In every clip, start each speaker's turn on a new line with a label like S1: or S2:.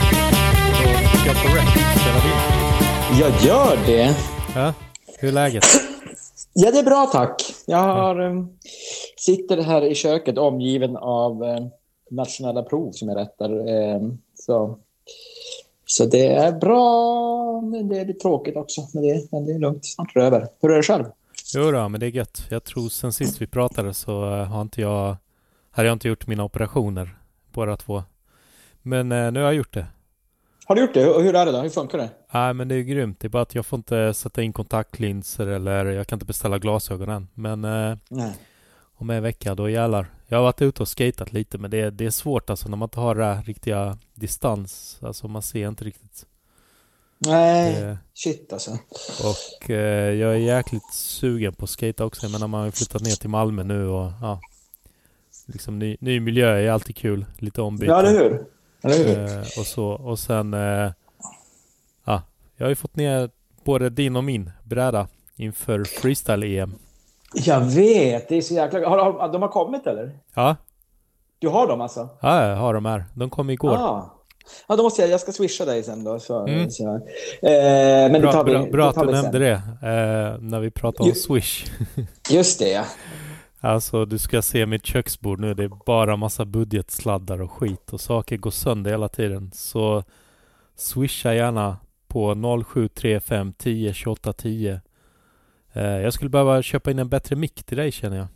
S1: Ska på rec, spelar vi.
S2: Jag gör det.
S1: Ja, hur är läget?
S2: Ja, det är bra tack. Jag har, eh, sitter här i köket omgiven av eh, nationella prov som jag rättar. eh, så. så det är bra, men det är lite tråkigt också. Men det, men det är lugnt, snart är det över. Hur är det själv?
S1: Jo då, men det är gött. Jag tror sen sist vi pratade så eh, har inte jag, hade jag inte gjort mina operationer, båda två. Men eh, nu har jag gjort det.
S2: Har du gjort det? Hur, hur är det då? Hur funkar det?
S1: Nej, men det är grymt. Det är bara att jag får inte sätta in kontaktlinser eller jag kan inte beställa glasögon än. Men eh,
S2: Nej.
S1: om en vecka, då jävlar. Jag har varit ute och skatat lite, men det är, det är svårt alltså när man inte har det här riktiga distans. Alltså man ser inte riktigt.
S2: Nej,
S1: Eh,
S2: shit alltså.
S1: Och eh, jag är jäkligt sugen på att skata också. Jag menar man har ju flyttat ner till Malmö nu och ja. Liksom ny, ny miljö är alltid kul. Lite ombyte.
S2: Ja, eller hur? Eller hur?
S1: Eh, och så. Och sen... Eh, ja, jag har ju fått ner både din och min bräda inför freestyle-EM.
S2: Jag vet, det är så jäkla... Har, har, de har kommit eller?
S1: Ja,
S2: Du har dem alltså?
S1: ja, jag har de här. De kom igår. Mm.
S2: Ja. Ja, då måste jag, jag ska swisha dig sen då. Så, Ah, så, eh, men det
S1: Bra,
S2: tar vi,
S1: bra, bra
S2: det tar
S1: att du
S2: vi sen.
S1: nämnde det eh, när vi pratade om
S2: Ju-
S1: Swish.
S2: Just det, ja.
S1: Alltså du ska se mitt köksbord nu. Det är bara massa budgetsladdar och skit och saker går sönder hela tiden. Så swisha gärna på 0735 10 28 10. Eh, jag skulle behöva köpa in en bättre mick till dig känner jag.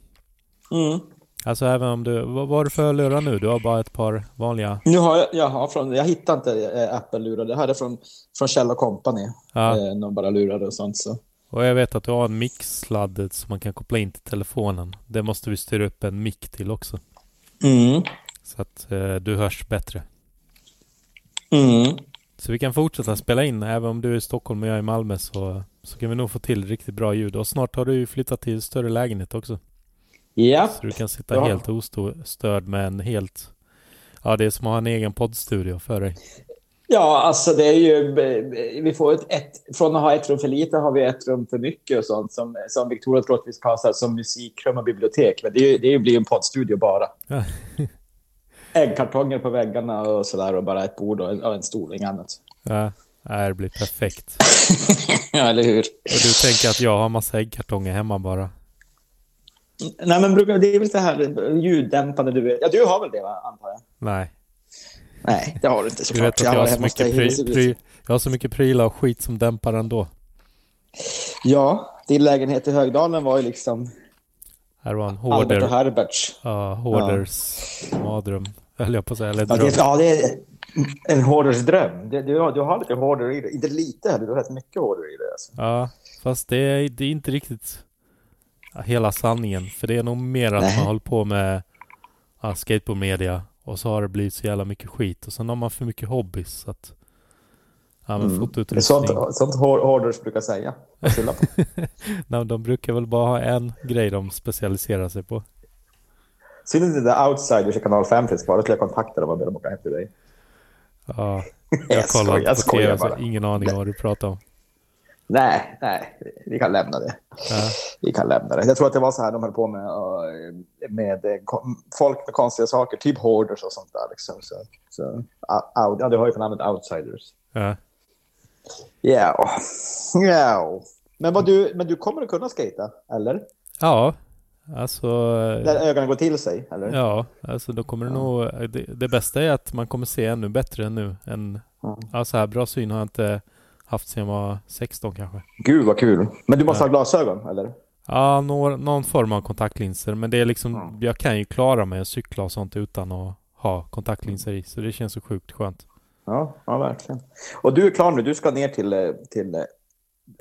S2: Mm.
S1: Alltså även om du, vad, vad har du för lurar nu? Du har bara ett par vanliga.
S2: Nu har jag, jag, har från, jag hittar inte eh, Apple-lurar. Det här är från, från Kjell Company.
S1: Ja.
S2: Eh, någon bara lurade och sånt. Så.
S1: Och jag vet att du har en mic-sladd som man kan koppla in till telefonen. Det måste vi styra upp en mick till också.
S2: Mm.
S1: Så att eh, du hörs bättre.
S2: Mm.
S1: Så vi kan fortsätta spela in även om du är i Stockholm och jag är i Malmö så, så kan vi nog få till riktigt bra ljud. Och snart har du ju flyttat till större lägenhet också.
S2: Ja.
S1: Så du kan sitta
S2: Ja.
S1: helt ostörd med en helt... Ja, det är som att ha en egen poddstudio för dig.
S2: ja, alltså det är ju... eh, Vi får ett, ett, från att ha ett rum för lite har vi ett rum för mycket och sånt som, som Victoria tror att vi ska ha så här, som musikrum och bibliotek. Men det, är ju- det blir ju en poddstudio bara.
S1: Ja.
S2: Äggkartonger på väggarna och sådär och bara ett bord och en, och en stol och inget annat.
S1: Ja, det blir perfekt.
S2: ja, eller hur?
S1: Och du tänker att jag har massa äggkartonger hemma bara.
S2: Nej, men brukar- det är väl det här ljuddämpande du är. Ja, du har väl det, va, antar jag?
S1: Nej,
S2: Nej, det har du inte
S1: du vet
S2: såklart.
S1: att jag har
S2: var
S1: så
S2: hemma hos
S1: mycket,
S2: dig i
S1: pry,
S2: huset.
S1: pry, jag har så mycket prylar och skit som dämpar ändå.
S2: Ja, din lägenhet i Högdalen var ju liksom
S1: Här var en
S2: Albert och
S1: hårder,
S2: Herberts.
S1: ja, hårders mardröm, höll jag på att säga. Eller
S2: Ja,
S1: dröm.
S2: det, ja, det är en hoarders dröm. Det, du, har- du har lite hoarder i dig. Inte lite heller, du har rätt mycket hoarder i dig. Alltså.
S1: Ja, fast det är, det är inte riktigt hela sanningen. För det är nog mer att
S2: Nej.
S1: man håller på med ja, skateboardmedia och så har det blivit så jävla mycket skit och sen har man för mycket hobbys. Så att, ja, men
S2: Mm. Det är
S1: fotoutrustning.
S2: sånt, sånt hoar- hoarders brukar säga. och skylla på.
S1: Nej, men de brukar väl bara ha en grej de specialiserar sig på.
S2: Synd att det där outsiders i kanal 5 finns kvar. Då skulle jag kontakta dem och be dem åka hem till dig.
S1: Ja,
S2: Jag
S1: jag kollar
S2: skojar,
S1: inte
S2: jag
S1: på tv
S2: skojar
S1: så
S2: bara.
S1: ingen aning om vad du pratar om.
S2: Nej, nej, vi kan lämna det.
S1: Ja.
S2: Vi kan lämna det. Jag tror att det var så här de höll på med, och, eh, med eh, kon- folk med konstiga saker, typ hoarders och sånt där. Liksom. Så, så, uh, out, ja, du har ju för namnet outsiders.
S1: Ja.
S2: Ja, ja. Men, vad du, men du kommer att kunna skata, eller?
S1: ja, alltså...
S2: När ögonen går till sig, eller?
S1: Ja, alltså då kommer det nog... Det, det bästa är att man kommer se ännu bättre än nu. Än,
S2: Ja.
S1: ja, så här bra syn har jag inte haft sedan jag var 16 kanske.
S2: Gud, vad kul. Men du måste ha glasögon, eller?
S1: Ja, någon, någon form av kontaktlinser. Men det är liksom... Jag kan ju klara mig och cykla och sånt utan att ha kontaktlinser i. Så det känns så sjukt skönt.
S2: Ja, ja verkligen. Och du är klar nu. Du ska ner till, eh, till eh,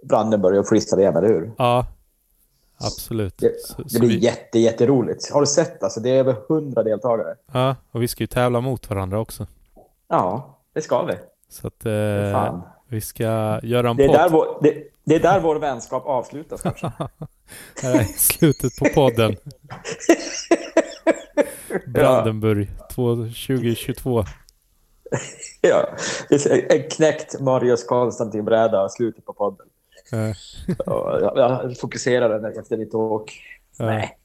S2: Brandenburg och freestyle igen, eller hur?
S1: Ja, absolut.
S2: Det,
S1: Så-
S2: det
S1: så
S2: blir
S1: vi,
S2: jätte, jätteroligt. Har du sett? Alltså, det är över hundra deltagare.
S1: ja, och vi ska ju tävla mot varandra också.
S2: Ja, det ska vi.
S1: Så att
S2: fan.
S1: eh, vi ska göra en
S2: Det är, där
S1: podd
S2: vår, det, det är där vår vänskap avslutas kanske.
S1: här i slutet på podden. Brandenburg Eh, 2022.
S2: ja. Det är En knäckt Marius Konstantin-bräda och slutet på podden.
S1: Nej.
S2: Ja, Jag, jag fokuserar efter lite åk.
S1: Ja,
S2: Nej.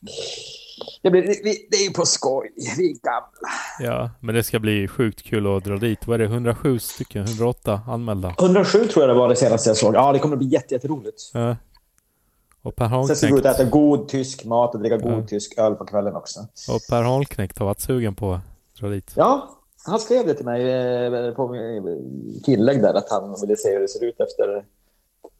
S2: Det, blir, vi, det är ju på skoj. Vi är gamla.
S1: ja, men det ska bli sjukt kul att dra dit. Vad är det? 107 stycken? 108 anmälda?
S2: 107 tror jag det var det senaste jag såg. Ja, det kommer att bli jätte- jätteroligt.
S1: Ja. Och Per
S2: Sen ska vi gå ut och
S1: Holmknekt,
S2: äta god tysk mat och dricka god
S1: Ja.
S2: tysk öl på kvällen också.
S1: och per Holmknekt har varit sugen på att dra dit.
S2: Ja, han skrev det till mig eh, på min eh, tillägg där att han ville se hur det ser ut efter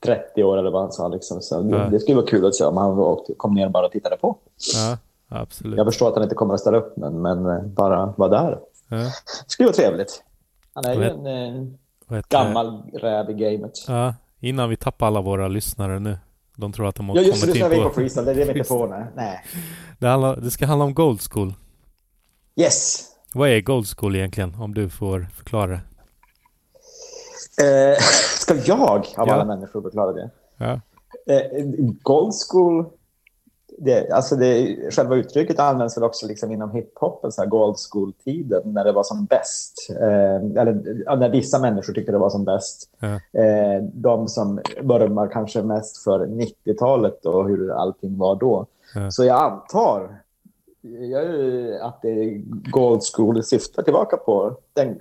S2: 30 år eller vad han sa. Liksom. Så det-
S1: Ja.
S2: Det skulle vara kul att se om han åkte- kom ner och bara tittade på.
S1: Ja, absolut.
S2: Jag förstår att han inte kommer att ställa upp, men, men eh, bara vara där.
S1: Ja.
S2: Det skulle vara trevligt. Han är ju
S1: Jag
S2: en eh,
S1: Vad heter det?
S2: gammal räv i gamet.
S1: Ja, innan vi tappar alla våra lyssnare nu. De tror att de har
S2: Ja, just det.
S1: kommit
S2: Nu ska vi
S1: in
S2: in
S1: på...
S2: på freestyle. Det är det vi inte får. nej. Nej.
S1: Det, handlar, det ska handla om Gold School.
S2: Yes.
S1: Vad är Gold School egentligen? Om du får förklara det.
S2: Eh, ska jag av
S1: Ja.
S2: alla människor förklara det?
S1: Ja.
S2: Eh, Gold school, det, alltså det, själva uttrycket används väl också liksom inom hiphopen, så här gold school-tiden, när det var som bäst. Eh, eller ja, när vissa människor tyckte det var som bäst.
S1: Ja.
S2: Eh, de som vurmar kanske mest för 90-talet och hur allting var då.
S1: Ja.
S2: Så jag antar jag, att det gold school syftar tillbaka på den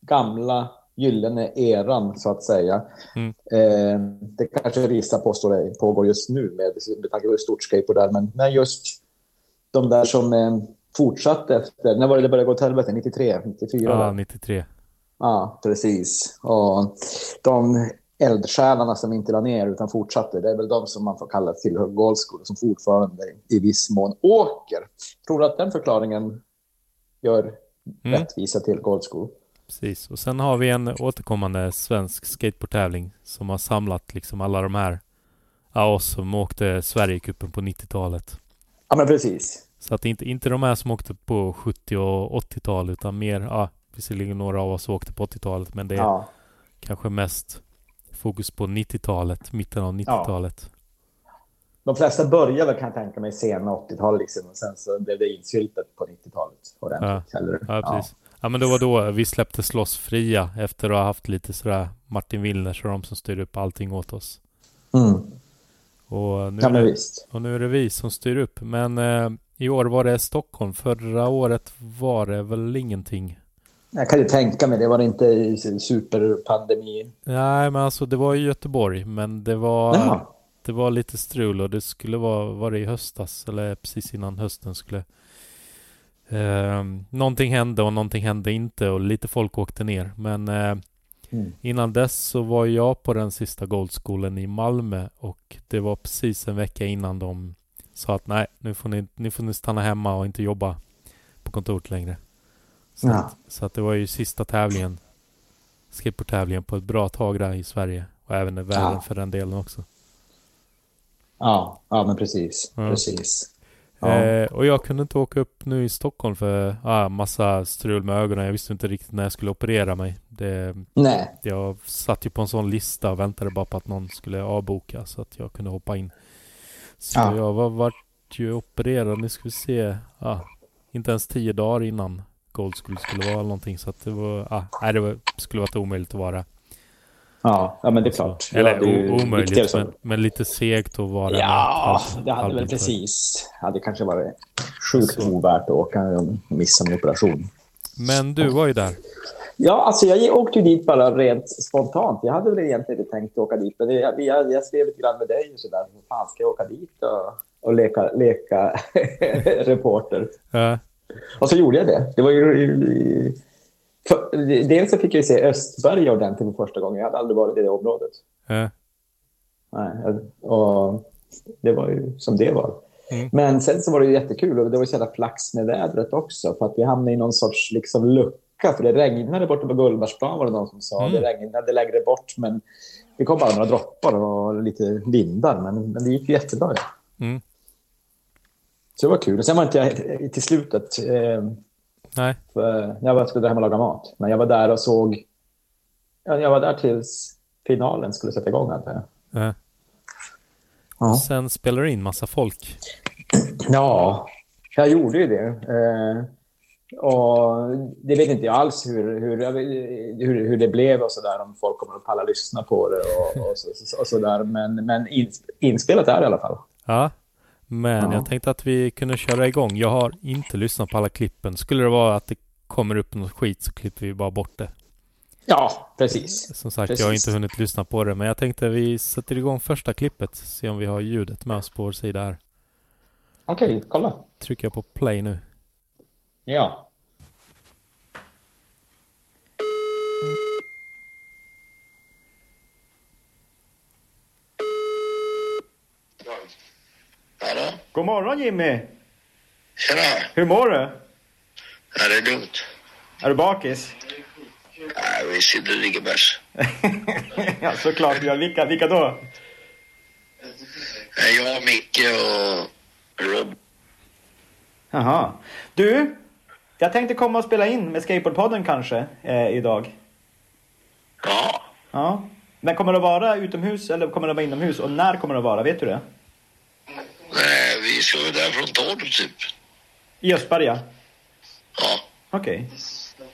S2: gamla gyllene eran, så att säga.
S1: Mm.
S2: Eh, det kanske vissa påstår det pågår just nu med, med tanke på hur stort skateboard är. Men, men just de där som eh, fortsatte efter, när var det det började gå åt helvete? 93, 94?
S1: Ja,
S2: Ja,
S1: 93.
S2: ja precis. Och de eldsjälarna som inte la ner utan fortsatte, det är väl de som man får kalla tillhör Gold School, som fortfarande i viss mån åker. Tror du att den förklaringen gör
S1: Mm.
S2: rättvisa till Gold School?
S1: Precis. Och sen har vi en återkommande svensk skateboardtävling som har samlat liksom alla de här. Ja, oss som åkte Sverigecupen på 90-talet.
S2: Ja, men precis.
S1: Så att inte, inte de här som åkte på 70 och 80-tal utan mer, ja, visserligen några av oss åkte på 80-talet men det är
S2: Ja.
S1: kanske mest fokus på 90-talet, mitten av 90-talet.
S2: De flesta började väl kan jag tänka mig sena 80-talet liksom, och sen så blev det insyltat på 90-talet ordentligt. Eller,
S1: Ja, precis. Ja. men det var då vi släpptes loss fria efter att ha haft lite sådär Martin Willners och de som styrde upp allting åt oss.
S2: Ja. Mm.
S1: Och nu,
S2: ja, men visst.
S1: och nu är det vi som styr upp. Men eh, i år var det Stockholm. Förra året var det väl ingenting.
S2: Jag kan ju tänka mig, det var inte i superpandemi.
S1: Nej, men alltså det var i Göteborg. Men det var,
S2: Jaha.
S1: det var lite strul och det skulle vara, var det i höstas eller precis innan hösten skulle. Eh, någonting hände och någonting hände inte och lite folk åkte ner. Men eh,
S2: Mm.
S1: Innan dess så var jag på den sista Goldskolan i Malmö och det var precis en vecka innan de sa att nej, nu får ni, nu får ni stanna hemma och inte jobba på kontoret längre. Så,
S2: Ja.
S1: att, så att det var ju sista tävlingen, skateboardtävlingen på ett bra tag där i Sverige och även i världen
S2: Ja.
S1: för den delen också.
S2: Ja, ja, men precis.
S1: Ja.
S2: precis. Ja.
S1: Eh, och jag kunde inte åka upp nu i Stockholm för ah, massa strul med ögonen. Jag visste inte riktigt när jag skulle operera mig. Det,
S2: Nej,
S1: Jag satt ju på en sån lista och väntade bara på att någon skulle avboka så att jag kunde hoppa in. Så
S2: Ja.
S1: jag var, vart ju opererad, nu ska vi se, ah, inte ens tio dagar innan Gold skulle, skulle vara eller någonting. Så att det var, ah, nej det var, skulle varit omöjligt att vara.
S2: ja, ja men det är klart.
S1: Eller
S2: ja, det är ju
S1: o-
S2: viktigare
S1: omöjligt,
S2: så.
S1: men, men lite segt att vara. med
S2: Ja,
S1: ett halv-
S2: det hade väl
S1: halvår.
S2: precis. Hade kanske varit sjukt
S1: Så.
S2: ovärt att åka och missa en operation.
S1: Men du var ju där.
S2: Ja, alltså jag åkte ju dit bara rent spontant. Jag hade väl egentligen inte tänkt åka dit, men det- jag, jag, jag skrev lite grann med dig och sådär. Hur fan ska jag åka dit och, och leka, leka reporter?
S1: Ja,
S2: Och så gjorde jag det. det var ju, för, dels så fick jag ju se Östberga ordentligt för första gången. Jag hade aldrig varit i det området.
S1: ja,
S2: Nej, jag- och det var ju som det var.
S1: Mm.
S2: Men sen så var det ju jättekul och det var ju så jävla flax med vädret också. För att vi hamnade i någon sorts liksom lucka. För det regnade borta på Gullmarsplan var det någon som sa.
S1: Mm.
S2: Det regnade längre bort men det kom bara några droppar och lite vindar. Men, men det gick ju jättebra. Ja.
S1: mm,
S2: Så det var kul. Och sen var inte jag till slutet. Eh,
S1: nej,
S2: för jag var, skulle hem och laga mat. Men jag var där och såg... ja, Jag var där tills finalen skulle sätta igång antar jag.
S1: ja.
S2: Ja.
S1: Sen spelar du in massa folk.
S2: Ja, jag gjorde ju det. Eh, Och det vet inte jag alls hur, hur, hur, hur det blev och sådär, om folk kommer att palla lyssna på det och, och, så, så, och sådär. Men, men ins- inspelat är det i alla fall.
S1: Ja, men
S2: Ja.
S1: jag tänkte att vi kunde köra igång. Jag har inte lyssnat på alla klippen. Skulle det vara att det kommer upp något skit så klipper vi bara bort det.
S2: Ja, precis.
S1: Som sagt, jag har
S2: Precis.
S1: inte hunnit lyssna på det, men jag tänkte vi sätter igång första klippet. Se om vi har ljudet med oss på vår sida här.
S2: Okej, kolla.
S1: Trycker jag på play nu.
S2: Ja.
S3: Hallå?
S4: God morgon Jimmy!
S3: Tjena!
S4: Hur mår du?
S3: Ja, det är lugnt.
S4: Är du bakis?
S3: Nej, vi sitter och dricker bärs.
S4: ja, såklart jag. Vilka, vilka då?
S3: Nej, Jag, Micke och Rob.
S4: Jaha. Du, jag tänkte komma och spela in med Skateboardpodden kanske eh, idag.
S3: Ja,
S4: Ja. Men kommer det vara utomhus eller kommer det vara inomhus och när kommer det vara? Vet du det?
S3: nej, vi ska väl där från tolv typ.
S4: I Östberga?
S3: Ja,
S4: Okej.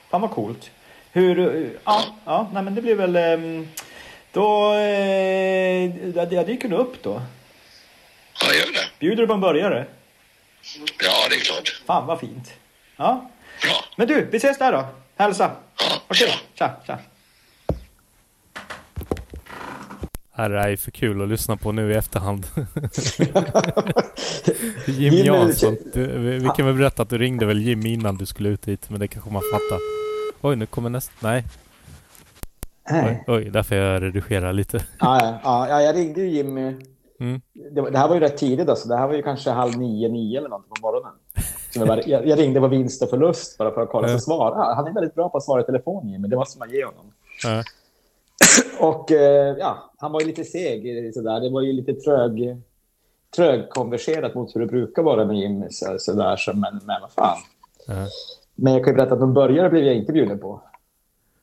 S4: Fan vad coolt. Hur... eh, Ja, ja nej men det blir väl... ehm, Då... eh, Jag jag dyker nog upp då.
S3: ja gör det.
S4: Bjuder du på en burgare?
S3: Ja, det är klart.
S4: Fan vad fint. Ja.
S3: Bra.
S4: Men du, vi ses där då. Hälsa.
S3: Ja,
S4: Okej,
S3: tja.
S4: tja, tja.
S1: Äh, Det här är för kul att lyssna på nu i efterhand. Jimmy
S2: Jimmy-
S1: Jansson. Du, vi, vi kan väl berätta att du ringde väl Jimmy innan du skulle ut hit, men det kanske man fattar. Oj, nu kommer nästa. Nej, oj,
S2: Nej.
S1: oj, där får jag redigera lite.
S2: Ja, ja, ja, ja, jag ringde ju Jimmy.
S1: Mm.
S2: Det, var- det här var ju rätt tidigt. Alltså. Det här var ju kanske halv nio, nio eller någonting på morgonen. Så jag, bara, jag, jag ringde på vinst och förlust bara för att kolla.
S1: Ja.
S2: Så svara. Han är väldigt bra på att svara i telefon, Jimmy. Det måste man ge honom.
S1: Ja.
S2: Och eh, ja, han var ju lite seg. eh, Sådär. Det var ju lite trög, trögkonverserat mot hur det brukar vara med Jimmy. Så, sådär. Så, men, men vad fan.
S1: Ja.
S2: Men jag kan ju berätta att de började blev jag inte bjuden på.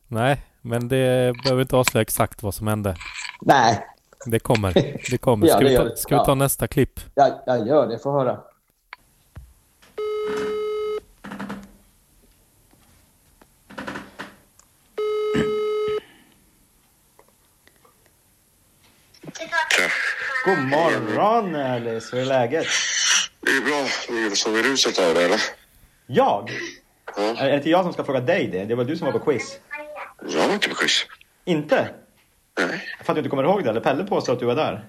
S1: Nej, men det behöver inte avslöja exakt vad som hände.
S2: Nej,
S1: Det kommer. Det kommer.
S2: Ja,
S1: Ska,
S2: det
S1: vi,
S2: gör
S1: ta,
S2: det.
S1: ska vi ta
S2: Ja.
S1: nästa klipp?
S2: jag, jag gör det. Få höra.
S4: God morgon Alice, hur är läget?
S3: Det är bra. Vi såg i ruset här, eller?
S4: Jag?
S3: Ja.
S4: Är det inte jag som ska fråga dig det? Det var du som var på quiz.
S3: Jag var inte på quiz.
S4: Inte?
S3: Nej.
S4: För att du inte kommer ihåg det? Eller Pelle påstår att du var där.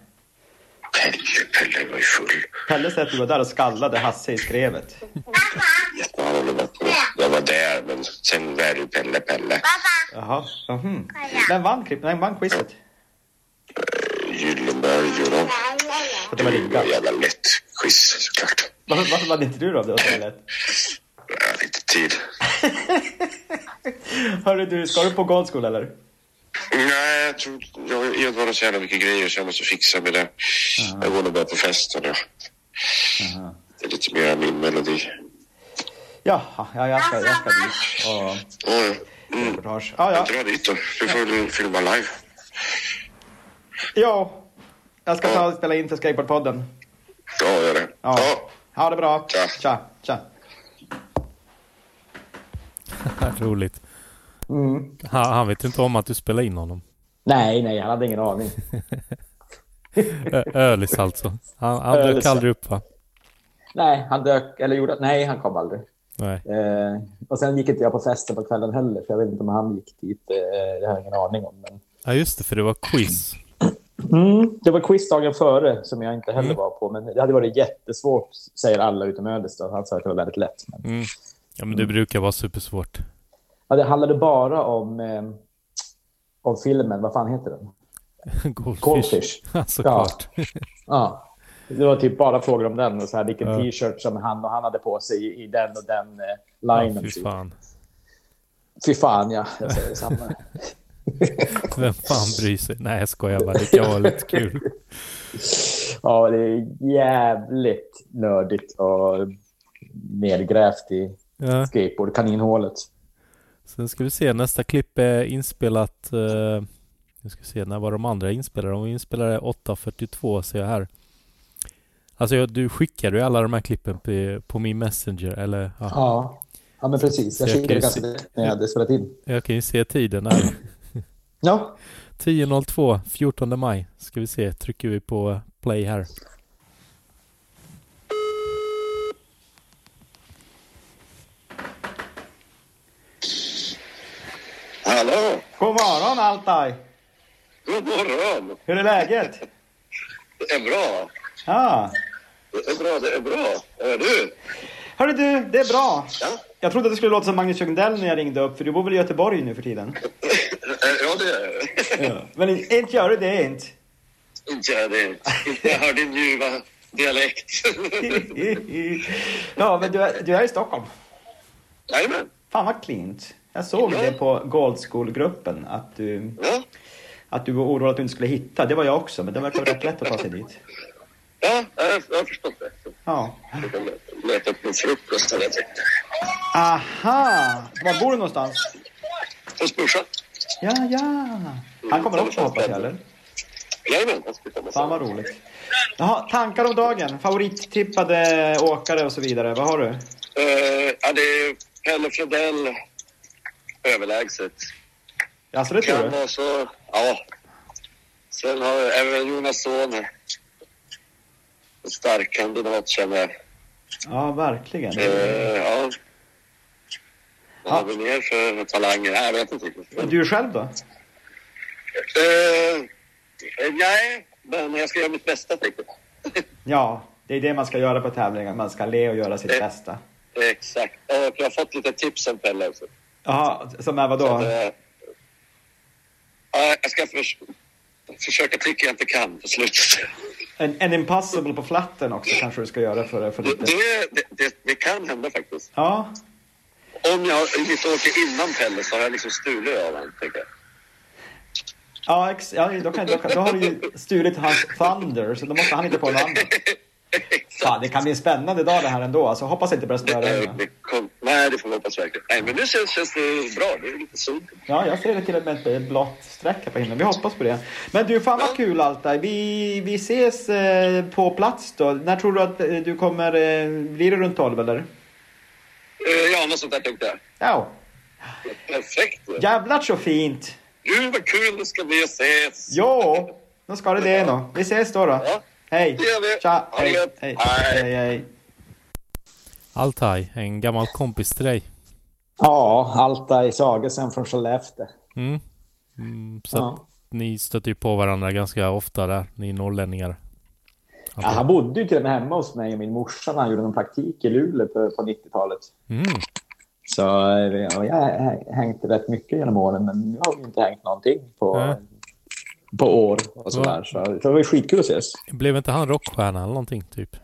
S3: Pelle, Pelle var ju full.
S4: Pelle säger att du var där och skallade Hasse i skrevet.
S3: Ja, han håller med på det. Jag var där, men sen väl Pelle, Pelle.
S4: Jaha, mhm. Vem vann, klipp- vem vann quizet?
S3: Gyllenberg och dem.
S4: För att det var
S3: Det var
S4: Linda.
S3: jävla lätt quiz, såklart.
S4: Varför, varför vann inte du då? om Det var så lätt.
S3: Jag hade inte tid.
S4: Hörru du, ska du på Gold School eller?
S3: Nej, jag tror jag och Edvard har så jävla mycket grejer så jag måste fixa med det. Jag går nog bara på festen. Ja. Det är lite mer min melodi.
S4: Jaha, ja, jag ska, jag ska dit och
S3: Ja, ja. Mm.
S4: reportage. Ja, ja.
S3: Dra dit då. Vi får väl filma live.
S4: ja, jag ska ta och spela in till Skateboardpodden.
S3: Ja, gör det.
S4: Ja.
S3: Ja.
S4: Ha det bra.
S3: Tja.
S4: Tja. Tja.
S1: Roligt.
S2: Mm.
S1: Han, han vet inte om att du spelar in honom.
S2: Nej, nej, han hade ingen aning.
S1: Ö- Ölis alltså. Han, han dök
S2: Ölis, ja.
S1: aldrig upp va?
S2: Nej, han dök, eller gjorde, nej, han kom aldrig.
S1: Nej.
S2: Eh, och sen gick inte jag på festen på kvällen heller, för jag vet inte om han gick dit. Eh, det har jag ingen aning om. Men...
S1: Ja just det, för det var quiz.
S2: Mm, det var quizdagen före som jag inte heller
S1: Mm.
S2: var på, men det hade varit jättesvårt, säger alla utom Ödis. då. Han sa att det var väldigt lätt. Men...
S1: Mm. Ja men det brukar vara supersvårt.
S2: Ja, det handlade bara om, eh, om filmen, vad fan heter den?
S1: Goldfish.
S2: Goldfish.
S1: Ja, såklart.
S2: Ja. Det var typ bara frågor om den och så här, vilken
S1: Ja.
S2: t-shirt som han och han hade på sig i, i den och den eh,
S1: Ja,
S2: linen.
S1: fy
S2: typ.
S1: fan.
S2: Fy fan, ja. Jag säger detsamma.
S1: Vem fan bryr sig? Nej jag skojar bara. Det kan vara lite kul.
S2: Ja, det är jävligt nördigt och nedgrävt i
S1: Ja.
S2: skateboard, kaninhålet.
S1: Sen ska vi se. Nästa klipp är inspelat. Eh, nu ska vi se. När var de andra inspelade? De var inspelade 8.42 ser jag här. Alltså jag, du skickade ju alla de här klippen på, på min Messenger eller? Ja.
S2: Ja. Ja, men precis. Jag
S1: Så jag kan
S2: kikade
S1: ju
S2: ganska
S1: se-
S2: direkt när jag hade spelat in.
S1: Jag kan ju se tiden här.
S2: Ja,
S1: 10.02, 14 maj. Ska vi se, trycker vi på play här.
S3: Hallå!
S5: God morgon Altaj!
S3: God morgon!
S5: Hur är läget?
S3: Det är bra.
S5: Ja.
S3: Det är bra, det är bra. Hör du?
S5: Hörru du, det är bra.
S3: Ja,
S5: Jag trodde att det skulle låta som Magnus Ljungdell när jag ringde upp, för du bor väl i Göteborg nu för tiden?
S3: ja det är det.
S5: Men inte gör du det inte.
S3: Inte jag det. Inte jag hör din ljuva dialekt.
S5: Ja, men du är, du är i Stockholm.
S3: Jajamän.
S5: Fan vad klint. Jag såg det på Gold School-gruppen, att du,
S3: Ja.
S5: att du var orolig att du inte skulle hitta. Det var jag också, men det verkar rätt lätt att ta sig dit.
S3: Ja, jag jag har förstått det.
S5: Ja.
S3: Jag kan lä- leta upp min frukost här, jag tänkte.
S5: Aha! Var bor du någonstans?
S3: Hos morsan.
S5: Ja, ja. Han kommer också hoppas jag, eller?
S3: Jajamän, han ska komma.
S5: Fan vad roligt. Jaha, tankar om dagen? Favorittippade åkare och så vidare. Vad har du?
S3: Eh, ja, det är Pelle Fredell överlägset.
S5: Alltså det tror
S3: Kan
S5: du?
S3: vara så... Ja. Sen har jag även Jonas Sohn. En stark kandidat känner jag.
S5: Ja, verkligen.
S3: Eh, ja. Vad har
S5: Ja.
S3: vi mer för talanger? Nej, jag vet inte. riktigt.
S5: Du själv då?
S3: Eh, eh, nej, men jag ska göra mitt bästa typ. tänkte jag.
S5: Ja, det är det man ska göra på tävlingar. Man ska le och göra sitt
S3: Eh.
S5: bästa.
S3: Exakt. Eh, för jag har fått lite tips av Pelle också.
S5: Jaha, som är vadå?
S3: Eh, ja, jag ska förs- försöka tycka jag inte kan på slutet.
S5: En, en impossible på flatten också kanske du ska göra för, för
S3: Det,
S5: lite.
S3: det, det, det kan hända faktiskt.
S5: Ja,
S3: Om jag har- lite åker innan Pelle så har jag liksom stulit av honom. tänker jag.
S5: ja, ex, ja då, kan, då, kan, då har du ju stulit hans thunder så då måste han inte på något annat. Fan, det kan bli en spännande dag det här ändå. Alltså, hoppas inte det börjar
S3: Eh,
S5: snöregna.
S3: det kom- Nej, det får vi hoppas verkligen. Nej, men nu känns, känns det bra. Det är lite sol.
S5: Ja, jag ser det till och med ett blått streck här på himlen. Vi hoppas på det. Men du, fan vad kul Altaj. Vi, vi ses eh, på plats då. När tror du att eh, du kommer... Eh, blir det runt 12 eller?
S3: Eh, Ja, något sånt där tänkte jag.
S5: Ja.
S3: Perfekt ju.
S5: Jävlar så fint!
S3: Gud vad kul det ska bli att ses!
S5: Jo, då ska det det då. Vi ses då då.
S3: Ja.
S5: Hej!
S3: Det gör vi.
S5: Tja!
S3: Ha det
S5: Hej!
S3: gött.
S5: Hej!
S3: Hej.
S5: Hej! hej.
S1: Altaj, en gammal kompis till dig.
S2: ja Altaj Sagesen från Skellefteå.
S1: Mm. Mm, så
S2: Ja.
S1: att ni stöter ju på varandra ganska ofta där, ni norrlänningar.
S2: Ja, han bodde ju till och med hemma hos mig och min morsa när han gjorde någon praktik i Luleå på, på 90-talet.
S1: Mm.
S2: Så eh, och jag har hängt rätt mycket genom åren, men nu har vi inte hängt någonting på,
S1: Nej.
S2: på år och sådär. Så, så det var ju skitkul att ses.
S1: Blev inte han rockstjärna eller någonting typ?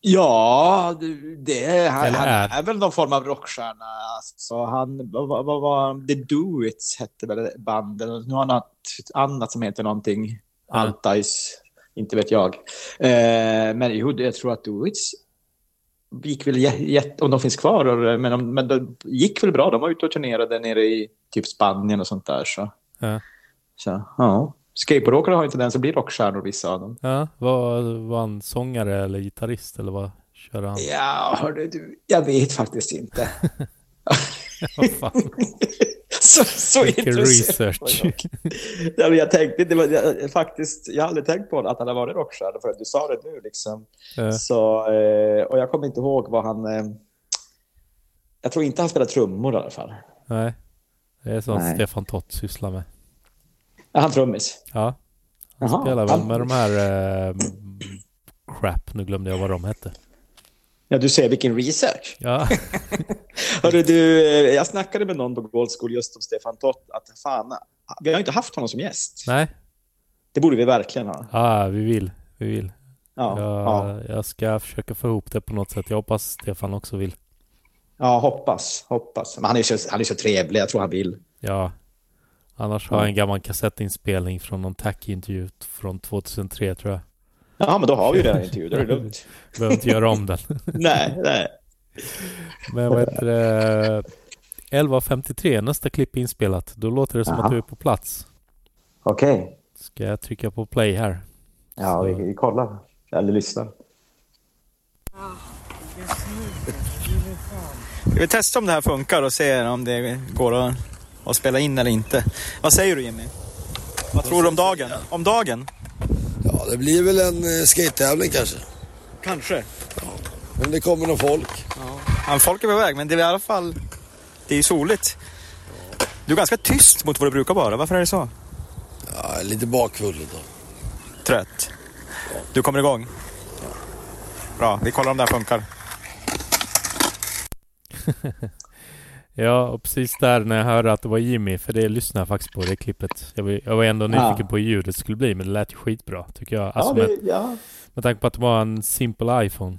S2: Ja, det- det, han,
S1: Eller
S2: han
S1: är.
S2: är väl någon form av rockstjärna. Alltså, han, vad, vad, vad var The Doits hette väl banden. Nu har han något annat som heter någonting. Altais, inte vet jag. Eh, men jo, jag tror att Doits gick väl jä- jätte, om de finns kvar, och- men, de, men de gick väl bra. De var ute och turnerade nere i typ Spanien och sånt där. Så,
S1: Ja.
S2: så ja. Skateboardåkare har ju tendens att bli rockstjärnor, vissa av dem.
S1: Ja, var, var han sångare eller gitarrist eller vad körde han?
S2: Ja, hörde du, jag vet faktiskt inte.
S1: Vad fan,
S2: så så
S1: vilken
S2: intresserad var
S1: research.
S2: jag. Ja, men jag tänkte, det var, jag, faktiskt, jag har aldrig tänkt på det, att han har varit rockstjärna förrän du sa det nu. Liksom.
S1: Ja.
S2: Så, eh, och jag kommer inte ihåg vad han... Eh, jag tror inte han spelar trummor i alla fall.
S1: Nej, det är sånt
S2: Nej.
S1: Stefan Tott sysslar med.
S2: Är han trummis?
S1: Ja, han
S2: Jaha,
S1: spelar väl
S2: han-
S1: med de här... Eh, crap, nu glömde jag vad de hette.
S2: Ja, du ser vilken research.
S1: Ja,
S2: Hörru, du, eh, jag snackade med någon på Gold School just om Stefan Tott, att fan, vi har inte haft honom som gäst.
S1: nej,
S2: Det borde vi verkligen ha.
S1: ah, vi vill, vi vill.
S2: Ja, ja.
S1: Jag, jag ska försöka få ihop det på något sätt. Jag hoppas Stefan också vill.
S2: ja hoppas, hoppas. Men han är ju så, han är så trevlig, jag tror han vill.
S1: Ja. Annars har jag en gammal kassettinspelning från någon tack-intervju från 2003 tror jag.
S2: Ja, men då har vi ju den intervjun, då är det lugnt.
S1: Behöver inte göra om den.
S2: nej, nej.
S1: Men vad heter det? 11.53, nästa klipp är inspelat. Då låter det som
S2: Jaha.
S1: att du är på plats.
S2: Okej.
S1: Ska jag trycka på play här?
S2: Ja, vi, vi kollar. Eller lyssnar. Ska vi testa om det här funkar och se om det går att, att spela in eller inte? Vad säger du Jimmy? Vad tror du om dagen? Om dagen?
S6: Ja, det blir väl en eh, skate-tävling kanske.
S2: Kanske.
S6: Men det kommer nog folk.
S2: Ja, folk är på väg, men det är i alla fall... Det är soligt. Du är ganska tyst mot vad du brukar vara. Varför är det så?
S6: Ja, jag är lite bakfull då.
S2: Trött. Du kommer igång? Bra, vi kollar om det här funkar.
S1: Ja, och precis där när jag hörde att det var Jimmy, för det lyssnade jag faktiskt på det klippet. Jag, var- jag var ändå
S3: Ja.
S1: nyfiken på hur ljudet skulle bli, men det lät ju skitbra tycker jag. Alltså,
S3: ja,
S1: med,
S3: det, ja.
S1: med tanke på att det var en simpel iPhone.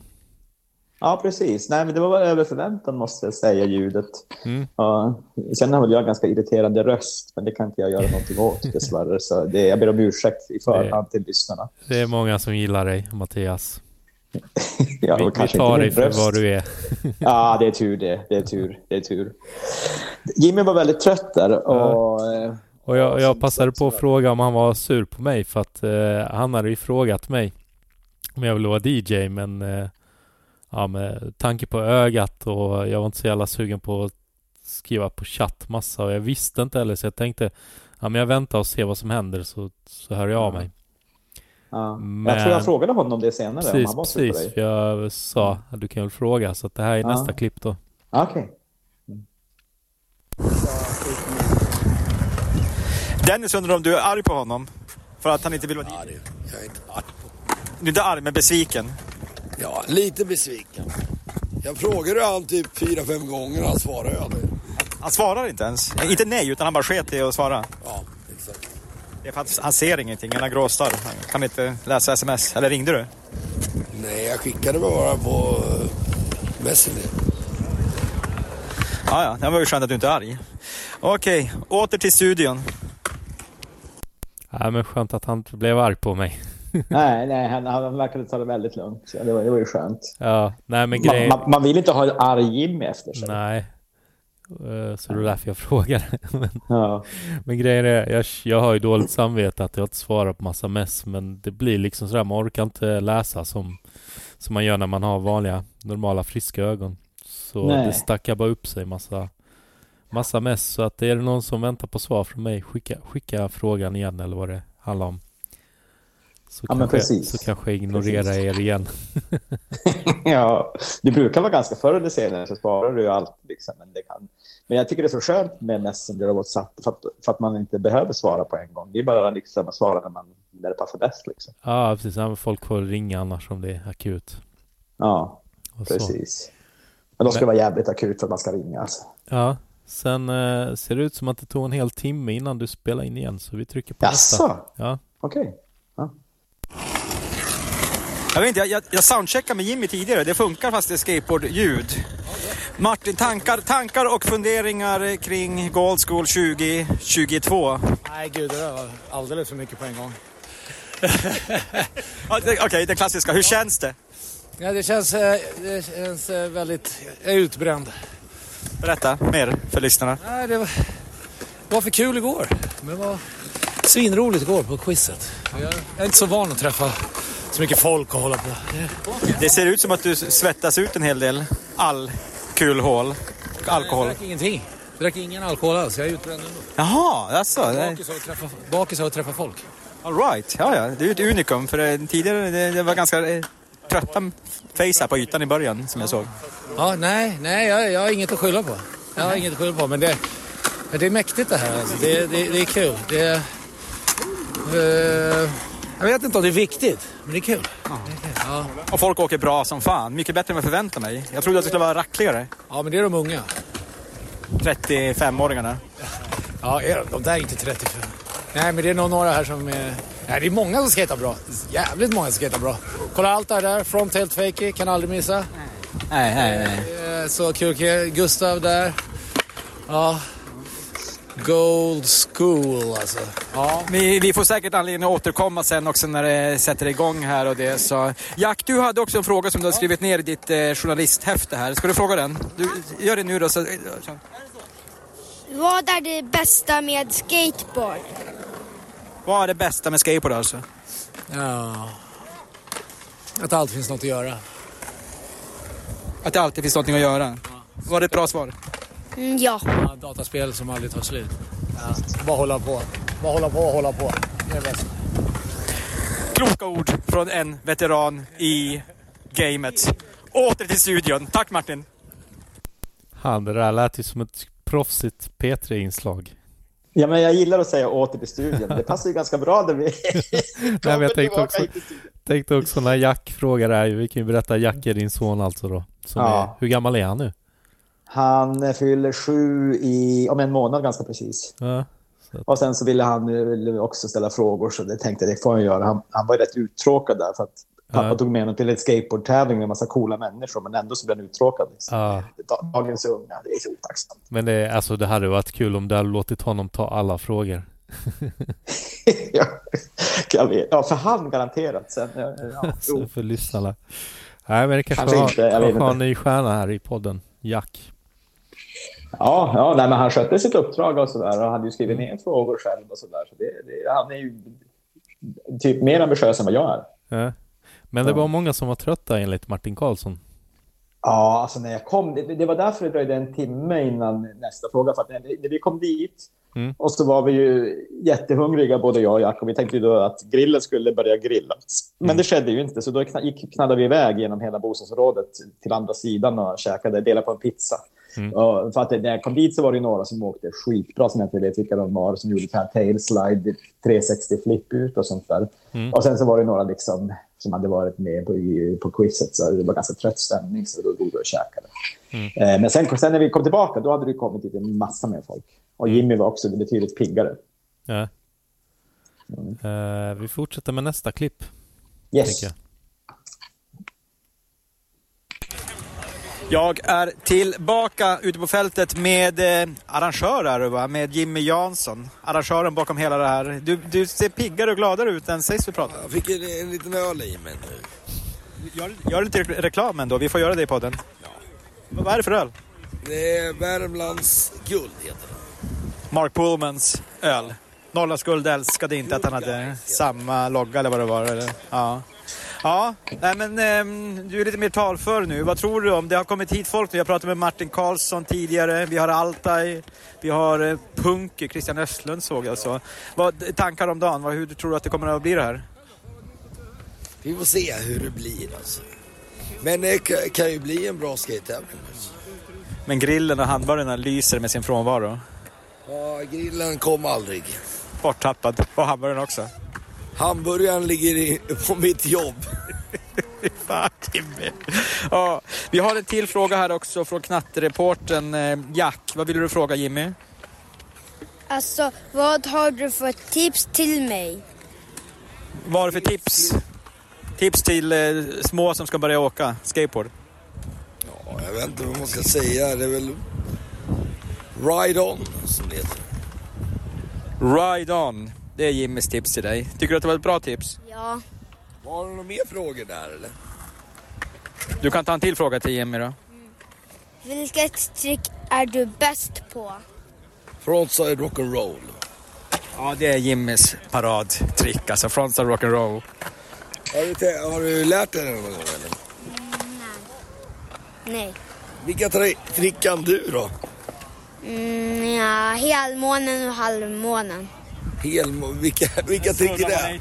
S3: ja, precis. Nej, men det var över förväntan måste jag säga, ljudet.
S1: Mm.
S3: Ja, sen har väl jag ganska irriterande röst, men det kan inte jag göra någonting åt dessvärre. Så det, jag ber om ursäkt i förhand till lyssnarna.
S1: Det är många som gillar dig, Mattias.
S3: Ja,
S1: Vi,
S3: och
S1: vi
S3: kanske inte
S1: tar dig
S3: min
S1: för
S3: röst.
S1: vad du är.
S3: Ja, det är tur det. Det är tur. Det är tur. Jimmy var väldigt trött där. Och, eh,
S1: Och jag, jag passade på att fråga om han var sur på mig för att eh, han hade ju frågat mig om jag ville vara DJ men eh, ja, med tanke på ögat och jag var inte så jävla sugen på att skriva på chatt massa och jag visste inte heller så jag tänkte ja men jag väntar och ser vad som händer så, så hör jag av
S3: ja.
S1: mig. Men-
S3: Mm. Jag tror jag frågade honom det senare. om
S1: Precis,
S3: han var sur på
S1: precis.
S3: dig.
S1: För jag sa att du kan väl fråga så att det här är
S3: Ja.
S1: nästa klipp då.
S3: Ja, Okej.
S2: Dennis undrar om du är arg på honom? För att han inte vill vara
S6: Ja, det, jag är inte arg.
S2: Du är inte arg, men besviken.
S6: Ja, lite besviken. Jag frågade han typ fyra, fem gånger och han svarade aldrig.
S2: Han svarar inte ens. Eh, Inte nej, utan han bara sket i att svara.
S6: Ja, exakt.
S2: Det är för att han ser ingenting, han har gråstarr. Han kan inte läsa sms. Eller ringde du?
S6: Nej, jag skickade bara på eh, Messenger.
S2: Ja, ja, det var ju skönt att du inte är arg. Okej, åter till studion.
S1: Ja men skönt att han inte blev arg på mig.
S3: Nej, nej han, han verkade ta det väldigt lugnt. Så det, var, det var ju skönt.
S1: Ja, nej men
S3: Man,
S1: grejen...
S3: man, man vill inte ha en arg Jimmy efter sig.
S1: Nej. Eh, Så det var därför jag frågade. Men-
S3: Ja.
S1: Men grejen är, jag, jag har ju dåligt samvete att jag inte svarar på massa mess men det blir liksom sådär, man orkar inte läsa som, som man gör när man har vanliga, normala, friska ögon. Så
S3: Nej.
S1: det stackar bara upp sig massa, massa mess. Så att är det någon som väntar på svar från mig, skicka, skicka frågan igen eller vad det handlar om. Så,
S3: Ja, men
S1: kanske,
S3: precis.
S1: så kanske jag ignorerar er igen.
S3: Ja, du brukar vara ganska förr eller senare så sparar du ju allt. Liksom, men, det kan. men jag tycker det är så skönt med Messenger och WhatsApp för att, för att man inte behöver svara på en gång. Det är bara liksom att svara när, man, när det passar bäst. Liksom.
S1: Ja, precis. Ja, men folk får ringa annars om det är akut.
S3: Ja,
S1: Och så.
S3: precis. Men då ska det vara jävligt akut för att man ska ringa. Alltså.
S1: Ja, sen eh, ser det ut som att det tog en hel timme innan du spelade in igen så vi trycker på nästa.
S3: Jaså?
S1: Ja.
S3: Okej.
S2: Jag vet inte, jag, jag, jag soundcheckade med Jimmy tidigare. Det funkar fast det är skateboardljud. Martin, tankar, tankar och funderingar kring Gold School 2022?
S5: Nej, gud, det där var alldeles för mycket på en gång.
S2: Ja, det- Okej, det klassiska. Hur känns det?
S5: Ja, det känns, eh, det känns eh, väldigt... Jag är utbränd.
S2: Berätta mer för lyssnarna.
S5: Nej, det var, det var för kul igår. Men det var svinroligt igår på quizet. Jag är inte så van att träffa så mycket folk och hålla på.
S2: Det ser ut som att du svettas ut en hel del. All kulhål.
S5: Jag
S2: Alkohol.
S5: drack ingenting. Jag drack ingen alkohol alls. Jag är utbränd ändå.
S2: Jaha, alltså. nej.
S5: Bakis av att träffa, bakis av att träffa folk.
S2: All right. Ja, ja. Det är ju ett unikum. För eh, tidigare det, det var ganska eh, trötta face här på ytan i början som jag såg.
S5: Ja, nej, nej, jag, jag har inget att skylla på. Jag har inget att skylla på, men det, men det är mäktigt det här. Alltså. Det, det, det är kul. Det, är- eh, jag vet inte om det är viktigt, men det är kul.
S2: Och folk åker bra som fan. Mycket bättre än jag förväntade mig. Jag trodde att det skulle vara rackligare.
S5: Ja, men det är de unga.
S2: 35-åringarna.
S5: Ja, är de? de där är inte 35. Nej, men det är nog några här som är... Nej, det är många som skejtar bra. Jävligt många som skejtar bra. Kolla allt det här där. Front helt fakey, kan aldrig missa.
S2: Nej, nej, nej.
S5: Det är Så kul. kul. Gustav där. Ja. Gold school alltså. Ja.
S2: Vi, vi får säkert anledning att återkomma sen också när det sätter igång här och det. Så. Jack, du hade också en fråga som du har skrivit ner i ditt eh, journalisthäfte här. Ska du fråga den? Du, gör det nu då. Så, eh,
S7: Vad är det bästa med skateboard?
S2: vad är det bästa med skateboard alltså?
S5: ja. Att allt finns något att göra.
S2: Att det alltid finns någonting att göra.
S8: Var det ett bra svar?
S7: Mm, ja.
S9: Ja, dataspel som aldrig tar slut. Ja, bara hålla på. Bara hålla på och hålla på. Det är bäst.
S8: Kloka ord från en veteran i gamet. Åter till studion. Tack Martin!
S1: Han, det där lät ju som ett proffsigt P3-inslag.
S2: Ja, men jag gillar att säga åter till studion. Det passar ju ganska bra där vi
S1: Nej, men
S2: kommer
S1: jag tänkte
S2: tillbaka
S1: också,
S2: hit till studion.
S1: tänkte också när Jack frågar här, vi kan ju berätta, Jack är din son alltså då. Som
S2: Ja.
S1: är, hur gammal är han nu?
S2: Han fyller sju i, om en månad ganska precis.
S1: Ja.
S2: Och sen så ville han ju också ställa frågor, så det tänkte jag det får han göra. Han, han var ju rätt uttråkad där, för att pappa
S1: Ja.
S2: tog med honom till en skateboardtävling med en massa coola människor, men ändå så blev han uttråkad. Liksom.
S1: Ja.
S2: Dagens unga, det är så otacksamt.
S1: Men det, alltså, det hade varit kul om du hade låtit honom ta alla frågor.
S2: ja, jag vet. ja, för han garanterat. Sen, ja, ja, jo.
S1: Så för lyssnarna. Nej, men det kanske
S2: Kanske
S1: har,
S2: inte, jag vet
S1: kanske har en
S2: inte.
S1: ny stjärna här i podden. Jack.
S2: Ja, ja nej, men han skötte sitt uppdrag och sådär och hade ju skrivit ner frågor själv och sådär. Så det, det, han är ju typ mer ambitiös än vad jag är.
S1: Ja. Men det var många som var trötta enligt Martin Karlsson.
S2: Ja, alltså när jag kom, det, det var därför det dröjde en timme innan nästa fråga. För att när, när vi kom dit
S1: Mm.
S2: och så var vi ju jättehungriga både jag och Jack och vi tänkte ju då att grillen skulle börja grillas.
S1: Mm.
S2: Men det skedde ju inte så då kna- gick, knallade vi iväg genom hela bostadsområdet till andra sidan och käkade, delade på en pizza.
S1: Mm.
S2: Och för att när jag kom dit så var det ju några som åkte skitbra som jag inte vet vilka de var som gjorde så här tail slide 360 flip ut och sånt där.
S1: Mm.
S2: Och sen så var det några liksom, som hade varit med på, i- på quizet, så det var ganska trött stämning, så då drog vi och käkade.
S1: Mm.
S2: Eh, men sen, sen när vi kom tillbaka, då hade det kommit hit en massa mer folk. Och
S8: Mm.
S2: Jimmy var också betydligt piggare.
S1: Ja. Eh, vi fortsätter med nästa klipp.
S2: Yes.
S1: tänker
S8: Jag är tillbaka ute på fältet med eh, arrangörer, va? med Jimmy Jansson. Arrangören bakom hela det här. Du, du ser piggare och gladare ut än sist vi pratade.
S6: Jag fick en, en liten öl i mig nu.
S8: Gör, gör lite re- reklam ändå, vi får göra det i podden. Vad vad är det för öl?
S6: Det är Värmlands guld heter det.
S8: Mark Pullmans öl. Norrlands guld älskade inte att han hade samma logga eller vad det var. Eller? Ja, ja nej, men ehm, du är lite mer talför nu. Vad tror du om det har kommit hit folk nu? Jag pratade med Martin Karlsson tidigare. Vi har Altaj, vi har eh, Punky, Christian Östlund såg jag. Så. Vad tankar om dagen? Vad, hur tror du att det kommer att bli det här?
S6: Vi får se hur det blir alltså. Men det ka- kan ju bli en bra skatetävling. Alltså.
S8: Men grillen och handbörjarna lyser med sin frånvaro.
S6: Ja, grillen kom aldrig.
S8: Borttappad. Och hamburgaren också.
S6: Hamburgaren ligger i, på mitt jobb.
S8: Fan, Jimmy. Ja, vi har en till fråga här också från knattereporten Jack. Vad ville du fråga Jimmy?
S7: Alltså, vad har du för tips till mig?
S8: Vad har du för tips? Tips till eh, små som ska börja åka skateboard.
S6: Ja, jag vet inte vad man ska säga. Det är väl Ride On som det heter.
S8: Ride on. Det är Jimmys tips till dig. Tycker du att det var ett bra tips?
S7: Ja.
S6: Har du några mer frågor där eller?
S8: Du kan ta en till fråga till Jimmy då.
S7: Vilket trick är du bäst på?
S6: Frontside Rock'n'Roll.
S8: Ja, det är Jimmys paradtrick alltså. Frontside rock'n'roll.
S6: Har du, te- har du lärt dig det någon gång eller?
S7: Nej.
S6: Vilka tri- trick kan du då?
S7: Mm, ja, helmånen och halvmånen.
S6: Hel, vilka vilka trick är det?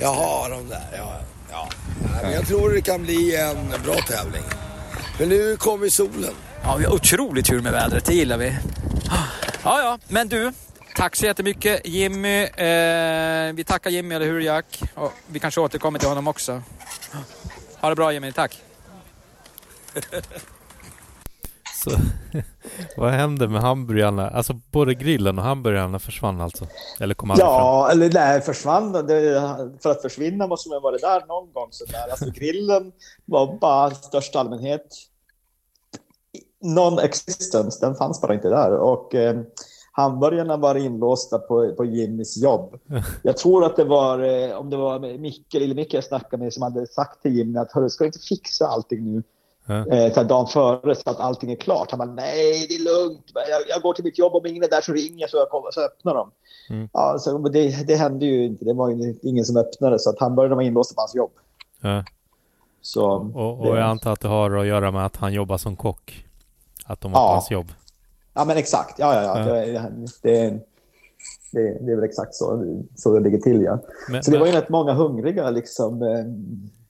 S6: Jaha, de där. Ja, ja. Nej, men jag tror det kan bli en bra tävling. Men nu kommer solen.
S8: Ja, vi har otroligt tur med vädret. Det gillar vi. Ja, ja, men du. Tack så jättemycket Jimmy. Eh, vi tackar Jimmy, eller hur Jack? Och vi kanske återkommer till honom också. Ha det bra Jimmy, tack.
S1: Så, vad hände med hamburgarna? Alltså både grillen och hamburgarna försvann alltså? Eller kom aldrig fram?
S2: Ja, eller nej, försvann. Det, för att försvinna måste man ha varit där någon gång. Så där. Alltså, grillen var bara i största allmänhet non-existence. Den fanns bara inte där. Och eh, hamburgarna var inlåsta på, på Jimmys jobb. Jag tror att det var, eh, om det var Micke, eller Micke jag snackade med, som hade sagt till Jimmy att "Hörru, ska du inte fixa allting nu?
S1: Ja.
S2: Eh, så här dagen före så att allting är klart. Han bara, nej det är lugnt. Jag, jag går till mitt jobb, om ingen är där så ringer jag så jag kommer, så öppnar de. Ja, så det, det hände ju inte. Det var ju ingen som öppnade så att han började vara inlåst på hans jobb.
S1: Ja.
S2: Så
S1: Och,
S2: det-
S1: och jag antar att det har att göra med att han jobbar som kock. Att de var på
S2: Ja.
S1: hans jobb.
S2: Ja, men exakt. Ja, ja, ja. Det, det, det, det är väl exakt så, så det ligger till. Ja.
S1: Men-
S2: så det var ju
S1: men-
S2: rätt många hungriga. Liksom, eh,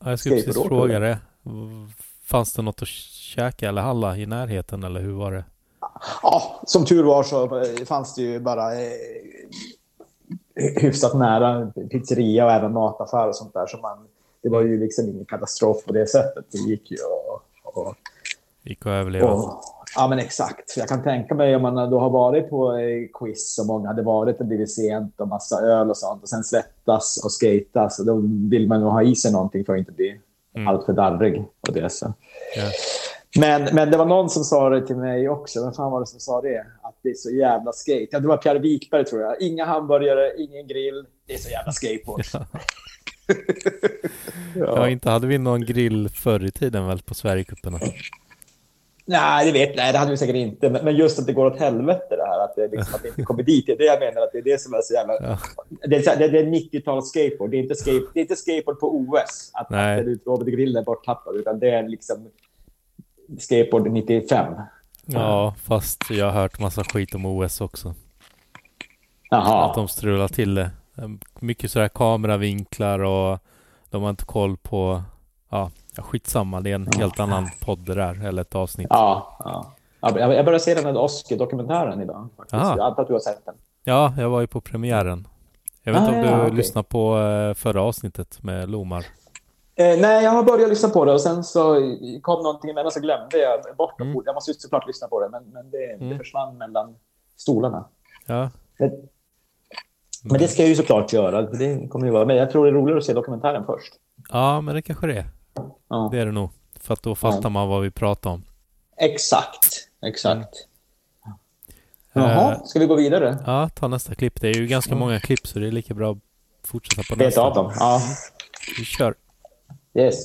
S1: Ja, jag skulle precis
S2: skateboardåkare.
S1: fråga det. V- Fanns det något att käka eller handla i närheten eller hur var det?
S2: ja, som tur var så eh, fanns det ju bara eh, hyfsat nära pizzeria och även mataffär och sånt där. Så man, det var ju liksom ingen katastrof på det sättet. Det gick ju att- att
S1: Gick att överleva.
S2: Och- Ja, men exakt. För Jag kan tänka mig om man då har varit på eh, quiz och många hade varit och blivit sent och massa öl och sånt och sen svettas och skatas. Och då vill man nog ha i sig någonting för att inte bli alltför darrig på det sättet.
S1: Ja.
S2: Men, men det var någon som sa det till mig också. Vem fan var det som sa det? Att det är så jävla skate. Ja, det var Pierre Wikberg tror jag. Inga hamburgare, ingen grill. Det är så jävla skateboard.
S1: Ja, inte hade vi någon grill förr i tiden väl på Sverigecuperna?
S2: Nej, det vet Nej, det hade vi säkert inte. Men, men just att det går åt helvete det här. Att det, liksom, att det inte kommer dit. Det är det jag menar. Att det är det som är så jävla...
S1: Ja.
S2: Det är, så här- det, det är 90-tals skateboard. Det är, inte skate, det är inte skateboard på OS. Att,
S1: Nej.
S2: att den utlovade grillen är borttappad. Utan det är liksom skateboard 95.
S1: Ja, fast jag har hört massa skit om OS också. Att
S2: Jaha.
S1: de strular till det. Ehm, Mycket sådär kameravinklar och de har inte koll på... Ja, skitsamma. Det är en helt annan podd det där, eller ett avsnitt.
S2: Ja, ja. Ja, Jag jag började se den här Oscar-dokumentären idag. Faktiskt.
S1: Aha.
S2: Jag antar att du har sett den.
S1: Ja, jag var ju på premiären. Jag vet inte
S2: Ah,
S1: om du
S2: ja, okej.
S1: lyssnade på eh, förra avsnittet med Lomar.
S2: Eh, nej, jag har börjat lyssna på det och sen så kom någonting emellan så glömde jag bort det. Jag måste ju såklart lyssna på det, men, men det, det försvann mellan stolarna.
S1: Ja,
S2: Men, men det ska jag ju såklart göra. Det kommer ju vara. Men jag tror det är roligare att se dokumentären först.
S1: ja men det kanske det är.
S2: Ja.
S1: Det är det nog. För att då fattar man vad vi pratar om.
S2: Exakt. Exakt.
S1: Mm. Eh.
S2: Jaha, ska vi gå vidare?
S1: Ja, ta nästa klipp. Det är ju ganska många klipp så det är lika bra att fortsätta på
S2: Beta
S1: nästa.
S2: av dem. Ja.
S1: Vi kör.
S2: Yes.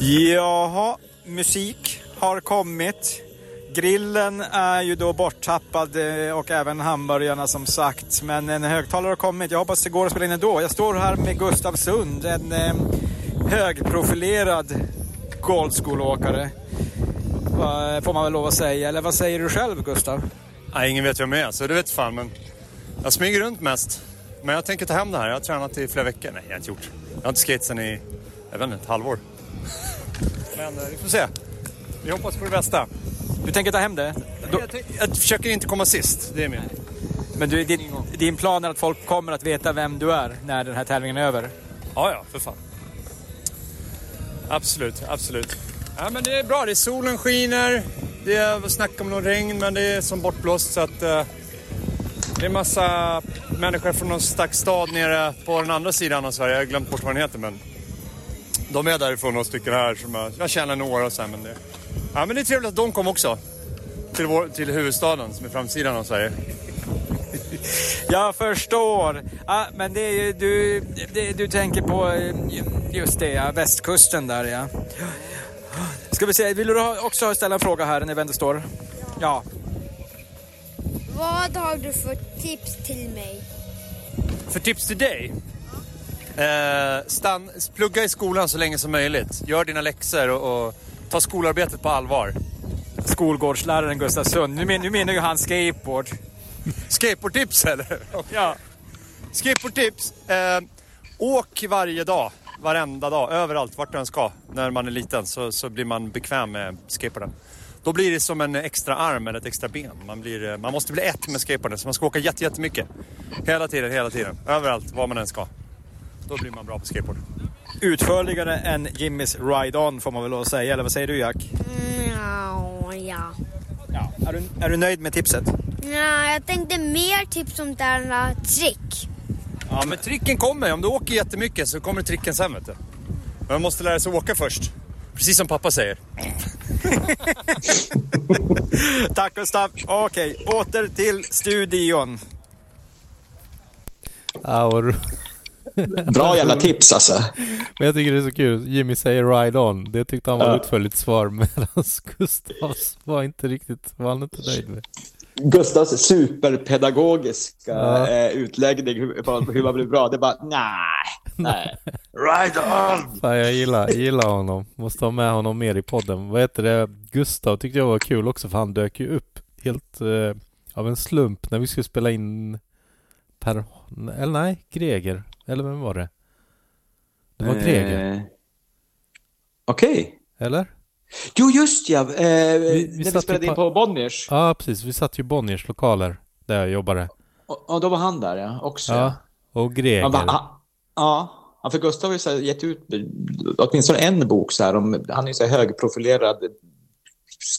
S8: Jaha, musik har kommit. Grillen är ju då borttappad eh, och även hamburgarna som sagt. Men en högtalare har kommit. Jag hoppas det går att spela in ändå. Jag står här med Gustav Sund, en eh, högprofilerad goldskolåkare. Eh, Får man väl lov att säga. Eller vad säger du själv Gustav?
S10: Nej, ingen vet vem jag är, så det vet fan. Men jag smyger runt mest. Men jag tänker ta hem det här. Jag har tränat i flera veckor. Nej, jag har inte gjort. Jag har inte skejtat sen i, jag vet inte, ett halvår. Men eh, vi får se. Vi hoppas på det bästa.
S8: Du tänker ta hem det? Då-
S10: Jag, tänk- jag försöker inte komma sist, det är min.
S8: Men du, din, din plan är att folk kommer att veta vem du är när den här tävlingen är över?
S10: Ja, ja, för fan. Absolut, absolut. Ja, men det är bra. Det är solen skiner. Det är snack om någon regn, men det är som bortblåst. Så att, eh, det är massa människor från någon stack stad nere på den andra sidan av Sverige. Jag har glömt bort vad den heter, men de är därifrån, några stycken här. Som jag, jag känner några och så här, men det, ja, men det är trevligt att de kom också. Till, vår, till huvudstaden som är framsidan av Sverige.
S8: Jag förstår. Ja, men det är ju, du, det, du tänker på eh, just det, ja, västkusten där ja. Ska vi se, vill du ha- också ställa en fråga här när vi ändå står? Ja.
S7: Vad har du för tips till mig?
S10: För tips till dig? Eh, stan, plugga i skolan så länge som möjligt. Gör dina läxor och, och ta skolarbetet på allvar.
S8: Skolgårdsläraren Gustav Sund. Nu, men, nu menar ju han skateboard.
S10: Skateboardtips eller?
S8: Ja.
S10: Skateboardtips! Eh, åk varje dag, varenda dag, överallt, vart du än ska. När man är liten så, så blir man bekväm med skateboarden. Då blir det som en extra arm eller ett extra ben. Man, blir, eh, man måste bli ett med skateboarden, så man ska åka jätte- jättemycket. Hela tiden, hela tiden. Överallt, var man än ska. Då blir man bra på skateboard.
S8: Utförligare än Jimmys ride-on får man väl lov att säga, eller vad säger du Jack?
S7: Mm, Ja, ja.
S8: Är du, är du nöjd med tipset?
S7: Nej, jag tänkte mer tips om denna trick.
S10: Ja, men tricken kommer. Om du åker jättemycket så kommer tricken sen, vet du. Men man måste lära sig åka först. Precis som pappa säger.
S8: Tack Gustav. Okej, åter till studion.
S1: Ja, vad ro-
S11: Bra jävla tips alltså.
S1: Men jag tycker det är så kul. Jimmy säger ride on. Det tyckte han var ett utförligt svar medan Gustavs var inte riktigt, var han inte nöjd med.
S2: Gustavs superpedagogiska
S1: Ja.
S2: eh, utläggning hur, på hur man blir bra. Det är bara nej.
S12: Nej.
S13: Right on!
S1: Fan, jag gillar, gillar honom. Måste ha med honom mer i podden. Vad heter det? Gustav tyckte jag var kul också för han dök ju upp helt eh, av en slump när vi skulle spela in Per... Eller nej, Greger. Eller vem var det? Det var Greger.
S3: Eh, Okej.
S1: Eller?
S12: Jo, just ja. Eh,
S1: vi
S12: när
S1: satt ju
S12: vi spelade in på
S1: på-
S12: Bonniers.
S1: Ja, precis. Vi satt ju i Bonniers lokaler där jag jobbade.
S12: Och, och då var han där ja, också.
S1: Ja. Och Greger.
S12: Han bara, ah, ja. Ja, för Gustav har ju så här gett ut åtminstone en bok. Så här, om, han är ju så här högprofilerad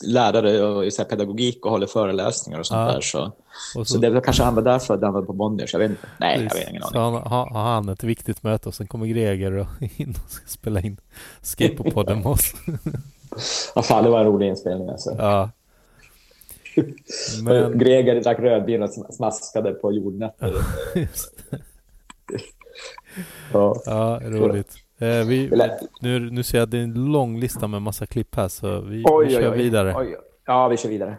S12: lärare och i så här pedagogik och håller föreläsningar och sånt
S1: Ja.
S12: där. Så,
S1: och
S12: så, det var kanske han var därför att han var på Bonniers. Jag vet inte. Nej, jag har ingen
S1: så
S12: aning.
S1: han, har, har han ett viktigt möte och sen kommer Greger och in och ska spela in Skateboardpodden med oss.
S3: Ja, fan, det var en rolig inspelning alltså.
S1: Ja.
S3: Men...
S1: Men...
S3: Greger drack rödvin och sm- smaskade på jordnötter. Ja.
S1: Ja, roligt. Eh, vi,
S3: Eller-
S1: nu, nu ser jag att det är en lång lista med massa klipp här så vi,
S3: Oj,
S1: vi kör
S3: oj, oj.
S1: vidare.
S3: Oj, oj. Ja, vi kör vidare.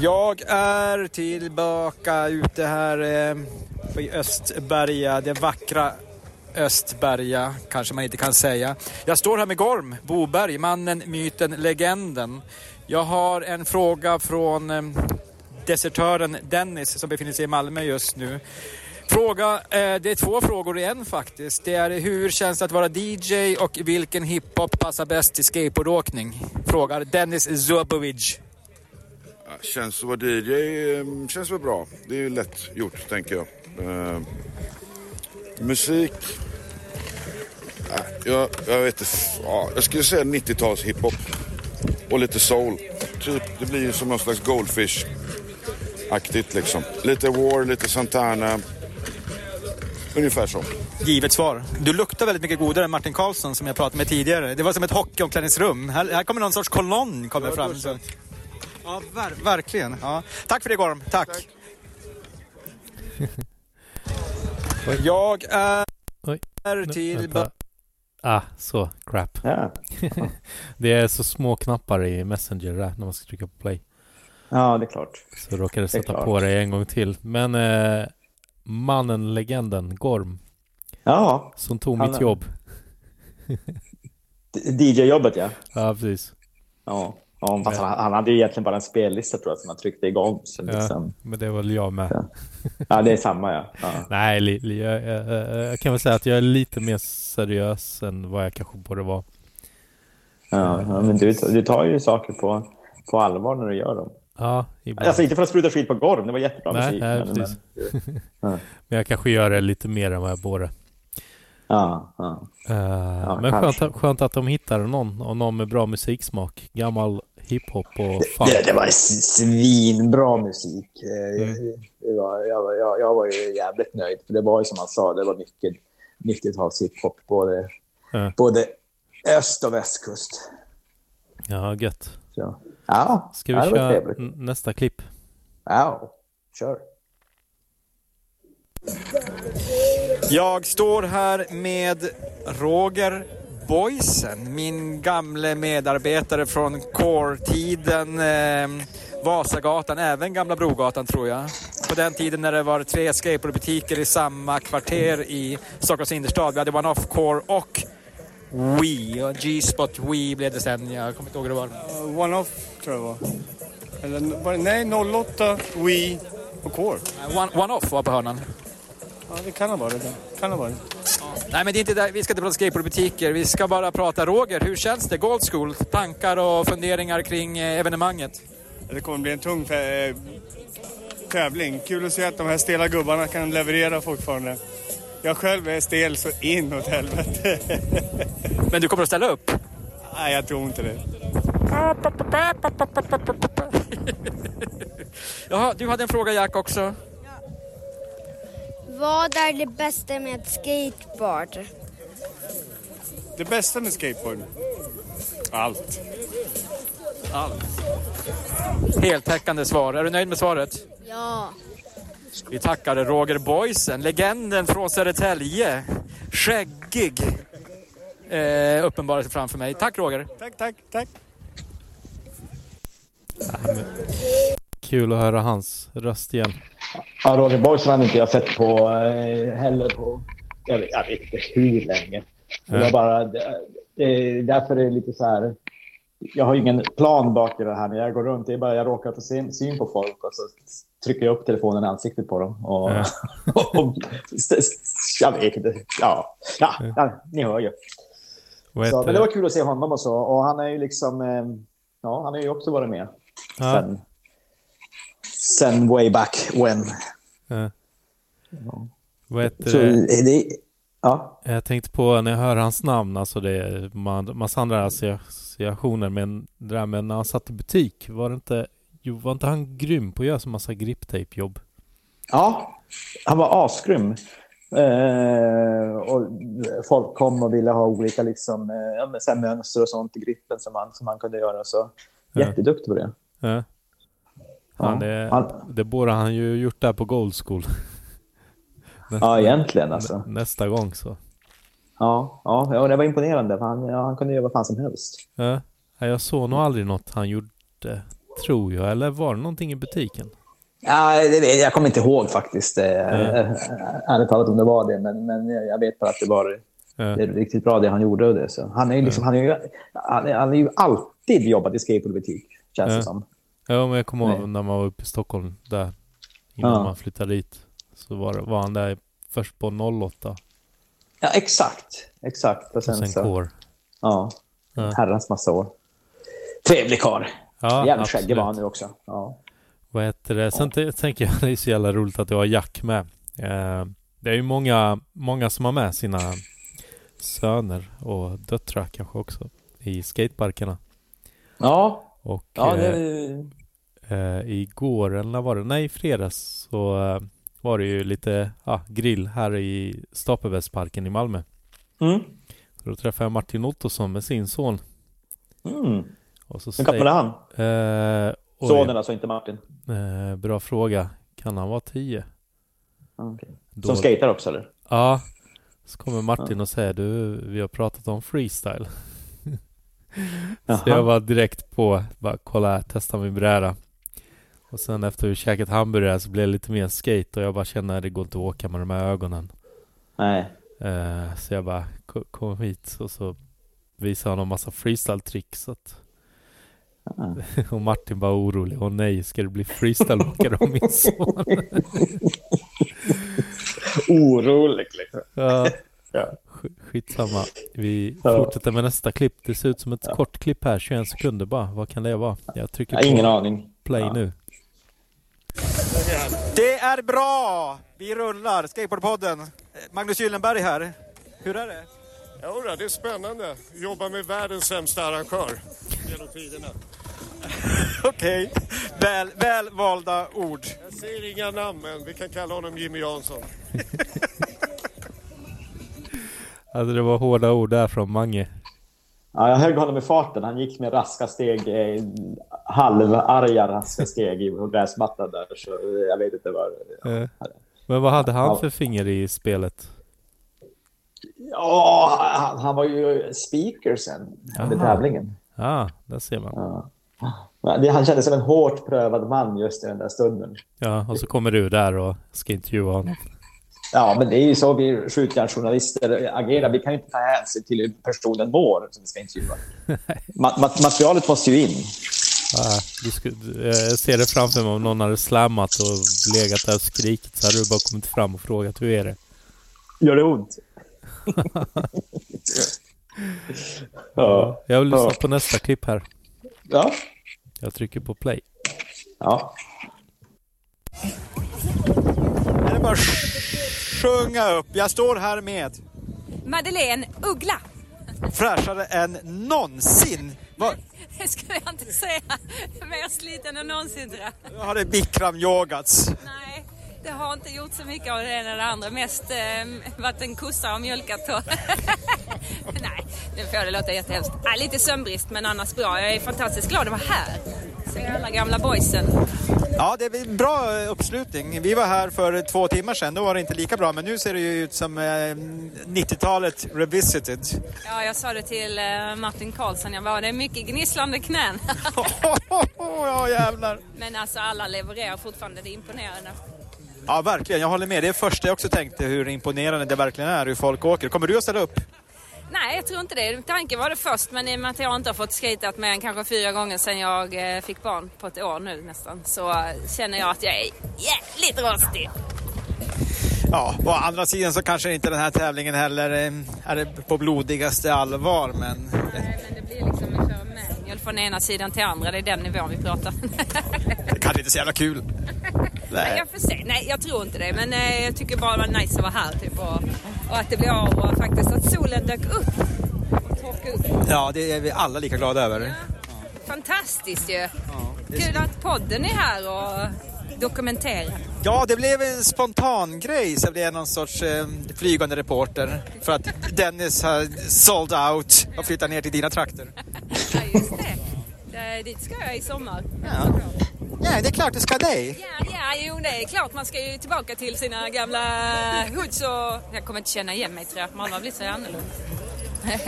S2: Jag är tillbaka ute här eh, på- i Östberga, det vackra Östberga, kanske man inte kan säga. Jag står här med Gorm Boberg, mannen, myten, legenden. Jag har en fråga från eh, desertören Dennis som befinner sig i Malmö just nu. Fråga, eh, det är två frågor i en faktiskt. Det är hur känns det att vara DJ och vilken hiphop passar bäst till skateboardåkning? Frågar Dennis Zubovic.
S4: Ja, Känns som att DJ eh, känns väl bra. Det är ju lätt gjort, tänker jag. Eh, musik... Ja, jag, jag vet inte. Ja, jag skulle säga 90-tals hiphop. Och lite soul. Typ, det blir ju som någon slags Goldfish-aktigt liksom. Lite War, lite Santana. Ungefär så.
S2: Givet svar. Du luktar väldigt mycket godare än Martin Karlsson som jag pratade med tidigare. Det var som ett hockeyomklädningsrum. Här, här kommer någon sorts kolonn kommer fram. Så. Ja, ver verkligen. Ja. Tack för det Gorm. Tack. jag är...
S1: Oj.
S2: är
S1: Nu,
S2: tillbaka.
S1: vänta. Ah, så. Crap.
S3: Ja.
S1: Det är så små knappar i Messenger där när man ska trycka på play.
S3: ja, det är klart.
S1: Så jag råkade
S3: Det är
S1: sätta
S3: klart.
S1: på dig en gång till. Men eh, mannen, legenden, Gorm,
S3: Ja,
S1: som tog
S3: Han
S1: mitt
S3: är-
S1: jobb.
S3: d- DJ-jobbet ja.
S1: Ja, precis.
S3: Ja. Ja, fast han, han hade ju egentligen bara en spellista tror jag som han tryckte igång. Så
S1: Ja,
S3: liksom.
S1: men det var väl jag med.
S3: ja. det är samma ja. ja.
S1: Nej, li, li, jag, jag, jag, jag kan väl säga att jag är lite mer seriös än vad jag kanske borde vara.
S3: Ja, ja, men du, du tar ju saker på, på allvar när du gör dem.
S1: Ja, ibland.
S3: Alltså inte för att spruta skit på Gorm, det var jättebra
S1: Nej,
S3: musik.
S1: nej,
S3: men-
S1: precis.
S3: men-
S1: Men jag kanske gör det lite mer än vad jag borde.
S3: ja, ja.
S1: Eh, men
S3: kanske.
S1: skönt, skönt att de hittade någon och någon med bra musiksmak. Gammal hiphop och funk.
S3: Det, det var s- svinbra musik. Eh, det var, jag, var- jag, jag var ju jävligt nöjd. För det var ju som han sa, det var mycket 90-tals hiphop. Både,
S1: Ja.
S3: både öst och västkust.
S1: Ja, gött.
S3: Så. Ja,
S1: Ska
S3: ja,
S1: vi
S3: det var
S1: köra
S3: trevligt.
S1: n- nästa klipp?
S3: Ja, kör.
S2: Jag står här med Roger Boysen, min gamle medarbetare från Core-tiden, eh, Vasagatan, även Gamla Brogatan tror jag. På den tiden när det var tre skateboardbutiker i samma kvarter i Stockholms innerstad. Vi hade One-Off Core och Wii. Och G-Spot Wii blev det sen, jag kommer inte ihåg hur det var.
S10: One-off Eh, tror jag det var. Eller var det, nej, 08, Wii och Core.
S2: Uh, One- One-Off var på hörnan.
S10: Ja, det kan ha varit det. Kan ha varit.
S2: Nej men det är inte där. vi ska inte prata skateboardbutiker, vi ska bara prata Roger. Hur känns det? Gold School? Tankar och funderingar kring eh, evenemanget?
S10: Det kommer bli en tung fä- eh, tävling. Kul att se att de här stela gubbarna kan leverera fortfarande. Jag själv är stel så inåt helvete.
S2: Men du kommer att ställa upp?
S10: Nej, jag tror inte det.
S2: Jaha, du hade en fråga Jack också.
S7: Vad är det bästa med skateboard?
S10: Det bästa med skateboard? Allt.
S2: Heltäckande svar. Är du nöjd med svaret?
S7: Ja.
S2: Vi tackar Roger Boysen, legenden från Södertälje. Skäggig. Eh, uppenbarade sig framför mig. Tack Roger.
S10: Tack, tack, tack.
S1: Kul att höra hans röst igen.
S2: Ja, Roger Boysman har inte jag sett på eh, heller på... Jag vet, jag vet inte hur länge.
S1: Nej.
S2: Jag bara, det, det, därför är det lite så här... Jag har ju ingen plan bak i det här när jag går runt. Det är bara jag råkar få syn, syn på folk och så trycker jag upp telefonen i ansiktet på dem. Och,
S1: Ja.
S2: och, s- s- jag vet inte. Ja, ja, ja ni hör ju. Så,
S1: Vad heter
S2: men det
S1: det?
S2: var kul att se honom och så. Och han är ju liksom... eh, Ja, han har ju också varit med.
S1: Ja.
S2: Sen, sen way back when.
S1: Ja. Vad heter
S2: Så
S1: det?
S2: är det... Ja.
S1: Jag tänkte på när jag hör hans namn, alltså det är man, massa andra associationer, men det där med när han satt i butik, var det inte, jo, var inte han grym på att göra så massa griptape-jobb?
S2: ja, han var asgrym. Eh, och folk kom och ville ha olika liksom, eh, ja, men så här mönster och sånt i gripen som han, som han kunde göra. Så. Jätteduktig på det.
S1: Ja. Han, det,
S2: han-
S1: det borde han ju gjort där på Gold School. Nästa,
S2: Ja, egentligen alltså.
S1: nästa gång så.
S2: Ja, ja, ja, det var imponerande. för Han, ja, han kunde göra vad fan som helst.
S1: Ja. Nej, Jag såg nog aldrig något han gjorde, tror jag. Eller var det någonting i butiken?
S2: Ja, det, vet- jag kommer inte ihåg faktiskt, eh, ärligt talat, om det var det. Men, men jag jag vet bara att det var
S1: Ja.
S2: det är riktigt bra det han gjorde. Och det, så. Han är ju liksom, han är ju, han är, han är ju alltid jobbat i skateboardbutik, känns
S1: Ja.
S2: det som.
S1: Ja, men jag kommer
S2: Nej.
S1: ihåg när man var uppe i Stockholm där. Innan
S2: Ja.
S1: man flyttade dit. Så var, det- var han där först på 08
S2: Ja, exakt. Exakt. Och sen,
S1: och sen
S2: så,
S1: kår.
S2: ja,
S1: Ja.
S2: herrans massa år. Trevlig karl.
S1: Ja,
S2: Jävligt skäggig
S1: absolut.
S2: var han nu också. Ja.
S1: Vad heter det? Sen t- tänker jag det är så jävla roligt att du har Jack med. Eh, det är ju många, många som har med sina söner och döttrar kanske också i skateparkerna.
S2: Ja,
S1: Och
S2: ja
S1: eh,
S2: det,
S1: eh, igår, eller när var det? Nej, i fredags så eh, var det ju lite ah, grill här i Stapelbergsparken i Malmö.
S2: Mm.
S1: Så då träffade jag Martin Ottosson med sin son.
S2: mm.
S1: Och så
S2: Nu gammal är han?
S1: Eh, oj,
S2: Sonen alltså, inte Martin.
S1: eh, bra fråga. Kan han vara tio?
S2: Okej.
S1: Då-
S2: Som skater också, eller?
S1: Ja. Så kommer Martin och säger du, vi har pratat om freestyle.
S2: Jaha.
S1: Så jag var direkt på, bara kolla här, testa min bräda. Och sen efter vi käkat hamburgare så blev det lite mer skate och jag bara känner det går inte att åka med de här ögonen.
S2: Nej.
S1: Eh, så jag bara "Ko- kom hit och så visade han en massa freestyle-tricks. så att-
S2: Ah.
S1: och Martin bara orolig. Åh nej, ska det bli freestyle-åkare om min son?
S2: Orolig, liksom.
S1: Ja.
S2: Ja.
S1: Sk- Skitsamma. Vi
S2: Ja.
S1: fortsätter med nästa klipp. Det ser ut som ett kort klipp här, 21 sekunder bara. Vad kan det vara? Jag trycker
S2: Jag har
S1: på
S2: ingen aning.
S1: play nu.
S8: Det är bra! Vi rullar. Skateboardpodden. Eh, Magnus Gyllenberg här. Hur är det?
S10: Jodå, det är spännande. Jobbar med världens sämsta arrangör genom tiderna.
S8: Okej. Väl, väl valda ord.
S10: Jag säger inga namn, men vi kan kalla honom Jimmy Jansson.
S1: Alltså det var hårda ord där från Mange.
S2: Ja, jag högg honom i farten. Han gick med raska steg, eh, halvarga raska steg i gräsmattan där. Så eh, jag vet inte vad...
S1: Eh, Men vad hade han
S2: Ja.
S1: för finger i spelet?
S2: Ja, han, han var ju speaker sen under
S1: Aha.
S2: tävlingen.
S1: Ah, där ser man.
S2: Men det- Han kändes som en hårt prövad man just i den där stunden.
S1: Ja, och så kommer du där och ska intervjua honom.
S2: Ja, men det är ju så vi skjutjärnsjournalister agerar. Vi kan ju inte ta hänsyn till hur personen mår som vi ska intervjua. Ma- ma- materialet måste ju in.
S1: Ah, du sku, du, eh, jag ser det framför mig om någon hade slammat och legat där och skrikit så hade du bara kommit fram och frågat hur är det?
S2: Gör det ont? ja.
S1: Jag vill lyssna
S2: Ja.
S1: på nästa klipp här.
S2: Ja.
S1: Jag trycker på play.
S2: ja.
S8: Är det bara att sjunga upp. Jag står här med
S14: Madeleine Uggla.
S8: fräschare än någonsin. Va?
S14: Det skulle jag inte säga. Mer sliten än någonsin tror jag.
S8: Nu har det bikramyogats.
S14: Nej, det har inte gjort så mycket av det ena eller det andra. Mest eh, varit en kossa och mjölkat och... Nej, nu får jag det låta jättehemskt. Ah, lite sömnbrist men annars bra. Jag är fantastiskt glad att vara här. Se alla gamla boysen.
S8: Ja, det är bra eh, uppslutning. Vi var här för två timmar sedan. Då var det inte lika bra, men nu ser det ju ut som eh, 90-talet revisited.
S14: Ja, jag sa det till eh, Martin Karlsson. Jag bara, det är mycket gnisslande knän.
S8: Ja, jävlar.
S14: men alltså alla levererar fortfarande. Det är imponerande.
S8: Ja, verkligen. Jag håller med. Det är första jag också tänkte, hur imponerande det verkligen är hur folk åker. Kommer du att ställa upp?
S14: Nej, jag tror inte det. Tanken var det först, men i och med att jag inte har fått skatat med än kanske fyra gånger sedan jag eh, fick barn på ett år nu nästan, så eh, känner jag att jag är jävligt rostig.
S8: Ja, å andra sidan så kanske inte den här tävlingen heller eh, är det på blodigaste allvar, men...
S14: Mjöl från ena sidan till andra, det är den nivån vi pratar.
S8: Det kanske inte är så jävla kul.
S14: Nej.
S8: Nej.
S14: Jag får se. Nej, jag tror inte det, men eh, jag tycker bara det var nice att vara här typ, och, och att det blev av och faktiskt att solen dök upp. Och torkade upp.
S8: Ja, det är vi alla lika glada över.
S14: Fantastiskt ju! Kul att podden är här och dokumenterar.
S8: Ja, det blev en spontan grej så jag blev någon sorts eh, flygande reporter. För att Dennis har såld out och flyttat ner till dina trakter.
S14: Eh, Dit ska jag i sommar.
S8: Nej, det är klart du ska dig.
S14: Ja, ja, jo det är klart man ska ju tillbaka till sina gamla hoods och... Jag kommer inte känna igen mig tror jag, man har blivit så annorlunda.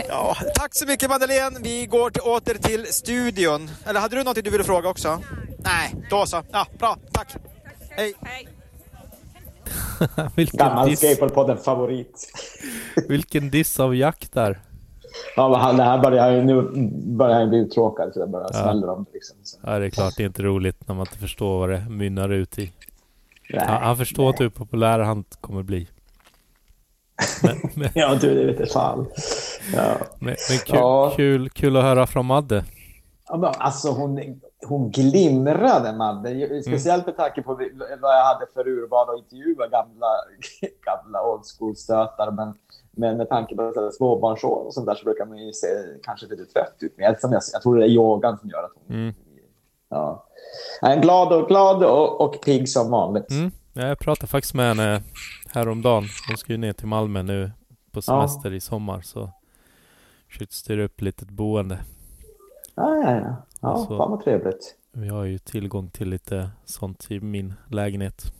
S8: Ja, tack så mycket Madeleine. Vi går till, åter till studion. Eller hade du något du ville fråga också? Nej. Då så. Ja, bra. Tack. Hej.
S1: vilken,
S2: Gammal
S1: diss,
S2: Skateboardpodden-favorit.
S1: vilken diss av Jack där.
S2: Ja, men han, det här börjar ju, nu börjar han bli uttråkad så det börjar
S1: Ja.
S2: smälla om. Liksom. Så,
S1: Ja, det är klart det är inte roligt när man inte förstår vad det mynnar ut i.
S2: Nej.
S1: han, han förstår inte hur populär han kommer bli. Men, men,
S2: ja, du, det vete fan. Ja.
S1: men, men kul,
S2: Ja.
S1: kul, kul att höra från Madde.
S2: Ja, men Alltså hon, hon glimrade,
S1: Mm.
S2: Madde. Speciellt med tanke på vad jag hade för urval och intervjua gamla, gamla old school-stötar. Men, men med tanke på så här småbarnsår och sånt där så brukar man ju se kanske lite trött ut. Men jag, som jag, jag tror det är yogan som gör att hon...
S1: Mm.
S2: Ja. Jag är glad och, glad och, och pigg som vanligt.
S1: Mm. Ja, Jag pratade faktiskt med henne häromdagen. Hon ska ju ner till Malmö nu på semester i sommar. Så försökte styra upp lite boende.
S2: Ja, ja, ja. ja
S1: Så-
S2: fan vad trevligt.
S1: Vi har ju tillgång till lite sånt i min lägenhet.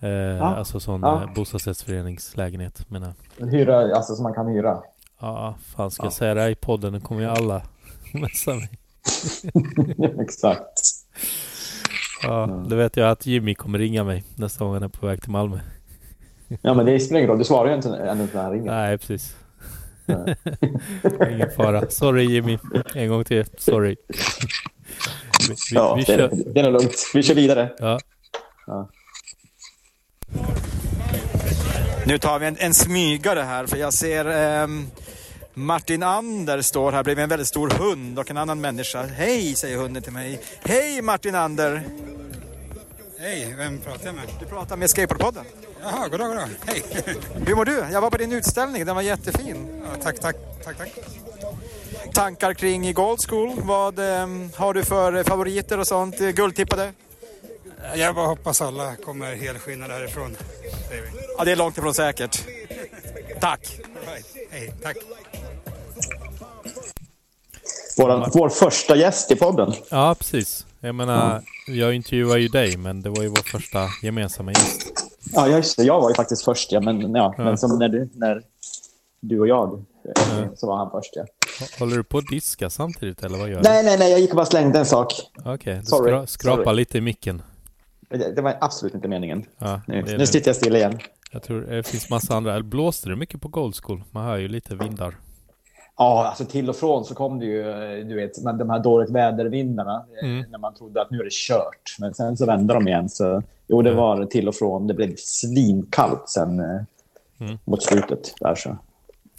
S1: Eh, Alltså sån
S2: ja.
S1: ja. bostadsrättsföreningslägenhet menar jag.
S2: Hyra, alltså som man kan hyra.
S1: Ja, fan ska jag säga det här i podden? Nu kommer ju alla messa mig.
S2: Exakt.
S1: Ja, då vet jag att Jimmy kommer ringa mig nästa gång han är på väg till Malmö.
S2: Ja, men det spelar ingen roll. Du svarar ju inte ännu när han ringer.
S1: Nej, precis.
S2: Nej.
S1: Ingen fara. Sorry Jimmy. En gång till. Sorry. Vi, vi,
S2: Ja,
S1: vi
S2: det,
S1: kör.
S2: är, det är nog lugnt. Vi kör vidare.
S1: Ja.
S2: Ja.
S8: Nu tar vi en, en smygare här för jag ser ehm, Martin Ander står här bredvid en väldigt stor hund och en annan människa. Hej, säger hunden till mig. Hej Martin Ander!
S15: Hej, vem pratar jag med?
S8: Du pratar med Skateboardpodden.
S15: Jaha, goddag, goddag. Hej.
S8: Hur mår du? Jag var på din utställning, den var jättefin.
S15: Ja, tack, tack, tack, tack.
S8: Tankar kring i Gold School? Vad ehm, har du för eh, favoriter och sånt? Eh, Guldtippade?
S15: Jag bara hoppas alla kommer helskinnade härifrån. säger vi.
S8: Ja, det är långt ifrån säkert. Tack!
S15: All right. Hej, tack.
S2: Vår, vår första gäst i podden.
S1: ja, precis. Jag menar, jag intervjuar ju dig, men det var ju vår första gemensamma gäst.
S2: Ja, just det. Jag var ju faktiskt först, ja. Men, ja, men som när du, när du och jag eh, så var han först, ja.
S1: Håller du på att diska samtidigt, eller vad gör du?
S2: Nej, nej, nej. Jag gick och bara slängde en sak.
S1: Okej, du
S2: Sorry.
S1: skra skrapa
S2: Sorry.
S1: lite i micken.
S2: Det, det var absolut inte meningen.
S1: Ja,
S2: Nu,
S1: det är
S2: nu
S1: lugnt.
S2: sitter jag still igen.
S1: Jag tror det finns massa andra. Eller Blåste det mycket på Gold School? Man hör ju lite vindar.
S2: Ja, alltså till och från så kom det ju, eh, du vet, men de här dåligt vädervindarna. eh,
S1: Mm.
S2: När man trodde att nu är det kört. Men sen så vände de igen. Så, jo, det var till och från. Det blev svinkallt sen eh,
S1: Mm.
S2: mot slutet. Där, så.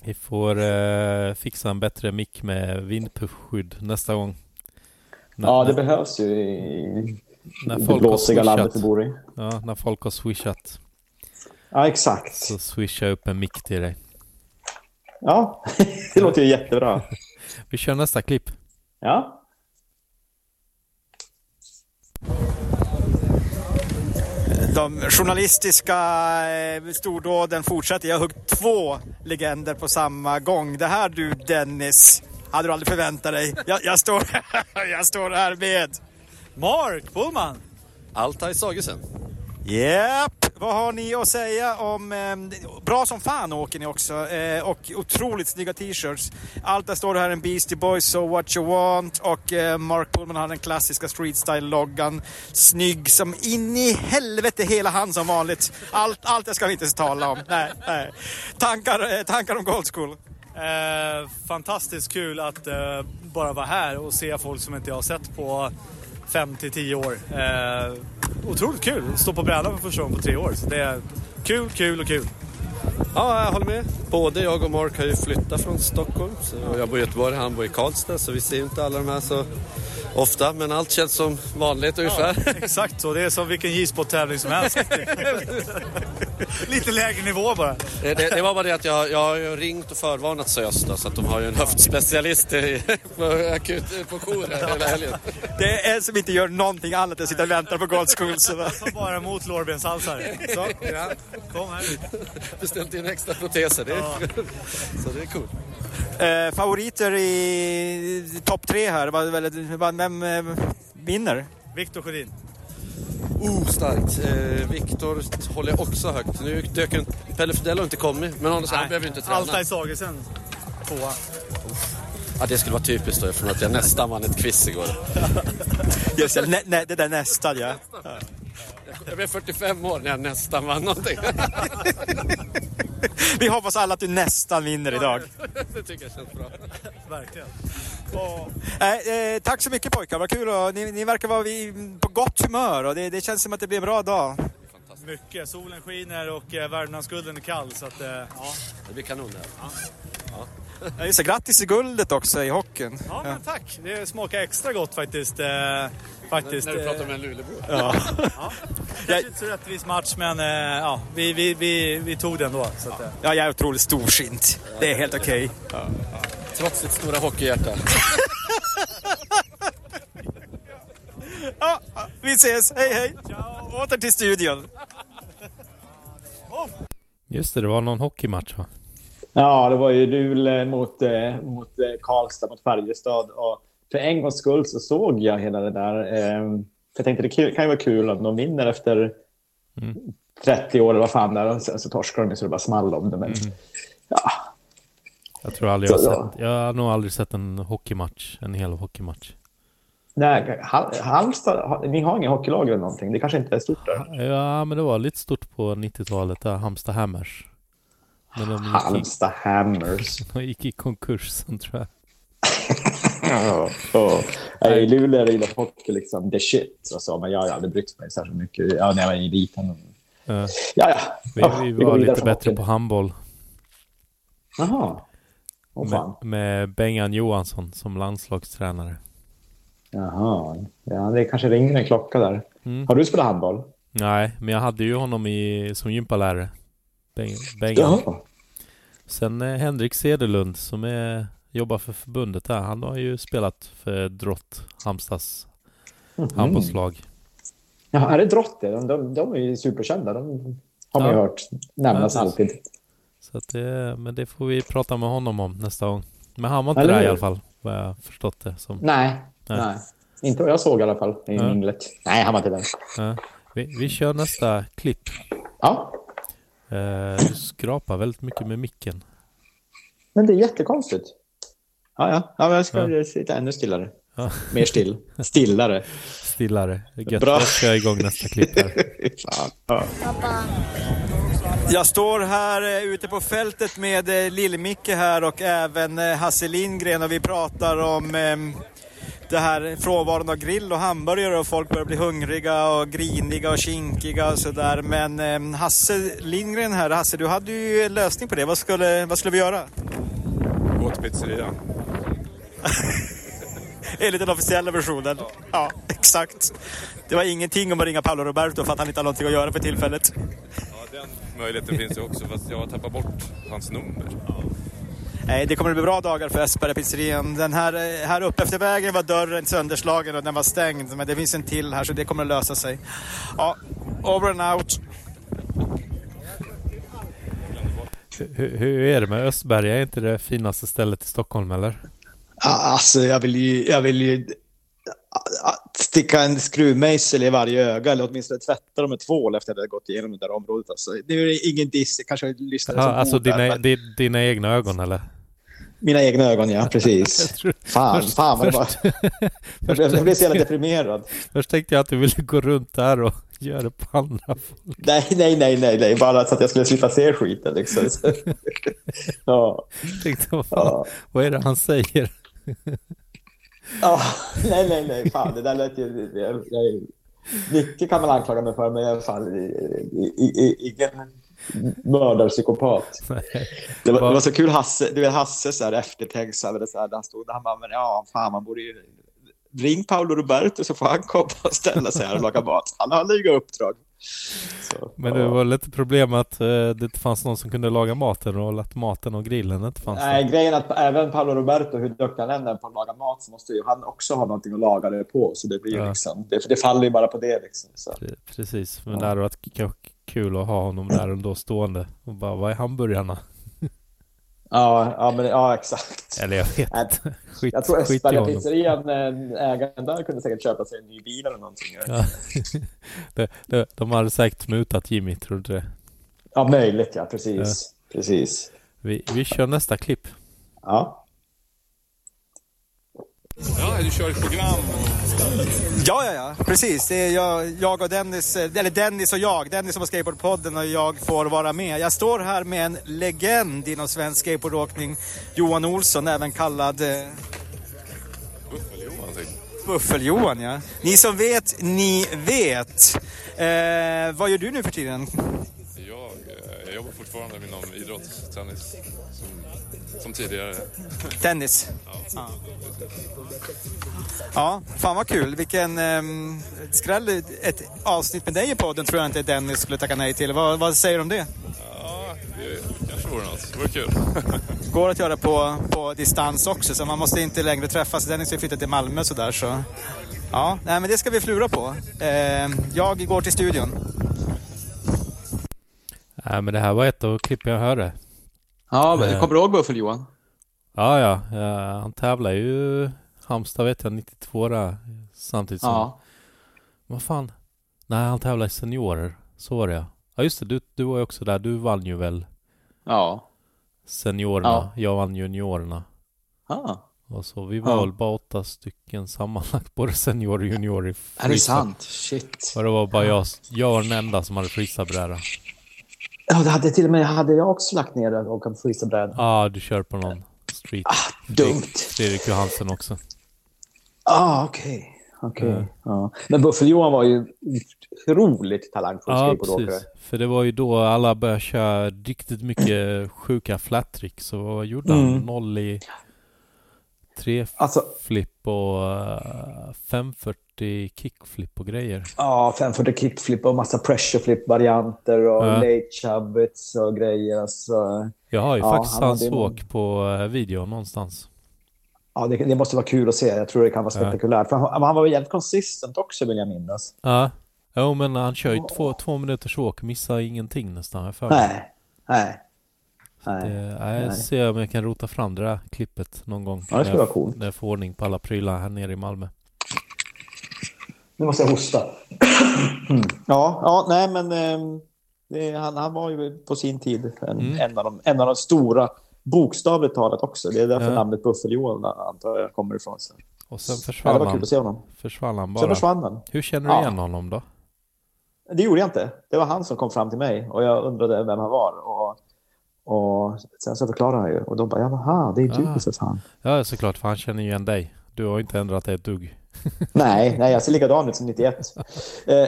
S1: Vi får eh, fixa en bättre mick med vindpuffskydd nästa gång. När-
S2: Ja, det
S1: när-
S2: behövs ju i
S1: När
S2: det
S1: folk har
S2: blåsiga landet
S1: swishat.
S2: vi bor i.
S1: Ja, när folk har swishat
S2: Ja, exakt.
S1: så swishar jag upp en mick till dig.
S2: Ja, det låter ju jättebra.
S1: Vi kör nästa klipp.
S2: Ja.
S8: De journalistiska eh, stordåden fortsätter. Jag har huggt två legender på samma gång. Det här du Dennis, hade du aldrig förväntat dig. Jag, jag, står, jag står här med Mark Boman.
S16: Altaj Sagesen.
S8: Japp!
S2: Vad har ni att säga om... eh, Bra som fan åker ni också eh, och otroligt snygga t-shirts. Allt där står det här en Beastie Boys, So What You Want och eh, Mark Pullman har den klassiska street style-loggan. Snygg som in i helvete hela han som vanligt. Allt, allt det ska vi inte ens tala om. Nej, nej. Tankar, eh, tankar om Gold School?
S3: Eh, fantastiskt kul att eh, bara vara här och se folk som inte jag har sett på 5-10 år. Eh, otroligt kul att stå på brädan för första gången på tre år. Så det är kul, kul och kul.
S5: Ja, jag håller med. Både jag och Mark har ju flyttat från Stockholm. Så och jag bor i Göteborg, han bor i Karlstad, så vi ser ju inte alla de här så ofta. Men allt känns som vanligt ungefär.
S3: Exakt så, det är som vilken J-sport-tävling som helst. alltså- Lite lägre nivå bara.
S5: Det, det, det var bara det att jag, jag har ju ringt och förvarnat SÖS då, så att de har ju en höftspecialist i, på, akut, på jour här hela helgen.
S2: Det är en som inte gör någonting annat än sitter och väntar på Gold School. Så.
S3: Som bara är emot lårbenshalsar. Så, ja. Kom här.
S5: Beställt in extra proteser. Det, Så det är coolt.
S2: Eh, favoriter i topp tre här, Vad- vad- vad- vem eh, vinner?
S3: Viktor Sjödin.
S5: Oh, starkt. Eh, Viktor håller jag också högt. Nu dök en, Pelle Fidello har inte kommit, men han, han behöver ju inte träna.
S3: Altaj Sagersen tvåa.
S5: Ja, det skulle vara typiskt då eftersom att jag nästan vann ett quiz igår.
S2: Just det, nä, nä, det där nästa ja.
S5: Jag blev 45 år när jag nästan vann någonting.
S2: Vi hoppas alla att du nästan vinner idag.
S5: det tycker jag känns bra.
S3: Verkligen.
S2: Eh, eh, tack så mycket pojkar, vad kul. Och, ni, ni verkar vara vi, på gott humör och det, det känns som att det blir en bra dag.
S3: Mycket. Solen skiner och eh, Värmlandsgulden är kall. Så att, eh, ja.
S5: Det blir kanon det
S3: ja.
S2: Ja, just det, grattis till guldet också i hockeyn.
S3: ja, men tack. Det smakar extra gott faktiskt. Eh, faktiskt
S5: När du
S3: eh,
S5: pratar med en Luleåbo.
S3: Ja. Kanske inte så rättvis match, men eh, ja, vi, vi, vi, vi tog den då. Så att, eh.
S2: Ja, jag är otroligt storsint. Det är helt okej.
S5: Trots sitt stora hockeyhjärta.
S2: Ja, vi ses, hej hej! Åter till studion.
S1: Just det, det var någon hockeymatch va?
S10: Ja, det var ju Luleå mot, eh, mot eh, Karlstad, mot Färjestad. Och för en gångs skull så såg jag hela det där. Eh, för jag tänkte det kul- kan ju vara kul om de vinner efter
S1: Mm.
S10: 30 år eller vad fan det är. Och sen så torskar de ju så det bara small om det. Men
S1: Mm. Jag tror aldrig jag
S10: Så
S1: har
S10: då.
S1: sett. Jag har nog aldrig sett en hockeymatch. En hel hockeymatch.
S10: nej, Hal- Halmstad, ha- ni har ingen hockeylag eller någonting? Det kanske inte är stort där?
S1: Ja, men det var lite stort på 90-talet. Där, Halmstad Hammers. Men de gick i-
S10: Halmstad Hammers.
S1: De gick i konkurs sen tror jag.
S10: Ja, ja. Nej, I Luleå är det ju hockey liksom the shit och så, men jag har ju aldrig brytt mig särskilt mycket ja, när jag var liten.
S1: Ja,
S10: ja.
S1: Vi,
S10: Ja,
S1: vi
S10: vi går
S1: var
S10: vidare
S1: lite
S10: från
S1: bättre
S10: hockeyn.
S1: på handboll.
S10: Jaha. Åh, fan.
S1: med, med Bengan Johansson som landslagstränare.
S10: Jaha. Ja, det kanske ringer en klocka där.
S1: Mm.
S10: Har du spelat handboll?
S1: Nej, men jag hade ju honom i, som gympalärare. Beng, Bengan. Sen eh, Henrik Sederlund som är, jobbar för förbundet här. Han har ju spelat för Drott, Halmstads
S10: Mhm.
S1: handbollslag.
S10: Ja, är det Drotte? De, de, de är ju superkända. De har man ju
S1: Ja.
S10: hört nämnas
S1: Ja, precis.
S10: alltid.
S1: Så att det, men det får vi prata med honom om nästa gång. Men han var inte
S10: Eller
S1: där i
S10: hur?
S1: alla fall, vad jag förstått det som.
S10: Nej, nej. Inte vad jag såg i alla fall i
S1: Ja.
S10: minglet. Nej, han var inte där.
S1: Ja. Vi, vi kör nästa klipp. Eh,
S10: Ja.
S1: du skrapar väldigt mycket med micken.
S10: Men det är jättekonstigt. Ja, ja. ja men jag ska
S1: Ja.
S10: sitta ännu stillare.
S1: Ja.
S10: Mer still. Stillare.
S1: Stillare. Gött.
S10: Bra.
S1: Då kör jag igång nästa klipp här.
S2: Jag står här eh, ute på fältet med eh, Lill-Micke här och även eh, Hasse Lindgren och vi pratar om ehm, det här frånvaron av grill och hamburgare och folk börjar bli hungriga och griniga och kinkiga och sådär. Men ehm, Hasse Lindgren här, Hasse du hade ju en lösning på det. Vad skulle, vad skulle vi göra?
S17: Gå till pizzerian.
S2: Enligt den officiella versionen. Ja, exakt. Det var ingenting om att ringa Paolo Roberto för att han inte har någonting att göra för tillfället.
S17: Möjligheten finns ju också fast jag har tappat bort hans nummer.
S2: Nej, det kommer att bli bra dagar för Espera pizzerian. Den här, eh, här uppe efter vägen var dörren sönderslagen och den var stängd. Men det finns en till här så det kommer att lösa sig. Ja, over and out.
S1: Hur, hur är det med Östberga? Är inte det finaste stället i Stockholm eller?
S18: Alltså, jag vill ju... Jag vill ju
S2: sticka en skruvmejsel i varje öga eller åtminstone tvätta dem med tvål efter att jag hade gått igenom det där området. Alltså, det är ingen diss, jag kanske lyssnar
S1: Ja, alltså dina, di- dina egna ögon eller?
S2: Mina egna ögon, ja.
S1: Jag
S2: Precis.
S1: tror-
S2: Fan,
S1: först-
S2: fan vad det var.
S1: först-
S2: Jag blev- jag blev så jävla deprimerad.
S1: Först tänkte jag att du ville gå runt där och göra det på andra folk.
S2: Nej, nej, nej, nej, nej. Bara så att jag skulle slippa se skiten liksom. Så- ja.
S1: Tänkte, vad, fan, vad är det han säger?
S2: ja. Ah, Nej, nej, nej. Fan, det där lät ju... Jag, jag, mycket kan man anklaga mig för, men jag är fan i- i- i- ingen mördarpsykopat. Det var, det var så kul, Hasse, du vet Hasse så här eftertänksam, eller så här, där han stod där, han bara, men ja, fan man borde ju... Ring Paolo Roberto så får han komma och ställa sig här och laga mat. Han har inga uppdrag. Så,
S1: Men det var lite problem att eh, det inte fanns någon som kunde laga maten och att maten och grillen inte fanns. där.
S2: Nej, grejen är att även Paolo Roberto, hur duktig han än är på att laga mat, så måste ju han också ha någonting att laga det på. Så det blir ju
S1: Ja.
S2: liksom, det, det faller ju bara på det liksom. Så.
S1: Pre- Precis, men
S2: Ja.
S1: det hade varit k- kul att ha honom där ändå stående och bara, vad är hamburgarna?
S2: Ja, ja, men, ja, exakt.
S1: Eller jag vet inte. Skit,
S2: Jag tror
S1: skit i
S2: Östberga
S1: honom.
S2: pizzerian, eh, ägaren där, kunde säkert köpa sig en ny bil eller någonting.
S1: Ja. de, de, de hade säkert mutat Jimmy, tror du inte det?
S2: Ja, möjligt ja, precis. Precis.
S1: Vi, vi kör nästa klipp.
S2: Ja.
S10: Ja, du kör ett program.
S8: Ja, ja, ja. Precis. Det är jag, jag och Dennis, eh, eller Dennis och jag, Dennis som har skateboardpodden och jag får vara med. Jag står här med en legend inom svensk skateboardåkning, Johan Olsson, även kallad eh,
S19: Buffel-Johan, typ.
S8: Buffel-Johan. Ja. Ni som vet, ni vet. Eh, vad gör du nu för tiden?
S19: Jag, eh, jag jobbar fortfarande inom idrott, tennis, som, som tidigare.
S8: Tennis? Ja. Ja, fan vad kul. Vilken ehm, skräll. Ett avsnitt med dig i podden tror jag inte Dennis skulle tacka nej till. Vad, vad säger du om det?
S19: Ja, det kanske vore något. Det vore kul.
S8: går att göra på, på distans också, så man måste inte längre träffas. Dennis har ju flyttat till Malmö sådär så... Ja, nej, men det ska vi flura på. Eh, jag går till studion.
S1: Nej, men det här var ett av klippen jag hörde.
S11: Ja, men
S1: Eh,
S11: kommer du ihåg Buffel-Johan?
S1: Ja, ja. eh, han tävlar ju Halmstad vet jag, 92 där. Samtidigt som...
S11: Ja.
S1: Vad fan? Nej, han tävlar i seniorer. Så var det ja. Ja, just det. Du, du var ju också där. Du vann ju väl?
S11: Ja.
S1: Seniorerna.
S11: Ja.
S1: Jag vann juniorerna.
S11: Ah.
S1: Och så vi var
S11: Ja.
S1: väl bara åtta stycken sammanlagt, både senior och junior i
S11: Är det sant? Shit.
S1: Och det var bara jag, jag var den enda som hade freestylebräda.
S2: Ja, det hade till och med hade jag också lagt ner det och åkt freestylebräda.
S1: Ja, ah, du kör på någon street. Ah,
S2: dumt.
S1: Fredrik Johansen också.
S2: Ah, okej. Okej.
S1: Ja.
S2: Ja. Men Buffel-Johan var ju otroligt talangfull
S1: Ja,
S2: skateboardåkare.
S1: precis. För det var ju då alla började köra riktigt mycket sjuka flattrick. Så vad gjorde han?
S2: Mm. Alltså-
S1: Noll i tre flip och eh, 540 kickflip och grejer.
S2: Ja, 540 kickflip och massa pressure flip varianter och
S1: Ja.
S2: late chubbits och grejer. Alltså,
S1: Jag har ju
S2: Ja,
S1: faktiskt
S2: han hade
S1: hans
S2: en-
S1: åk på eh, video någonstans.
S2: ja, det, det måste vara kul att se. Jag tror det kan vara
S1: Ja.
S2: spektakulärt. För han, han var ju jävligt konsistent också vill jag minnas.
S1: Ja, jo men han kör ju två, två minuters åk, missar ingenting nästan. Jag för mig.
S2: Nej, nej.
S1: Det,
S2: nej.
S1: nej, jag
S2: nej.
S1: ser om jag kan rota fram det där klippet någon gång.
S2: Ja, det skulle
S1: När jag-
S2: vara coolt.
S1: När jag får ordning på alla prylar här nere i Malmö.
S2: Nu måste jag hosta. Mm. ja, ja, nej men eh, det, han, han var ju på sin tid en,
S1: Mm.
S2: en, av de, en av de stora bokstavligt talat också. Det är därför
S1: Ja.
S2: namnet Buffel-Johan antar jag kommer ifrån. Sen.
S1: Och sen
S2: Ja,
S1: försvann
S2: det var kul
S1: han.
S2: att se honom.
S1: Försvann han bara.
S2: Sen försvann han.
S1: Hur känner du
S2: Ja.
S1: igen honom då?
S2: Det gjorde jag inte. Det var han som kom fram till mig och jag undrade vem han var. Och, och sen så förklarade han ju och de bara, jaha, det är du
S1: Ah.
S2: för fan.
S1: Ja, såklart, för han känner ju igen dig. Du har ju inte ändrat dig ett dugg.
S2: Nej, nej, jag ser likadan ut som 91. Eh,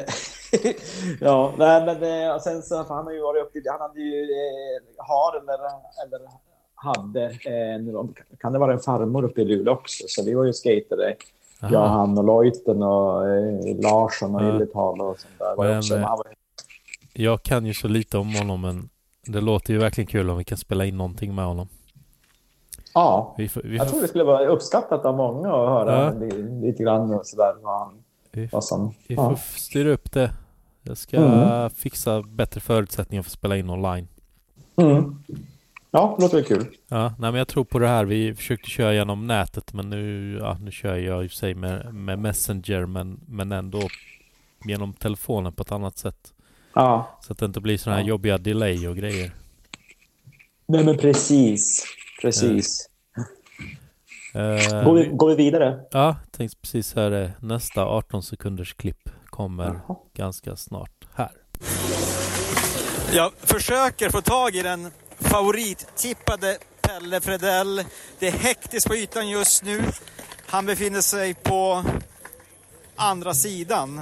S2: ja, nej, men eh, och sen så, för han har ju varit uppe i- han hade ju, eh, har eller, eller hade, eh, nu om- kan det vara en farmor uppe i Luleå också? Så vi var ju skatare.
S1: Aha.
S2: Jag, han och Lojten och eh, Larsson och
S1: Ja.
S2: Ylletal och sånt där. Var ju
S1: Men, eh,
S2: också, men han var
S1: Jag kan ju så lite om honom, men det låter ju verkligen kul om vi kan spela in någonting med honom.
S2: Ja,
S1: Vi får, vi
S2: jag
S1: får-
S2: tror det skulle vara uppskattat av många att höra
S1: Ja.
S2: li- lite grann och sådär vad han...
S1: Vi,
S2: vad som,
S1: vi
S2: ja.
S1: får styra upp det. Jag ska
S2: Mm.
S1: fixa bättre förutsättningar för att spela in online.
S2: Mm.
S3: Ja, det låter väl kul.
S1: Ja, nej men jag tror på det här. Vi försökte köra genom nätet men nu, ja, nu kör jag i och för sig med, med Messenger men, men ändå genom telefonen på ett annat sätt.
S3: Ja.
S1: Så att det inte blir sådana här jobbiga delay och grejer.
S3: Nej, men precis. Precis.
S1: Eh,
S3: Går, vi, går vi vidare?
S1: Ja, tänkte precis här eh, nästa 18 sekunders klipp kommer ganska snart här.
S2: Jag försöker få tag i den favorittippade Pelle Fredell. Det är hektiskt på ytan just nu. Han befinner sig på andra sidan.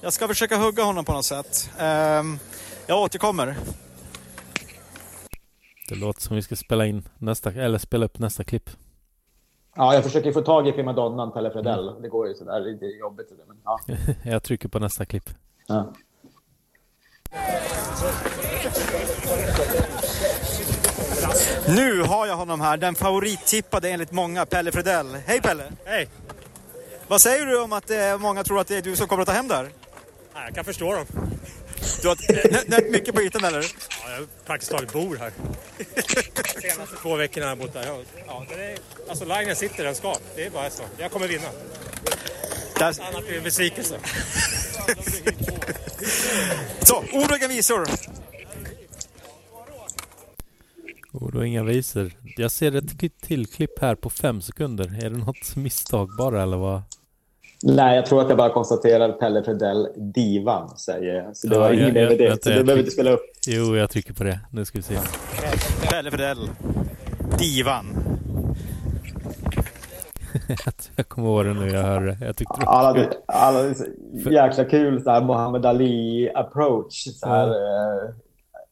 S2: Jag ska försöka hugga honom på något sätt. Ehm, Jag återkommer.
S1: Det låter som vi ska spela in nästa, eller spela upp nästa klipp.
S3: Ja, jag försöker få tag i primadonnan Pelle Fredell. Det går ju sådär. Det är lite jobbigt. sådär, Men, ja.
S1: Jag trycker på nästa klipp.
S2: Nu har jag honom här, den favorittippade enligt många, Pelle Fredell. Hej Pelle!
S10: Hej!
S2: Vad säger du om att eh, många tror att det är du som kommer att ta hem det här?
S10: Nej, jag kan förstå dem.
S2: Du har nött- nött mycket på ytan eller?
S10: Ja, jag praktiskt taget bor här. Senaste två veckorna har jag bott där. Ja, Ja, men det är, alltså linjen sitter där den ska. Det är bara så. Jag kommer vinna.
S2: Allt
S10: annat är en besvikelse.
S2: Så, ord och inga visor.
S1: Och då inga visor. Jag ser ett kli- till klipp här på fem sekunder. Är det något misstag bara eller vad?
S3: Nej, jag tror att jag bara konstaterar Pelle Fredell, divan, säger jag. Så det var
S1: Ja,
S3: ingen
S1: jag-
S3: över
S1: jag-
S3: det.
S1: vänta,
S3: Så du
S1: jag
S3: behöver
S1: tryck-
S3: inte spela upp.
S1: Jo, jag trycker på det. Nu ska vi se.
S2: Pelle Fredell. Divan.
S1: jag kommer ihåg det nu. Jag hör det. Jag tyckte det
S3: Alla,
S1: var kul.
S3: det- alla, det är så jäkla kul så här Muhammad Ali-approach. Så här, eh,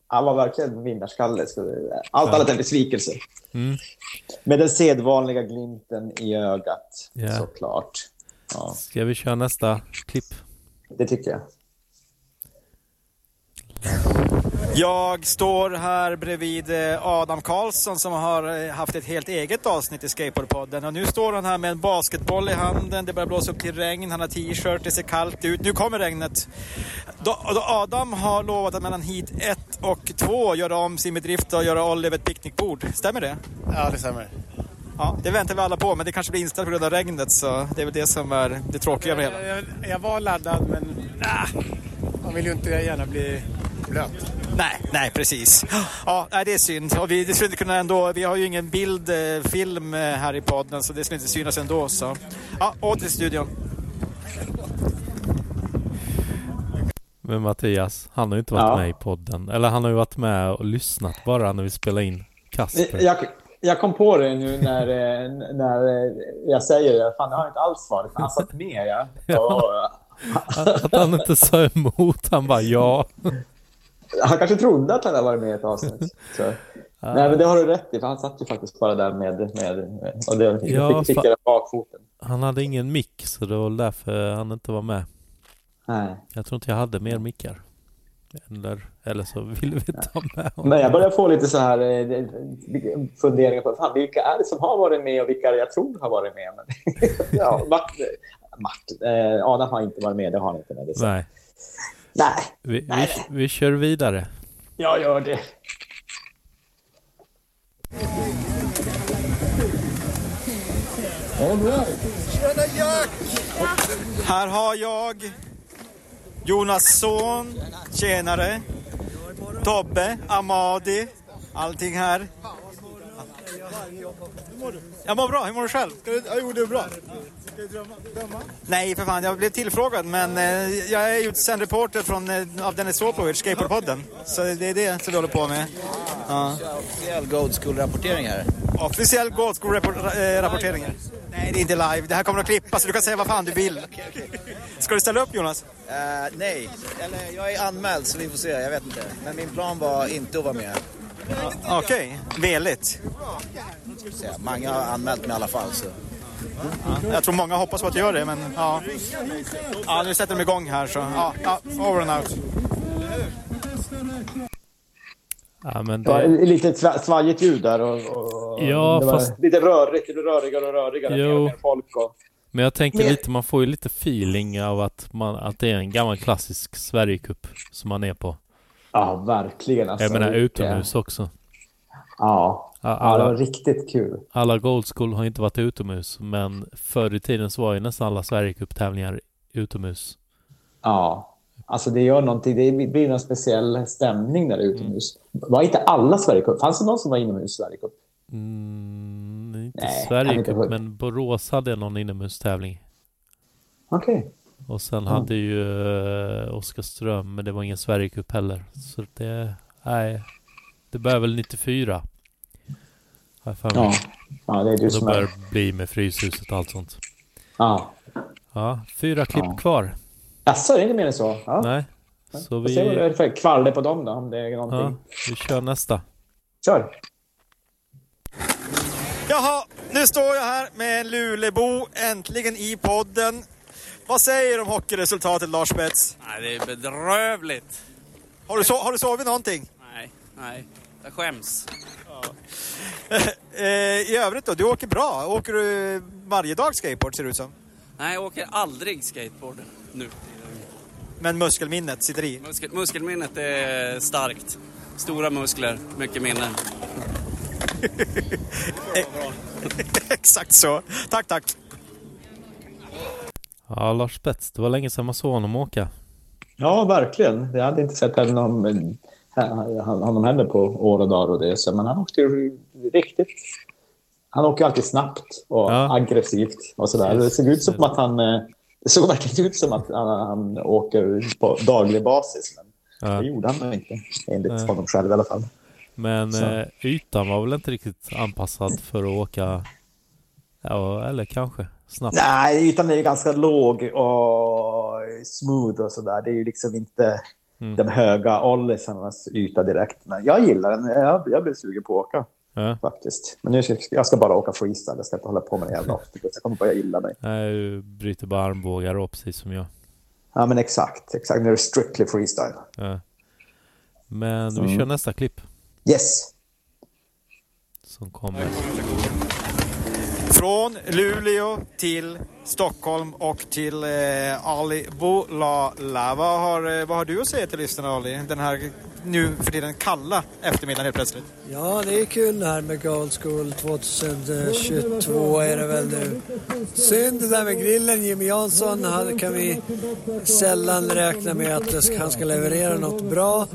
S3: Han var verkligen vinnarskalle. så, eh, Allt
S1: Ja.
S3: annat än besvikelse.
S1: Mm.
S3: Med den sedvanliga glimten i ögat,
S1: Ja.
S3: såklart. Ja,
S1: Ska vi köra nästa klipp?
S3: det tycker jag.
S2: Jag står här bredvid eh, Adam Karlsson som har eh, haft ett helt eget avsnitt i Skateboardpodden. Och nu står han här med en basketboll i handen. Det börjar blåsa upp till regn. Han har t-shirt. Det ser kallt ut. Nu kommer regnet. Då, då Adam har lovat att mellan hit 1 och 2 göra om sin bedrift och göra Oliver ett picknickbord. Stämmer det?
S5: Ja, det stämmer.
S2: Ja, det väntar vi alla på, men det kanske blir inställt på grund av regnet. Så det är väl det som är det tråkiga med det hela.
S5: Jag, jag var laddad, men ah, man vill ju inte gärna bli blöt.
S2: Nej, nej precis. Ja, nej, det är synd. Och vi, det skulle inte kunna ändå, vi har ju ingen bild, eh, film eh, här i podden så det skulle inte synas ändå. Så. Ja, åter till studion.
S1: Men Mattias, han har ju inte varit
S3: Ja.
S1: med i podden. Eller han har ju varit med och lyssnat bara när vi spelade in Kasper.
S3: Eh, Jag, jag kom på det nu när, eh, när eh, jag säger det. Fan, det har inte alls varit. Han satt med, ja. Och, eh,
S1: Att han inte sa emot. Han bara ja.
S3: Han kanske trodde att han hade varit med i ett avsnitt. Så. Nej, men det har du rätt i, för han satt ju faktiskt bara där med... med och det fick,
S1: Ja,
S3: fick
S1: fa-
S3: jag det bakfoten.
S1: Han hade ingen mick så det var väl därför han inte var med.
S3: Nej.
S1: Jag tror inte jag hade mer mickar. Eller, eller så ville vi ta med honom.
S3: Men jag börjar få lite så här eh, funderingar på fan, vilka är det som har varit med och vilka jag tror har varit med. Men, ja, Martin, Martin, eh, Adam har inte varit med, det har han inte. Med, det är så.
S1: Nej.
S3: Nej,
S1: Vi, vi, vi kör vidare.
S3: jag gör det.
S5: Tjena Jack!
S2: Här har jag Jonas son, tjenare, Tobbe, Amadi, allting här. Jag mår bra, hur mår du själv?
S5: Jo, det är bra.
S2: Nej för fan, jag blev tillfrågad men eh, jag är utsänd reporter från, eh, av Dennis Sopovic, Skateboardpodden. Så det är det som vi håller på med. Ja.
S5: Officiell Gold School-rapportering här.
S2: Officiell Gold School rappor- eh, rapportering. Nej, det är inte live. Det här kommer att klippas så du kan säga vad fan du vill. Ska du ställa upp Jonas?
S5: Eh, nej, eller jag är anmäld så vi får se, jag vet inte. Men min plan var inte att vara med.
S2: Okej, veligt.
S5: Så, jag- Mange har anmält mig i alla fall. Så.
S2: Ja, jag tror många hoppas på att du gör det, men ja. Ja, nu sätter de igång här så. Ja, ja over and out.
S1: Ja, men
S3: Det var
S1: det,
S3: lite sva- svajigt ljud där. Och, och,
S1: Ja,
S3: det var
S1: fast-
S3: Lite rörigt, rörigare och rörigare.
S1: Jo.
S3: Mer och mer folk och...
S1: men jag tänker
S3: Men-
S1: lite, man får ju lite feeling av att, man, att det är en gammal klassisk Sverigecup som man är på.
S3: Ja, verkligen. Alltså,
S1: jag menar
S3: Vilka-
S1: utomhus också.
S2: Ja, ja det var riktigt kul.
S1: Alla Gold School har inte varit utomhus, men förr i tiden så var ju nästan alla Sverigecup-tävlingar utomhus.
S2: Ja, alltså det gör någonting. Det blir en speciell stämning
S1: Mm.
S2: där utomhus. Var inte alla Sverigecup? Fanns det någon som var inomhus Sverigecup?
S1: Mm, inte
S2: Nej, jag vet
S1: Sverigecup,
S2: inte.
S1: men Borås hade någon inomhustävling.
S2: Okej.
S1: Och sen
S2: Ja.
S1: hade ju eh, Oskarsström, men det var ingen Sverigecup heller. Så det, nej. Det började väl 94. Har jag för mig.
S2: Ja. Ja, det är du
S1: Och
S2: som
S1: Då börjar
S2: är-
S1: det bli med Fryshuset och allt sånt.
S2: Ja.
S1: Ja, fyra klipp
S2: Ja.
S1: kvar.
S2: Jaså, det är inte mer än så? Ja.
S1: Nej. Så
S2: Får se vad det är
S1: vi,
S2: för kvaller på dem då, om det är någonting.
S1: ja, vi kör nästa.
S2: Kör!
S8: Jaha, nu står jag här med en Lulebo, äntligen i podden. Vad säger du om hockeyresultatet Lars Spets?
S20: Nej, det är bedrövligt.
S8: Har du, so- har du sovit någonting?
S20: Nej, nej. Jag skäms.
S8: Eh, I övrigt då, du åker bra. Åker du varje dag skateboard ser det ut som?
S20: Nej, jag åker aldrig skateboard nu.
S8: Men muskelminnet sitter i?
S20: Muskel, muskelminnet är starkt. Stora muskler, mycket minnen.
S8: Exakt så. Tack, tack.
S1: Ja, Lars Spets, det var länge sedan man såg honom åka.
S2: Ja, verkligen. Jag hade inte sett honom, eh, honom heller på år och dagar och det. Så, men han åkte ju riktigt... Han åker ju alltid snabbt och aggressivt och sådär. Det såg ut som att han... eh, Det såg verkligen ut som att han, han åker på daglig basis. Men
S1: Ja.
S2: det gjorde han nog inte, enligt
S1: Nej.
S2: honom själv i alla fall.
S1: Men
S2: Så.
S1: eh, ytan var väl inte riktigt anpassad för att åka, ja, eller kanske snabbt.
S2: Nej, ytan är ju ganska låg och smooth och sådär. Det är ju liksom inte
S1: Mm.
S2: de höga ollisarnas yta direkt. Men jag gillar den. Jag, jag blev sugen på att åka
S1: Ja.
S2: faktiskt. Men nu ska jag ska bara åka freestyle. Jag ska inte hålla på med den jävla optikus. Jag kommer bara gilla mig.
S1: Nej, du bryter bara armbågar och precis som jag.
S2: Ja, men exakt. Exakt. Nu är det strictly freestyle.
S1: Ja. Men vi
S2: Mm.
S1: kör nästa klipp
S2: Yes!
S1: som kommer.
S8: Från Luleå till Stockholm och till eh, Ali Bolala. Vad har, eh, vad har du att säga till lyssnarna Ali? Den här nu för tiden kalla eftermiddagen helt plötsligt.
S21: Ja, det är kul det här med Gold School 2022 är det väl nu. Synd det där med grillen. Jimmy Jansson han kan vi sällan räkna med att det ska- han ska leverera något bra.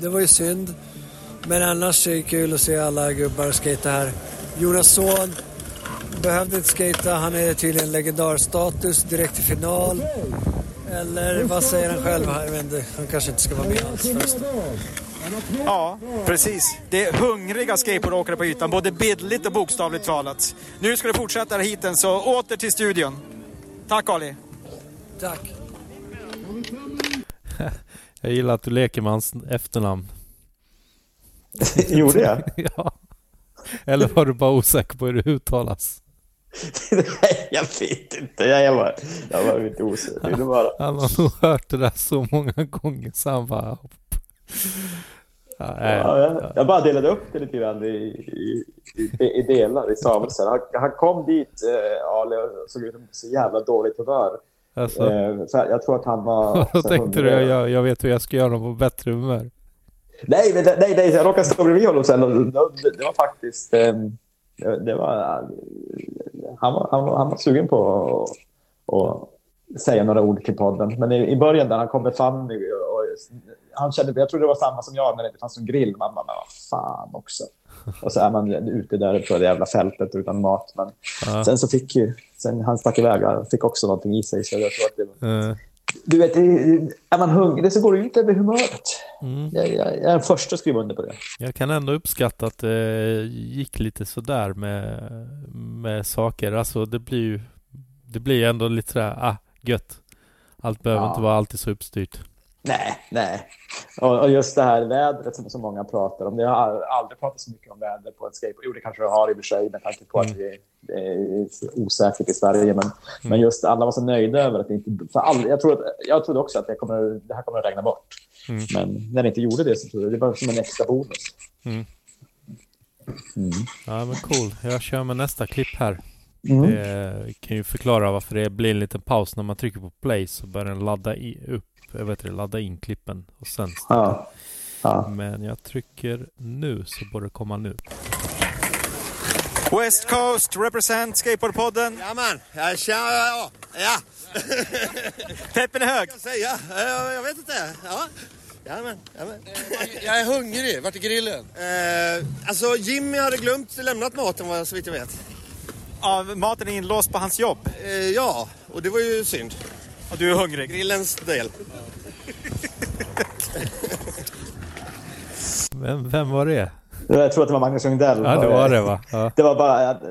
S21: Det var ju synd. Men annars är det kul att se alla gubbar skata här. Jonas Son behövde inte skata. Han är tydligen legendarstatus direkt i final. Eller vad säger han själv? Jag vet inte. Han kanske inte ska vara med alls förresten.
S8: Ja, precis. Det är hungriga skateboardåkare på ytan, både bildligt och bokstavligt talat. Nu ska du fortsätta här hiten, så åter till studion. Tack Ali.
S21: Tack.
S1: Jag gillar att du leker med hans efternamn.
S2: Gjorde jag?
S1: ja. Eller var du bara osäker på hur det uttalas?
S2: jag vet inte. Jag var, jag var lite osäker. Det var...
S1: Han har nog hört det där så många gånger så han bara... hopp. Ja, nej.
S2: Ja, jag, jag bara delade upp det lite grann i, i, i, i delar i stavelser. Han, han kom dit, eh, Ali, och såg ut som så jävla dåligt humör.
S1: Alltså.
S2: Eh, så jag tror att han var...
S1: Då
S2: så
S1: tänkte du,
S2: hungrig.
S1: jag, jag vet hur jag ska göra dem på bättre humör.
S2: Nej, men, nej, nej, jag råkade stå bredvid honom sen. och Det, det var faktiskt... Eh, det, det var, han, var, han, var, han var sugen på att- att säga några ord till podden. Men i, i början där han kom med Fanny, och, och, han kände, jag tror det var samma som jag när det inte fanns någon grill. Man bara, men vad fan också. Och så är man ute där på det jävla fältet utan mat. Men
S1: Ja.
S2: sen så fick ju, sen han stack iväg, han fick också någonting i sig. Så jag tror att det,
S1: Eh,
S2: du vet, är man hungrig så går det ut över humöret. Jag, jag, jag är den första att skriva under på det.
S1: Jag kan ändå uppskatta att det gick lite sådär med, med saker. Alltså det blir ju det blir ändå lite sådär, ah, gött. Allt behöver
S2: Ja.
S1: inte vara alltid så uppstyrt.
S2: Nej, nej. Och, och just det här vädret som så många pratar om. Jag har aldrig pratat så mycket om väder på en skateboard. Jo, det kanske jag har i och för sig med tanke på att det är, det är osäkert i Sverige. Men, men just alla var så nöjda över att det inte... För all, jag, tror att, jag trodde också att det, kommer, det här kommer att regna bort. Men när det inte gjorde det så trodde jag det var som en extra bonus.
S1: Ja men cool, jag kör med nästa klipp här.
S2: Mm.
S1: Det kan ju förklara varför det blir en liten paus när man trycker på play så börjar den ladda i, upp, jag vet inte, ladda in klippen och sen
S2: Ja. Ja.
S1: Men jag trycker nu så borde det komma nu.
S8: West Coast represent Skateboardpodden.
S6: Jajamän, jag känner... Ja. ja.
S8: Peppen är hög.
S6: Jag, säga. Eh, jag vet inte. Ja. Jajamän, jajamän. Jag är hungrig. Vart är grillen? Eh, alltså, Jimmy hade glömt lämnat maten vad- så vitt jag vet.
S8: Ja, maten är inlåst på hans jobb.
S6: Eh, ja, och det var ju synd.
S8: Och du är hungrig?
S6: Grillens del.
S1: Vem, vem var det?
S2: Jag tror att det var Magnus Lundell.
S1: Ja, det var det, va? Ja.
S2: Alltså, Det var bara att,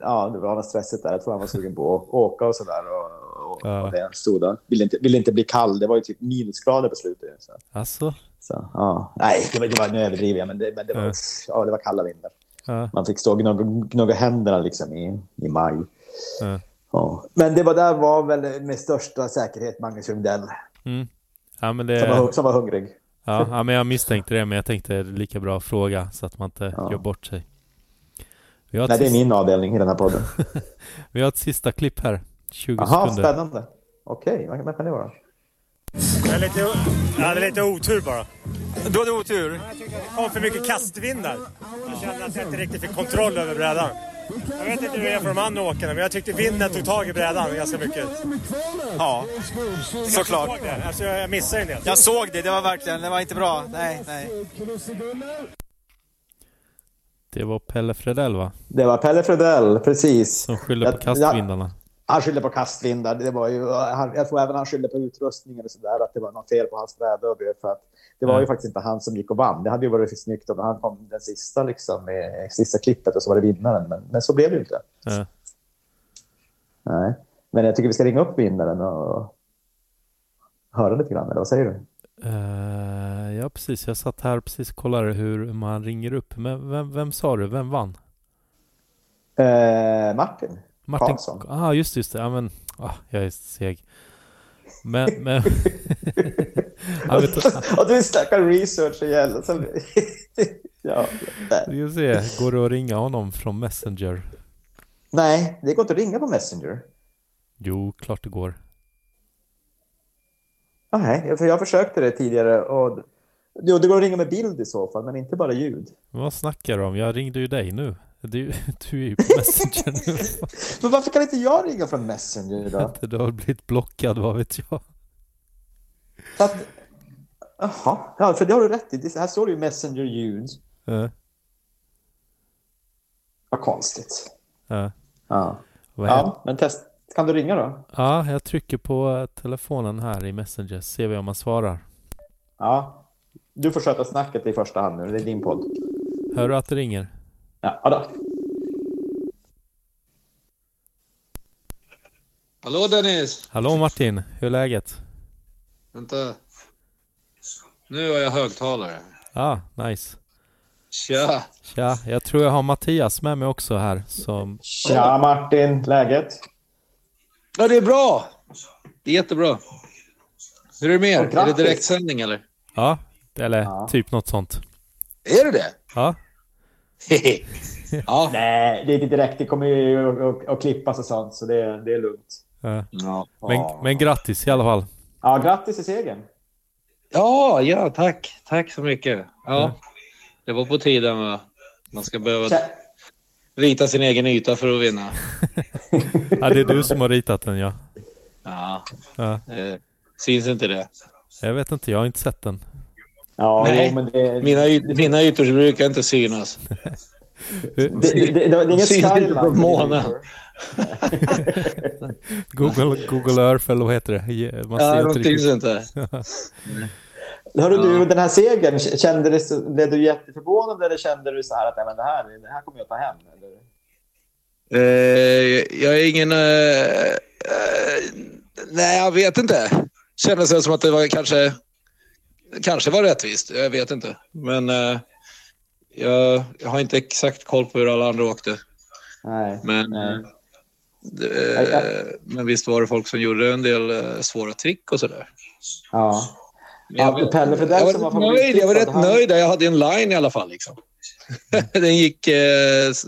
S2: ja, det var något stressigt där. Jag tror han var sugen på att åka och sådär. Och, och,
S1: Ja.
S2: och det stod där. Ville inte, ville inte bli kall. Det var ju typ minusgrader på slutet. Så.
S1: Alltså?
S2: Så, ja. Nej, det var, det var, nu överdriver jag, men det, men det, var, ja, det var kalla vindar.
S1: Ja.
S2: Man fick stå och gnugga, gnugga händerna liksom i, i maj.
S1: Ja.
S2: Ja. Men det var där var väl med största säkerhet Magnus Ljungdell
S1: Mm. Ja, men det...
S2: som, var, som var hungrig.
S1: Ja, ja, men jag misstänkte det, men jag tänkte det är lika bra att fråga så att man inte gör bort sig. Vi har ett
S2: Nej, det är
S1: sista-
S2: min avdelning i den här podden.
S1: Vi har ett sista klipp här. 20
S2: Jaha,
S1: sekunder.
S2: spännande. Okej, vad vad kan det vara?
S16: Jag hade lite, jag hade lite otur bara.
S8: Du hade otur?
S16: Det kom för mycket kastvindar. Jag kände att jag inte riktigt fick kontroll över brädan. Jag vet inte hur det är för de andra åkarna, men jag tyckte vinden tog tag i brädan ganska mycket.
S8: Ja, såklart.
S16: Jag såg det. Alltså, jag missade en del.
S8: Jag såg det, det var verkligen, det var inte bra. Nej, nej.
S1: Det var Pelle Fredell va?
S2: Det var Pelle Fredell, precis.
S1: Som skyller på kastvindarna.
S2: Han skyllde på kastvindar. Det var ju, han, jag tror även han skyllde på utrustningen och sådär, att det var något fel på hans bräda. och det, För att det var
S1: Ja.
S2: ju faktiskt inte han som gick och vann. Det hade ju varit snyggt om han kom den sista, liksom, i, sista klippet och så var det vinnaren. Men, men så blev det ju inte.
S1: Ja.
S2: Nej. Men jag tycker vi ska ringa upp vinnaren och höra lite grann. Eller vad säger du?
S1: Eh, ja precis, jag satt här och precis kollade hur man ringer upp. Men vem, vem sa du, vem vann?
S2: Eh, Martin,
S1: Martin
S2: Karlsson.
S1: Ah, just det, just det. Ja, men, ah, jag är seg. Men, men... Ja, vet du-
S2: och du snackar research igen. Så... ja.
S1: Vi får se, går det att ringa honom från Messenger?
S2: Nej, det går inte att ringa på Messenger.
S1: Jo, klart det går.
S2: Nej, för jag försökte det tidigare. Och... Jo, det går att ringa med bild i så fall, men inte bara ljud.
S1: Men vad snackar du om? Jag ringde ju dig nu. Du, du är ju på Messenger nu.
S2: Men varför kan inte jag ringa från Messenger då?
S1: Du har blivit blockad, vad vet jag?
S2: Jaha, ja, för det har du rätt i. Det- Här står det ju Messenger-ljud.
S1: Ja.
S2: Vad konstigt.
S1: Ja.
S2: Ja.
S1: Vad händer?
S2: Ja, men test. Kan du ringa då?
S1: Ja, jag trycker på eh, telefonen här i Messenger. Ser vi om man svarar.
S2: Ja. Du får sköta snacket i första hand nu. Det är din podd.
S1: Hör du att det ringer?
S2: Ja, ja då.
S5: Hallå Dennis!
S1: Hallå Martin, hur är läget?
S5: Vänta. Nu har jag högtalare.
S1: Ja, nice.
S5: Tja!
S1: Tja, jag tror jag har Mattias med mig också här. Som...
S2: Tja Martin, läget?
S5: Ja, det är bra! Det är jättebra. Hur är det med er? Är det direktsändning eller?
S1: Ja, eller typ något sånt.
S5: Är det det?
S1: Ja.
S5: ja.
S2: Nej, det är inte direkt. Det kommer ju att- att- att klippas och sånt, så det, det är lugnt.
S1: Ja.
S5: Ja.
S1: eh, Men, men grattis i alla fall.
S2: Ja, grattis i segern.
S5: Ja, ja, tack. Tack så mycket. Ja.
S1: Mm.
S5: Det var på tiden va? Man ska behöva
S2: Tja.
S5: rita sin egen yta för att vinna.
S1: Ja, det är du som har ritat den ja.
S5: Ja.
S1: ja.
S5: Eh, syns inte det?
S1: Jag vet inte, jag har inte sett den.
S2: Ja,
S5: Nej,
S2: jo, men det...
S5: mina, yt- mina ytor brukar inte synas.
S2: det-
S1: Det,
S2: det- det är inget
S5: syns inte på
S2: skyline.
S5: månen.
S1: Google, Google Earth eller vad heter det? Ge- Man
S5: Ja,
S1: ser
S5: de syns inte.
S2: Hörru du, den här segern, k- kände du, så- blev du jätteförvånad eller kände du så här att Nej, men det, här, det här kommer jag ta hem? Eller?
S5: Eh, jag är ingen... eh, eh, nej, jag vet inte. Kändes det som att det var kanske... Kanske var rättvist. Jag vet inte. Men eh, jag, jag har inte exakt koll på hur alla andra åkte.
S2: Nej.
S5: Men, eh, det- men visst var det folk som gjorde en del eh, svåra trick och sådär.
S2: Ja. Ja, Pelle Fredell
S5: jag var,
S2: som
S5: rätt
S2: var favorit,
S5: nöjd, jag var
S2: så
S5: rätt
S2: han-
S5: nöjd. Jag hade en line i alla fall. Liksom. Den gick... Eh, s-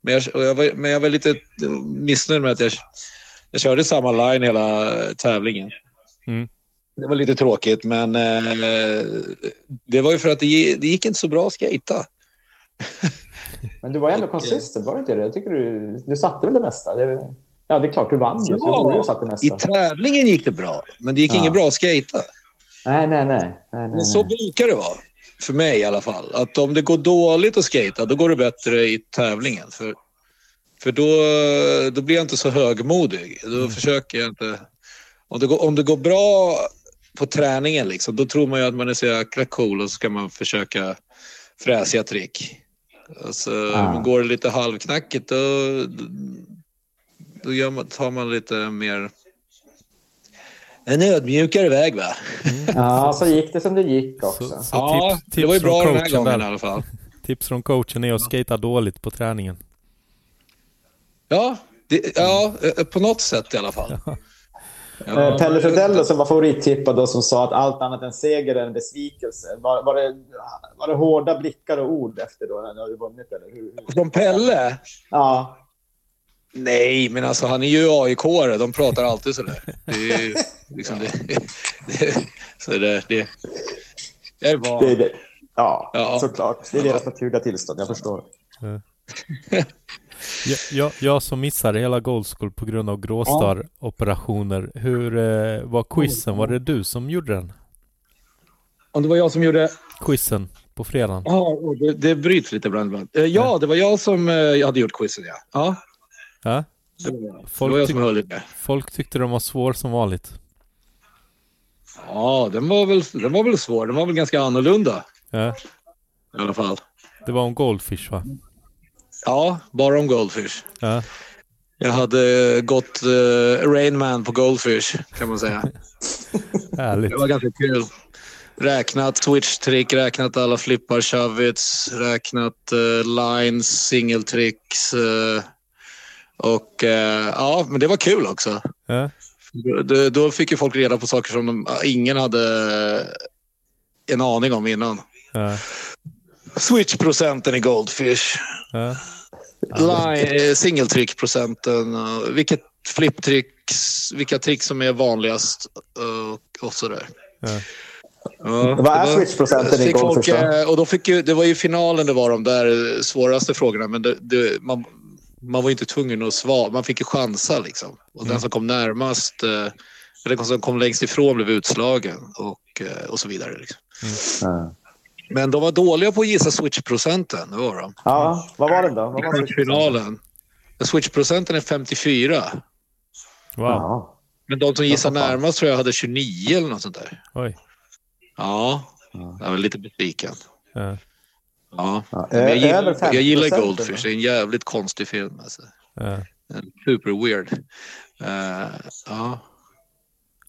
S5: men, jag, och jag var, men jag var lite missnöjd med att jag, jag körde samma line hela tävlingen.
S1: Mm.
S5: Det var lite tråkigt, men eh, det var ju för att det, gi- det gick inte så bra att skejta.
S2: Men du var ändå konsistent, var du inte det? Jag tycker du, du satte väl det mesta? Det, ja, det är klart du vann ju. så Du borde ju ha satt det
S5: I
S2: mesta.
S5: tävlingen gick det bra, men det gick
S2: Ja.
S5: inget bra att skejta.
S2: Nej, nej, nej. nej, nej.
S5: Men så brukar det vara. För mig i alla fall. Att om det går dåligt att skata, då går det bättre i tävlingen. För, för då, då blir jag inte så högmodig. Då
S2: Mm.
S5: försöker jag inte... Om det, går, om det går bra på träningen, liksom, då tror man ju att man är så jäkla cool och så ska man försöka fräsiga trick. Och så
S2: Ah.
S5: går det lite halvknackigt, då, då gör man, tar man lite mer... En ödmjukare väg, va?
S2: Mm. Ja, så gick det som det gick också.
S1: Så tips, tips från coachen där. Tips från coachen är att skata dåligt på träningen.
S5: Ja, det, ja eh, på något sätt i alla fall.
S2: Eh, Pelle Fredell som var favorittippad och som sa att allt annat än seger är en besvikelse. Var, var, det, var det hårda blickar och ord efter då när du vunnit? Eller hur? hur?
S5: Från Pelle?
S2: Ja.
S5: Nej, men alltså han är ju AIK-are. De pratar alltid sådär. Det är ju liksom det. det, så det, det jag är van.
S2: Det är det. Ja,
S5: Ja.
S2: såklart. Det är deras naturliga tillstånd, jag förstår.
S1: Ja. jag, jag, jag som missade hela Goldschool på grund av gråstarr-operationer. Hur eh, var quizen? Var det du som gjorde den?
S5: Om det var jag som gjorde...
S1: Quizen på fredagen.
S5: Ja, det, det bryts lite ibland. ibland. Eh, Ja, det var jag som eh, jag hade gjort quizen, ja. ja.
S1: Ja?
S5: Det var- det
S1: Folk
S5: var jag som
S1: tyck-
S5: höll i det.
S1: Folk tyckte den var svår som vanligt.
S5: Ja, den var, väl, den var väl svår. Den var väl ganska annorlunda
S1: Ja.
S5: i alla fall.
S1: Det var om Goldfish va?
S5: Ja, bara om Goldfish.
S1: Ja.
S5: Jag hade eh, gått eh, Rain Man på Goldfish, kan man säga.
S1: Härligt.
S5: Det var ganska kul. Räknat switch-trick, räknat alla flippar, shovits, räknat eh, lines, singeltricks. eh, och eh, ja, men det var kul också.
S1: Ja.
S5: Då- Då, då fick ju folk reda på saker som de, ingen hade en aning om innan.
S1: Ja.
S5: Switch-procenten i Goldfish.
S1: Ja.
S5: Line- eh, Singeltrick-procenten, eh, vilket flipptrick, vilka trick som är vanligast eh, och, och sådär.
S1: Ja.
S5: Ja,
S2: Vad är
S5: det var-
S2: switchprocenten i
S5: fick
S2: golf?
S5: folk, eh, Och då fick ju, det var ju finalen det var de där eh, svåraste frågorna, men det, det, man, man var ju inte tvungen att svara. Man fick ju chansa liksom. Och
S1: Mm.
S5: den som kom närmast, eh, eller den som kom längst ifrån blev utslagen och, eh, och så vidare. Liksom. Men de var dåliga på att gissa switchprocenten, det var de.
S2: Ja, vad var den då? Vad
S5: I
S2: var
S5: kvartsfinalen. Switchprocenten är 54.
S1: Wow.
S5: Men de som gissar närmast tror jag hade 29 eller något sånt där.
S1: Oj.
S5: Ja, jag var lite besviken.
S1: Ja.
S5: Ja.
S1: ö-
S5: Men jag, gillar,
S1: över 50%
S5: jag gillar
S1: eller?
S5: Goldfish. Det är en jävligt konstig film. Alltså.
S1: Ja.
S5: En Super weird. Eh, ja.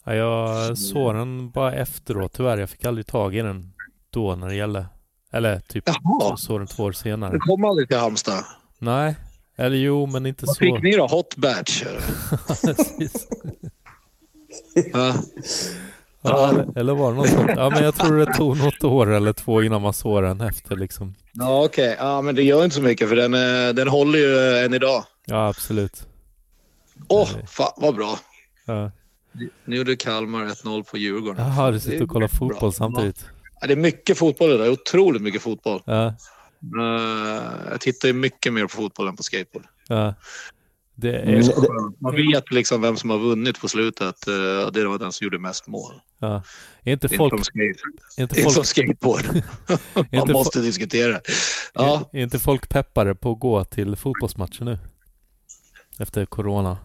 S1: Ja, jag såg den bara efteråt tyvärr. Jag fick aldrig tag i den då när det gällde. Eller typ så- såg den två år senare.
S5: Den kom aldrig till Halmstad.
S1: Nej. Eller jo, men inte
S5: Vad
S1: så.
S5: fick ni då? Hot Batch? eller? ja.
S1: Ja, eller- eller var det något sånt? Ja, men jag tror det tog något år eller två innan man såg den efter liksom.
S5: ja okej. Ja, men det gör inte så mycket för den, eh, den håller ju eh, än idag.
S1: Ja, absolut.
S5: Åh, fan vad bra.
S1: Ja.
S5: Nu gjorde Kalmar 1-0 på Djurgården.
S1: Jaha, du
S5: Det
S1: sitter
S5: är
S1: och kollar
S5: bra.
S1: fotboll samtidigt.
S5: Ja, det är mycket fotboll idag. Otroligt mycket fotboll.
S1: Ja,
S5: Eh, jag tittar ju mycket mer på fotboll än på skateboard.
S1: ja. Eh, Det
S5: Det är så
S1: är...
S5: skönt. Man vet liksom vem som har vunnit på slutet. eh, Det var den som gjorde mest mål.
S1: Ja. Är inte
S5: Det är
S1: folk...
S5: inte som skate.
S1: är inte
S5: Det är
S1: folk-
S5: som skateboard.
S1: Är
S5: Man
S1: inte
S5: måste
S1: fo-
S5: diskutera. Ja.
S1: Är, är inte folk peppade på att gå till fotbollsmatcher nu? Efter corona.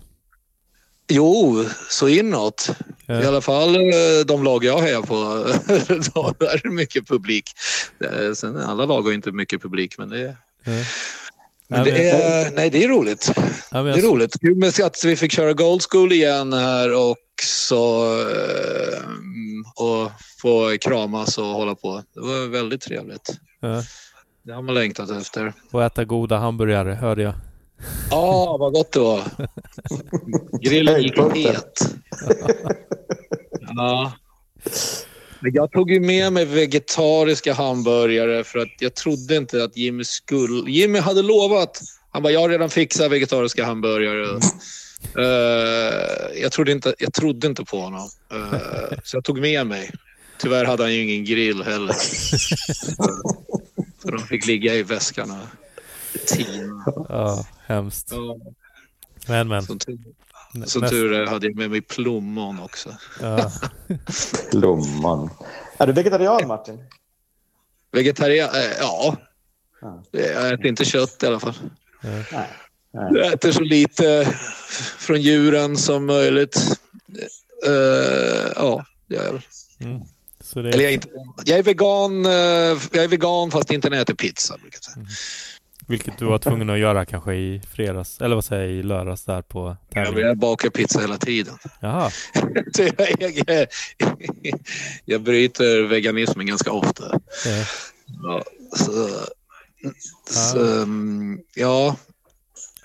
S5: Jo, så inåt. I alla fall eh, de lag jag hejar på. Då är det mycket publik. Eh, Sen alla lag har inte mycket publik, men det är...
S1: Ja.
S5: Men det
S1: Nej, men-
S5: är, nej, det är roligt.
S1: Ja, men
S5: Det är
S1: jag-
S5: roligt. Kul med att vi fick köra Gold School igen här och så eh, och få kramas och hålla på. Det var väldigt trevligt.
S1: Ja.
S5: Det har man längtat efter.
S1: Och äta goda hamburgare, hörde jag.
S5: Ja, vad gott det var. Grillen gick het. Ja. Men Jag tog ju med mig vegetariska hamburgare för att jag trodde inte att Jimmy skulle... Jimmy hade lovat. Han bara, jag har redan fixat vegetariska hamburgare. Eh, jag, trodde inte, jag trodde inte på honom, Eh, så jag tog med mig. Tyvärr hade han ju ingen grill heller. så de fick ligga i väskan och tina.
S1: Ja, hemskt.
S5: Ja.
S1: Men men.
S5: Som tur, som tur är hade jag med mig plommon också.
S1: Ja.
S2: Blomman. Är du vegetarian, Martin?
S5: Vegetarian? Eh, ja. Jag äter inte kött i alla fall.
S2: Nej.
S5: Jag äter så lite eh, från djuren som möjligt. Eh, ja, det gör jag väl.
S1: Mm. Så det
S5: Eller jag är, inte, jag är vegan eh, jag är vegan fast inte när jag äter pizza.
S1: Vilket du var tvungen att göra kanske i fredags, eller vad säger jag, i lördags där på
S5: Jag börjar baka pizza hela tiden.
S1: Jaha.
S5: Så jag, jag, jag bryter veganismen ganska ofta.
S1: Ja.
S5: Ja, så, så, mm, ja,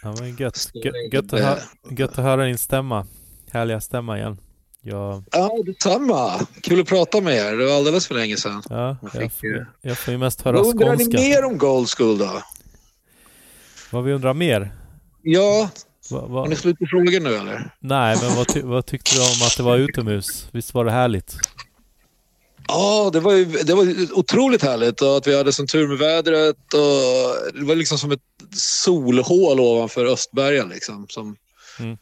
S1: Ja, men gött. Gött, gött, att hö- gött att höra din stämma. Härliga stämma igen. Jag,
S5: ja, detsamma. Kul att prata med er. Det var alldeles för länge sedan.
S1: ja, jag, får, jag får ju mest höra
S5: Vad undrar ni
S1: skånska.
S5: mer om Gold School då?
S1: Vad vi undrar mer?
S5: Ja,
S1: Va,
S5: har
S1: va,
S5: ni slut på frågor nu eller?
S1: nej, men vad, ty, vad tyckte du om att det var utomhus? Visst var det härligt?
S5: Ja, det var, ju, det var ju otroligt härligt och att vi hade sån tur med vädret. Och det var liksom som ett solhål ovanför Östberga. Liksom, som...
S1: Mm.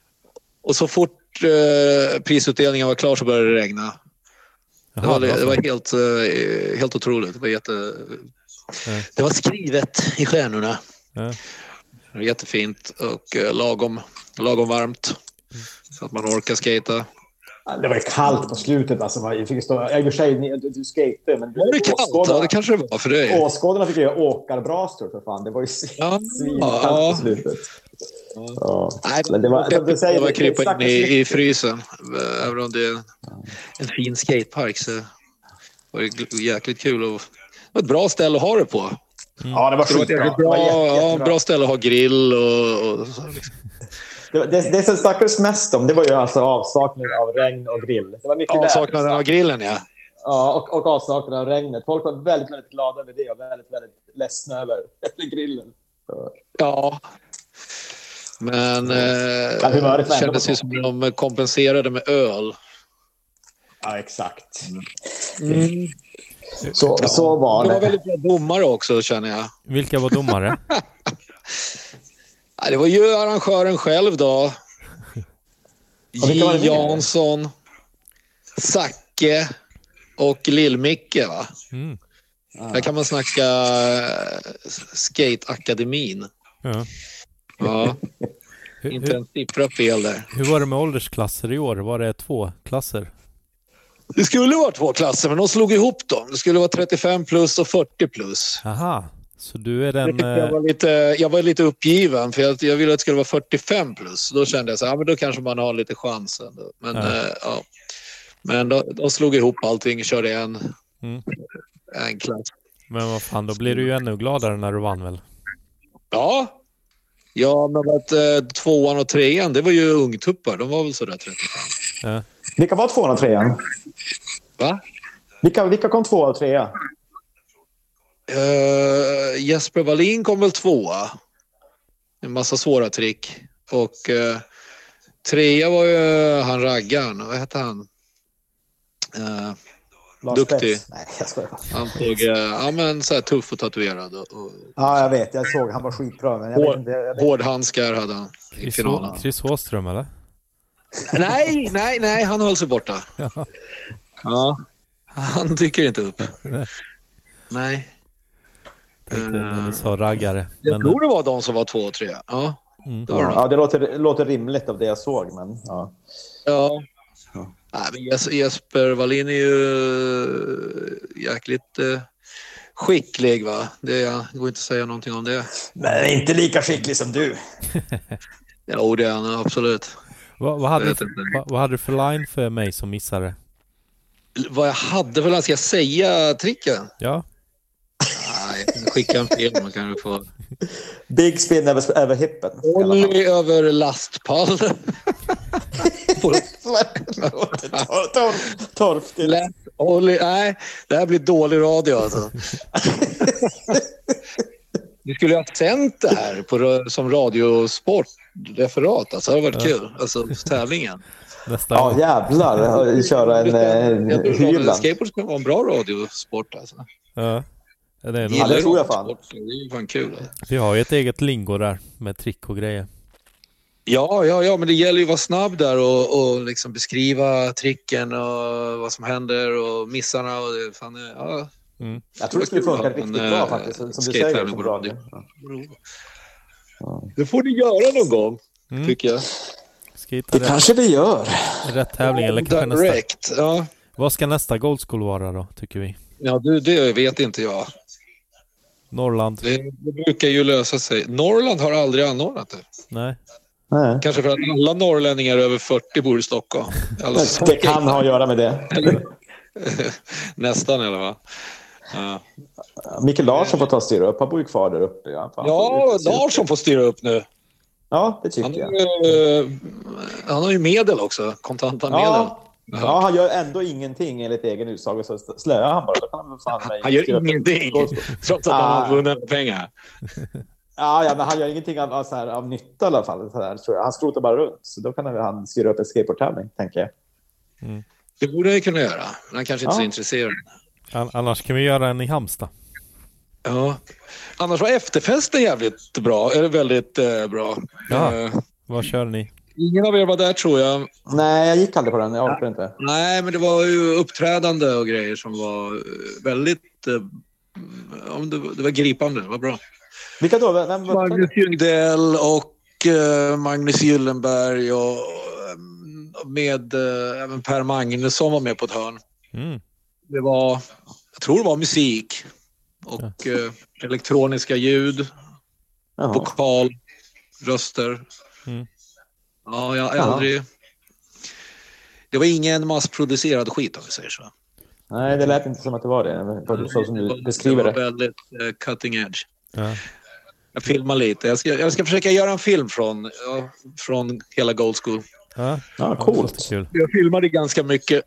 S5: Och så fort eh, prisutdelningen var klar så började det regna. det,
S1: Jaha,
S5: var,
S1: det var
S5: det
S1: så.
S5: var helt, eh, helt otroligt. Det var, jätte...
S1: Nej.
S5: det var skrivet i stjärnorna.
S1: Ja.
S5: Det var jättefint och eh, lagom, lagom varmt. Så att man orkar skata.
S2: Det var ju kallt på slutet. Alltså. Man fick stå, jag i och för sig, ni- du, du skejtade, men...
S5: Var det kallt? Ja, det kanske det var för dig.
S2: Åskådarna fick ju göra åkarbrasor för fan. Det var ju svinkallt
S5: ja.
S2: på slutet. Ja.
S5: Nej,
S2: Men det var- som du säger,
S5: jag
S2: det-
S5: bara
S2: det
S5: krypa in
S2: stackars
S5: i, i
S2: lycka.
S5: frysen. Även om det är en fin skatepark så var det gl- jäkligt kul. Och, det var ett bra ställe att ha det på.
S2: Ja, det var
S5: Så ett
S2: skitbra.
S5: jäkligt
S2: Det var
S5: Bra,
S2: jätte-
S5: ja,
S2: jättebra.
S5: bra ställe att ha grill och, och så, liksom.
S2: Det, det, det som snackades mest om det var ju alltså avsaknaden av regn och grill. Det var mycket väder.
S5: Avsaknaden av grillen, ja.
S2: Ja, och, och avsaknaden av regnet. Folk var väldigt, väldigt glada över det och väldigt, väldigt ledsna över över grillen.
S5: Ja. Men eh,
S2: Ja, humöret var ändå
S5: kändes ju som de kompenserade med öl.
S2: Ja, exakt.
S5: Mm.
S2: Så, så var
S5: Det var
S2: det.
S5: väldigt bra domare också, känner jag.
S1: Vilka var domare?
S5: Ja, Det var ju arrangören själv då.
S1: Och vilka var
S5: J.
S1: det mer?
S5: Jansson, Zacke och Lill-Micke. va?
S1: Mm.
S5: Där kan man snacka eh, skateakademin.
S1: Ja.
S5: Ja.
S1: Hur-
S5: Inte
S1: hur-
S5: en siffra fel där.
S1: Hur var det med åldersklasser i år? Var det två klasser?
S5: Det skulle vara två klasser, men de slog ihop dem. Det skulle vara 35 plus och 40 plus.
S1: Aha, så du är
S5: Jag,
S1: den...
S5: tyckte jag,
S1: Eh,
S5: var lite, jag var lite uppgiven, för jag, jag ville att det skulle vara 45 plus. Då kände jag så här, ja, men då kanske man har lite chans ändå. Men,
S1: Ja.
S5: eh, ja. men de, de slog ihop allting och körde en,
S1: Mm.
S5: en klass.
S1: men vad fan, då blir du ju ännu gladare när du vann väl?
S5: Ja. Ja, men att, eh, tvåan och trean, det var ju ungtuppar. De var väl sådär 35.
S1: Ja.
S2: Vilka var tvåan och trean?
S5: Va?
S2: Vilka, vilka kom tvåa och trea?
S5: Eh, Jesper Wallin kom väl tvåa. En massa svåra trick. Och eh, trea var ju han raggaren. Vad hette han? Eh,
S2: Lars
S5: duktig.
S2: Spets? Nej, jag skojar.
S5: Han såg eh, ja, men, så här, tuff och tatuerad. Och, och,
S2: Ja, jag vet. Jag såg. Han var skitbra. Men jag vet inte, jag, jag vet.
S5: hårdhandskar hade han i
S1: Chris,
S5: finalen.
S1: Hå- Chris Håström eller?
S5: Nej, nej, nej. Han höll sig borta.
S1: Ja.
S5: Ja. Han dyker inte upp.
S1: Nej.
S5: Nej. Eh,
S1: Tänkte när du sa raggare.
S5: Jag
S1: Men-
S5: tror det var de som var två och tre. Ja.
S1: Mm.
S5: Det var de.
S2: Ja, det låter, det låter rimligt av det jag såg, men ja.
S5: Ja. Nej, men Jes- Jesper Wallin är ju jäkligt eh, skicklig. va? Det är- det går inte att säga någonting om det.
S2: Men inte lika skicklig som du.
S5: Jo, det är han absolut.
S1: Vad, vad, hade
S5: Jag
S1: du,
S5: vet
S1: för-
S5: inte.
S1: vad, vad hade du för line för mig som missade?
S5: Vad jag hade för land, ska jag säga tricken?
S1: Ja.
S5: Nej, jag kan skicka en film och kanske få...
S2: Big spin över, över hippen.
S5: Olli över lastpall.
S2: Torftigt.
S5: Olli, nej, det här blir dålig radio alltså. Vi skulle ju ha sänt det här på, ra- som radiosportreferat. Alltså, det hade varit
S2: Ja.
S5: kul. Alltså tävlingen.
S1: Nästa
S2: Ja, jävlar. Köra en eh,
S5: Jag tror
S2: hyrland.
S5: radio- skateboard skulle vara en bra radiosport alltså.
S1: Ja. Ja, Det, är nog-
S5: Gillar
S2: det tror jag fan.
S5: radiosport, så Det är ju fan kul. Alltså.
S1: Vi har ju ett eget lingo där med trick och grejer.
S5: Ja, ja, ja, men det gäller ju att vara snabb där och, och liksom beskriva tricken och vad som händer och missarna och det, fan, eh, ja.
S1: Mm.
S2: Jag tror det skulle funka riktigt bra faktiskt, som du säger. På radio.
S5: Det får ni göra någon gång, tycker jag.
S1: Mm. Skita
S5: Det kanske
S1: vi gör. Rätt tävling eller kanske
S5: Direkt,
S1: nästa.
S5: ja.
S1: Vad ska nästa Gold School vara då, tycker vi?
S5: Ja, du, det vet inte jag.
S1: Norrland?
S5: Det, det brukar ju lösa sig. Norrland har aldrig anordnat det.
S1: Nej.
S5: Kanske för att alla norrlänningar över 40 bor i Stockholm. Alltså,
S2: Det kan ha att göra med det.
S5: nästan eller vad? Ja,
S2: Mikael Larsson får ta och styra upp. Han bor ju kvar där uppe. Ja, Fan,
S5: ja Larsson får styra upp nu.
S2: Ja, det tycker
S5: Han
S2: jag.
S5: har, ju, eh, han har ju medel också, kontanta medel.
S2: Ja. Ja, han gör ändå ingenting enligt egen utsago. Så slöar han bara. Då kan han, väl fan mig
S5: Han gör
S2: skriva-
S5: ingenting, trots
S2: Ah.
S5: att han har vunnit pengar.
S2: Ja, ja, men han gör ingenting av, av, så här, av nytta i alla fall. Så här, tror jag. Han skrotar bara runt. Så då kan han, han styra upp en skateboardtävling, tänker jag.
S5: Det borde jag kunna göra, men han kanske inte är så
S2: Ja.
S5: intresserad.
S1: An- annars kan vi göra en i Halmstad.
S5: Ja. Annars var efterfesten jävligt bra, eller väldigt eh, bra.
S1: Ja.
S5: Eh,
S1: Vad kör ni?
S5: ingen av er var där tror jag.
S2: Nej, jag gick aldrig på den. Jag orkar inte.
S5: Nej, men det var ju uppträdande och grejer som var eh, väldigt... Eh, ja, men det, var- det var gripande, det var bra.
S2: Vilka då? Vem var
S5: Magnus Ljungdell och eh, Magnus Gyllenberg och eh, med eh, även Per Magnusson var med på ett hörn.
S1: Mm.
S5: Det var, jag tror det var musik och eh, elektroniska ljud, vokal, röster.
S1: Mm.
S5: Ja, jag har
S2: Jaha.
S5: aldrig... Det var ingen massproducerad skit om vi säger så.
S2: Nej, det lät inte som att det var det. för- Så som du beskriver
S5: det.
S2: det.
S5: var väldigt eh, cutting edge.
S1: Ja.
S5: Jag filmar lite. Jag ska, jag ska försöka göra en film från, ja, från hela Gold School.
S1: Ja,
S2: ja
S1: coolt. Kul.
S5: Jag filmade ganska mycket.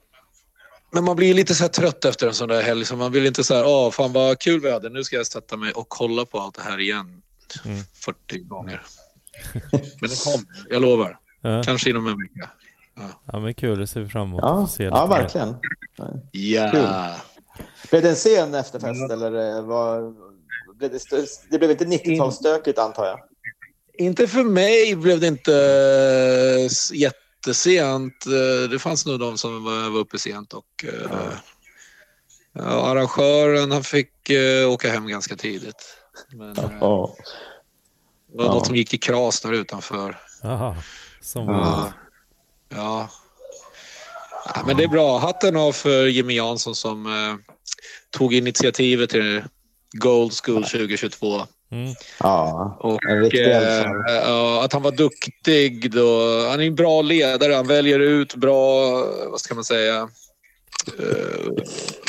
S5: Men man blir lite så här trött efter en sån där helg. Så man vill inte så här, åh fan vad kul vi hade. Nu ska jag sätta mig och kolla på allt det här igen.
S1: Mm.
S5: 40 gånger. Men det kommer, jag lovar.
S1: Ja.
S5: Kanske inom en vecka.
S1: Ja, men kul. Det ser vi fram emot.
S2: Ja,
S1: Får se lite
S2: ja
S1: mer.
S2: verkligen.
S5: Ja.
S2: Kul. Blev det en sen efterfest? Eller eh, var... blev det, stö... det blev inte 90-talsstökigt, antar jag?
S5: Inte för mig blev det inte eh, s- jättesent. Eh, Det fanns nog de som var var uppe sent och eh, ja, arrangören han fick eh, åka hem ganska tidigt. Men, eh,
S2: Ja.
S5: Det var
S2: Ja.
S5: något som gick i kras där utanför.
S1: Jaha. Som
S5: Ja. Ja. ja. Men det är bra. Hatten av för Jimmy Jansson som eh, tog initiativet till Gold School 2022.
S1: Mm.
S2: Ja,
S5: Och,
S2: en riktig
S5: eh,
S2: älskare.
S5: ja, att han var duktig. Då. Han är en bra ledare. Han väljer ut bra, vad ska man säga, eh,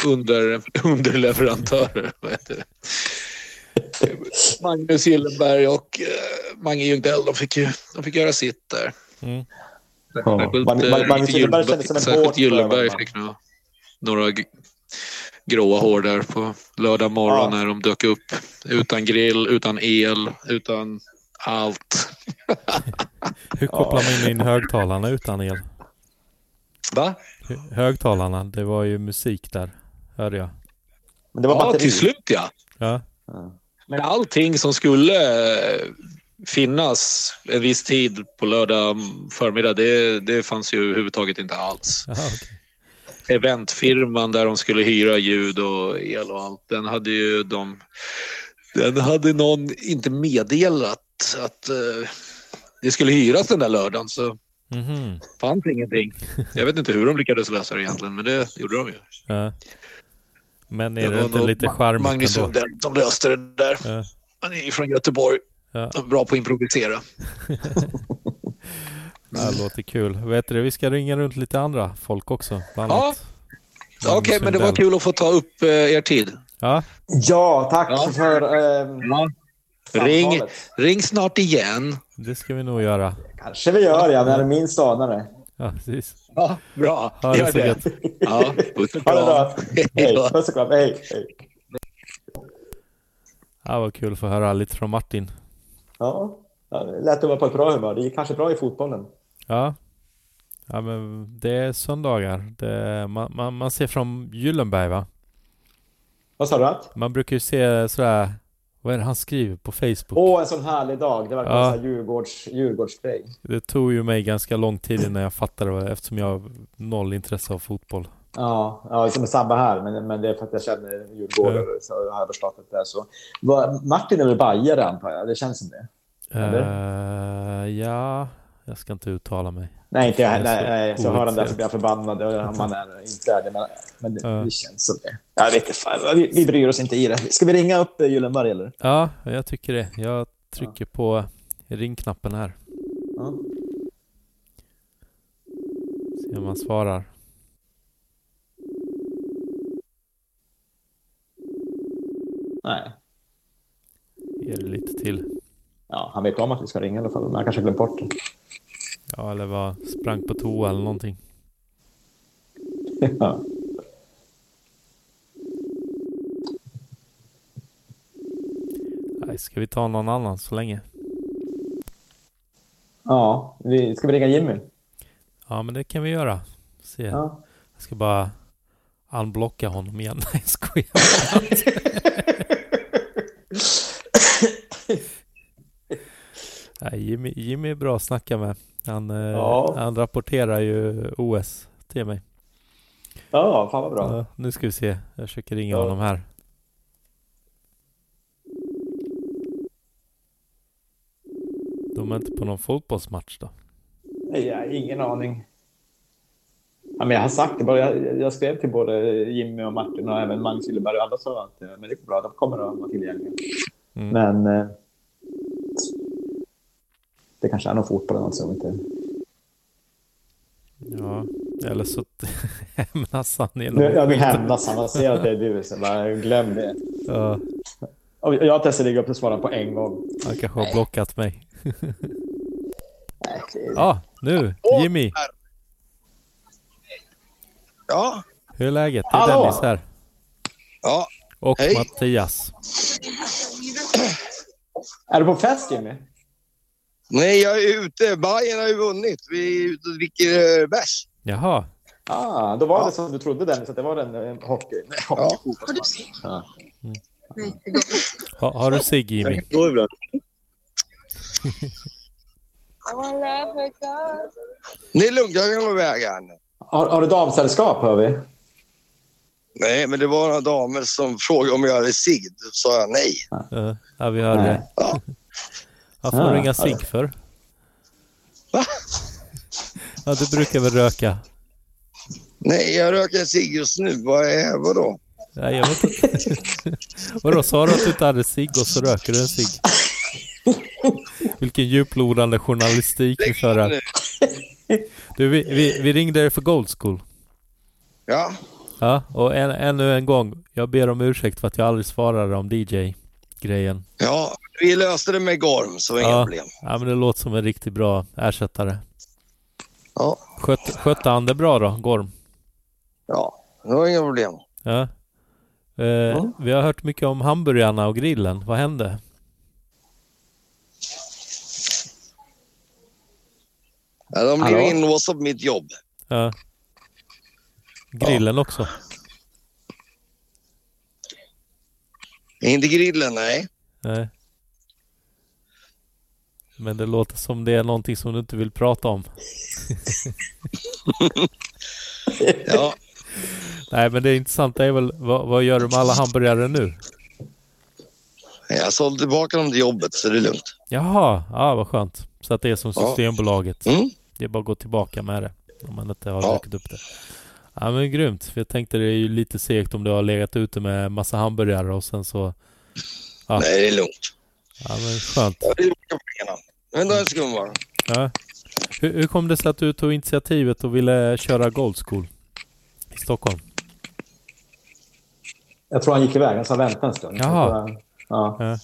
S5: under, underleverantörer. Vad heter det? Magnus Gyllenberg och eh, Mange Ljungdell, de fick, ju, de fick göra sitt där.
S1: Mm.
S5: Särskilt,
S2: Man-
S5: eh,
S2: man- Magnus Gyllenberg
S5: Gyllbe-
S2: kändes som en hård
S5: Särskilt Gyllenberg
S2: förövare.
S5: fick nog några g- gråa hår där på lördag morgon när de dök upp. Utan grill, utan el, utan allt.
S1: Hur kopplar man in högtalarna utan el?
S5: Va?
S1: Hö- Högtalarna, det var ju musik där, hörde jag.
S2: Men
S5: ja, till slut ja.
S1: Ja.
S5: Men allting som skulle eh, finnas en viss tid på lördag förmiddag, det, det fanns ju överhuvudtaget inte alls. Eventfirman där de skulle hyra ljud och el och allt, den hade ju de... Den hade någon inte meddelat att eh, det skulle hyras den där lördagen, så
S1: Mhm.
S5: fanns ingenting. Jag vet inte hur de lyckades lösa det egentligen, men det gjorde de ju.
S1: Ja. Men är
S5: Det
S1: det,
S5: var
S1: inte
S5: nog
S1: lite
S5: Ma-
S1: charmigt
S5: Magnus
S1: ändå?
S5: Sundell som löste det där.
S1: Ja.
S5: Han är ju från Göteborg.
S1: Ja.
S5: Bra på att improvisera.
S1: Ja, det låter kul. Vet du, vi ska ringa runt lite andra folk också. Bland
S5: Ja.
S1: annat.
S5: Okej, men det var
S1: Sundell.
S5: kul att få ta upp eh, er tid.
S1: Ja.
S2: Ja, tack för... ehm,
S5: Ring,
S2: samtalet.
S5: ring snart igen.
S1: Det ska vi nog göra.
S2: kanske vi gör, ja. När min stanare.
S1: Ja, precis.
S5: Ja, bra.
S1: Ha det
S5: Gör
S1: så
S5: det.
S1: gött.
S5: Ja, puss och
S2: Ha det
S5: kram.
S2: bra. Hej, puss och kram. Hej, hej.
S1: Ja, vad kul att få höra lite från Martin.
S2: Ja, ja, det lät det vara på ett bra humör. Det gick kanske bra i fotbollen.
S1: Ja. Ja men det är söndagar. Det är, man, man, man ser från Gyllenberg va?
S2: Vad sa du? Att?
S1: Man brukar ju se sådär, vad är det han skriver på Facebook?
S2: Åh, en sån härlig dag. Det verkar
S1: Ja.
S2: vara en sån här Djurgårds, Djurgårdsgrej.
S1: Det tog ju mig ganska lång tid innan jag fattade vad- eftersom jag har noll intresse av fotboll.
S2: Ja, ja, som är samma här, men, men det är för att jag känner djurgårdare så jag har förstått att det är så. Vad- Martin är väl bajare antar jag? Det känns som det. Eller?
S1: Eh, ja, jag ska inte uttala mig.
S2: Nej, inte jag heller.
S1: Det är
S2: Nej, nej, så hör han det så
S1: ointresserad.
S2: blir jag förbannad. Och om man är inte är det. Men, men det,
S1: Ja.
S2: det känns som det. Jag vet inte, fan, vi, vi bryr oss inte i det. Ska vi ringa upp eh, Gyllenberg eller?
S1: Ja, jag tycker det. Jag trycker på ringknappen här.
S2: Ja.
S1: Se om han svarar.
S2: Nej.
S1: Ge det lite till.
S2: Ja, han vet om att vi ska ringa i alla fall, men han kanske glömt bort det.
S1: Ja, eller vad sprang på toa eller någonting.
S2: Ja.
S1: Nej, ska vi ta någon annan så länge?
S2: Ja, vi, ska vi ringa Jimmy?
S1: Ja, men det kan vi göra. Se.
S2: Ja.
S1: Jag ska bara unblocka honom igen. Nej, jag skojar. Nej, Jimmy, Jimmy är bra att snacka med. Han, eh,
S2: Ja.
S1: han rapporterar ju OS till mig.
S2: Ja, fan vad bra.
S1: Ja, nu ska vi se. Jag försöker ringa
S2: Ja.
S1: honom här. De är inte på någon fotbollsmatch då?
S2: Nej, jag har ingen aning. Ja, men jag har sagt det bara. Jag, jag skrev till både Jimmy och Martin och även Magnus Gyllenberg och alla sa att eh, men det går bra, de kommer att vara tillgängliga.
S1: Mm.
S2: Men eh, det kanske är någon fotboll eller något som inte...
S1: Ja, eller så hämnas han
S2: Nu,
S1: genom
S2: jag vill
S1: skiten.
S2: hämnas, han ser att det är du. Så bara, glöm det.
S1: Ja,
S2: Och jag testade att ligga upp och svara på en gång.
S1: han kanske har blockat mig.
S2: det-
S1: Ja, nu Jimmy.
S6: Ja,
S1: Hur är läget? Det är
S6: Hallå.
S1: Dennis här.
S6: Ja.
S1: Och
S6: Hej.
S1: Mattias.
S2: Är du på fest Jimmy?
S6: Nej, jag är ute. Bayern har ju vunnit. Vi är ute och dricker eh, bärs.
S1: Jaha.
S2: Ah, då var det som du trodde Dennis, att det var en, en hockey... Nej, hockey fotbollsmatch. ja.
S1: Ha, har du cigg Jimmy?
S6: Går ibland. Det är lugnt, jag kan vara iväg här nu.
S2: Har, har du damsällskap hör vi?
S6: Nej, men det var några damer som frågade om jag hade cigg. Då sa jag nej.
S1: Ja, ja vi hörde det. Varför har
S6: Ja,
S1: du inga
S6: ja.
S1: cigg för? Ja, du brukar väl röka?
S6: Nej, jag röker cigg just nu. Vad är, vadå?
S1: Nej, jag vet inte. Vadå, sa du att du inte hade cigg och så röker du en cigg? Vilken djuplodande journalistik vi för här. Du, vi, vi, vi ringde dig för Gold School.
S6: Ja,
S1: Ja, och en, ännu en gång. Jag ber om ursäkt för att jag aldrig svarade om DJ-grejen.
S6: ja, vi löste det med Gorm, så inga problem.
S1: ja, men det låter som en riktigt bra ersättare.
S6: Ja.
S1: Sköt, skötte han det bra då, Gorm?
S6: Ja, det var inga problem.
S1: Ja. Eh, Vi har hört mycket om hamburgarna och grillen. Vad hände?
S6: Ja, de blev
S1: Hallå?
S6: inlåsta på mitt jobb.
S1: Ja. Grillen också?
S6: Inte grillen, nej.
S1: Nej. Men det låter som det är någonting som du inte vill prata om.
S6: ja.
S1: Nej, men det intressanta är väl vad, vad gör du med alla hamburgare nu?
S6: Jag sålde tillbaka dem till jobbet, så det är lugnt.
S1: Jaha, ja, vad skönt. Så att det är som
S6: Ja.
S1: Systembolaget.
S6: Mm.
S1: Det är bara att gå tillbaka med det. Om man inte har
S6: Ja.
S1: druckit upp det. Ja men grymt. För jag tänkte det är ju lite segt om du har legat ute med massa hamburgare och sen så... Ja.
S6: Nej, det är lugnt.
S1: Ja men skönt.
S6: Jag vill åka på pengarna. Vänta en sekund bara.
S1: Ja. Hur, hur kom det sig att du tog initiativet och ville köra Gold School i Stockholm?
S2: Jag tror han gick iväg, han sa vänta en stund. Jag tror
S1: Jaha.
S2: han- Ja.
S1: Ja.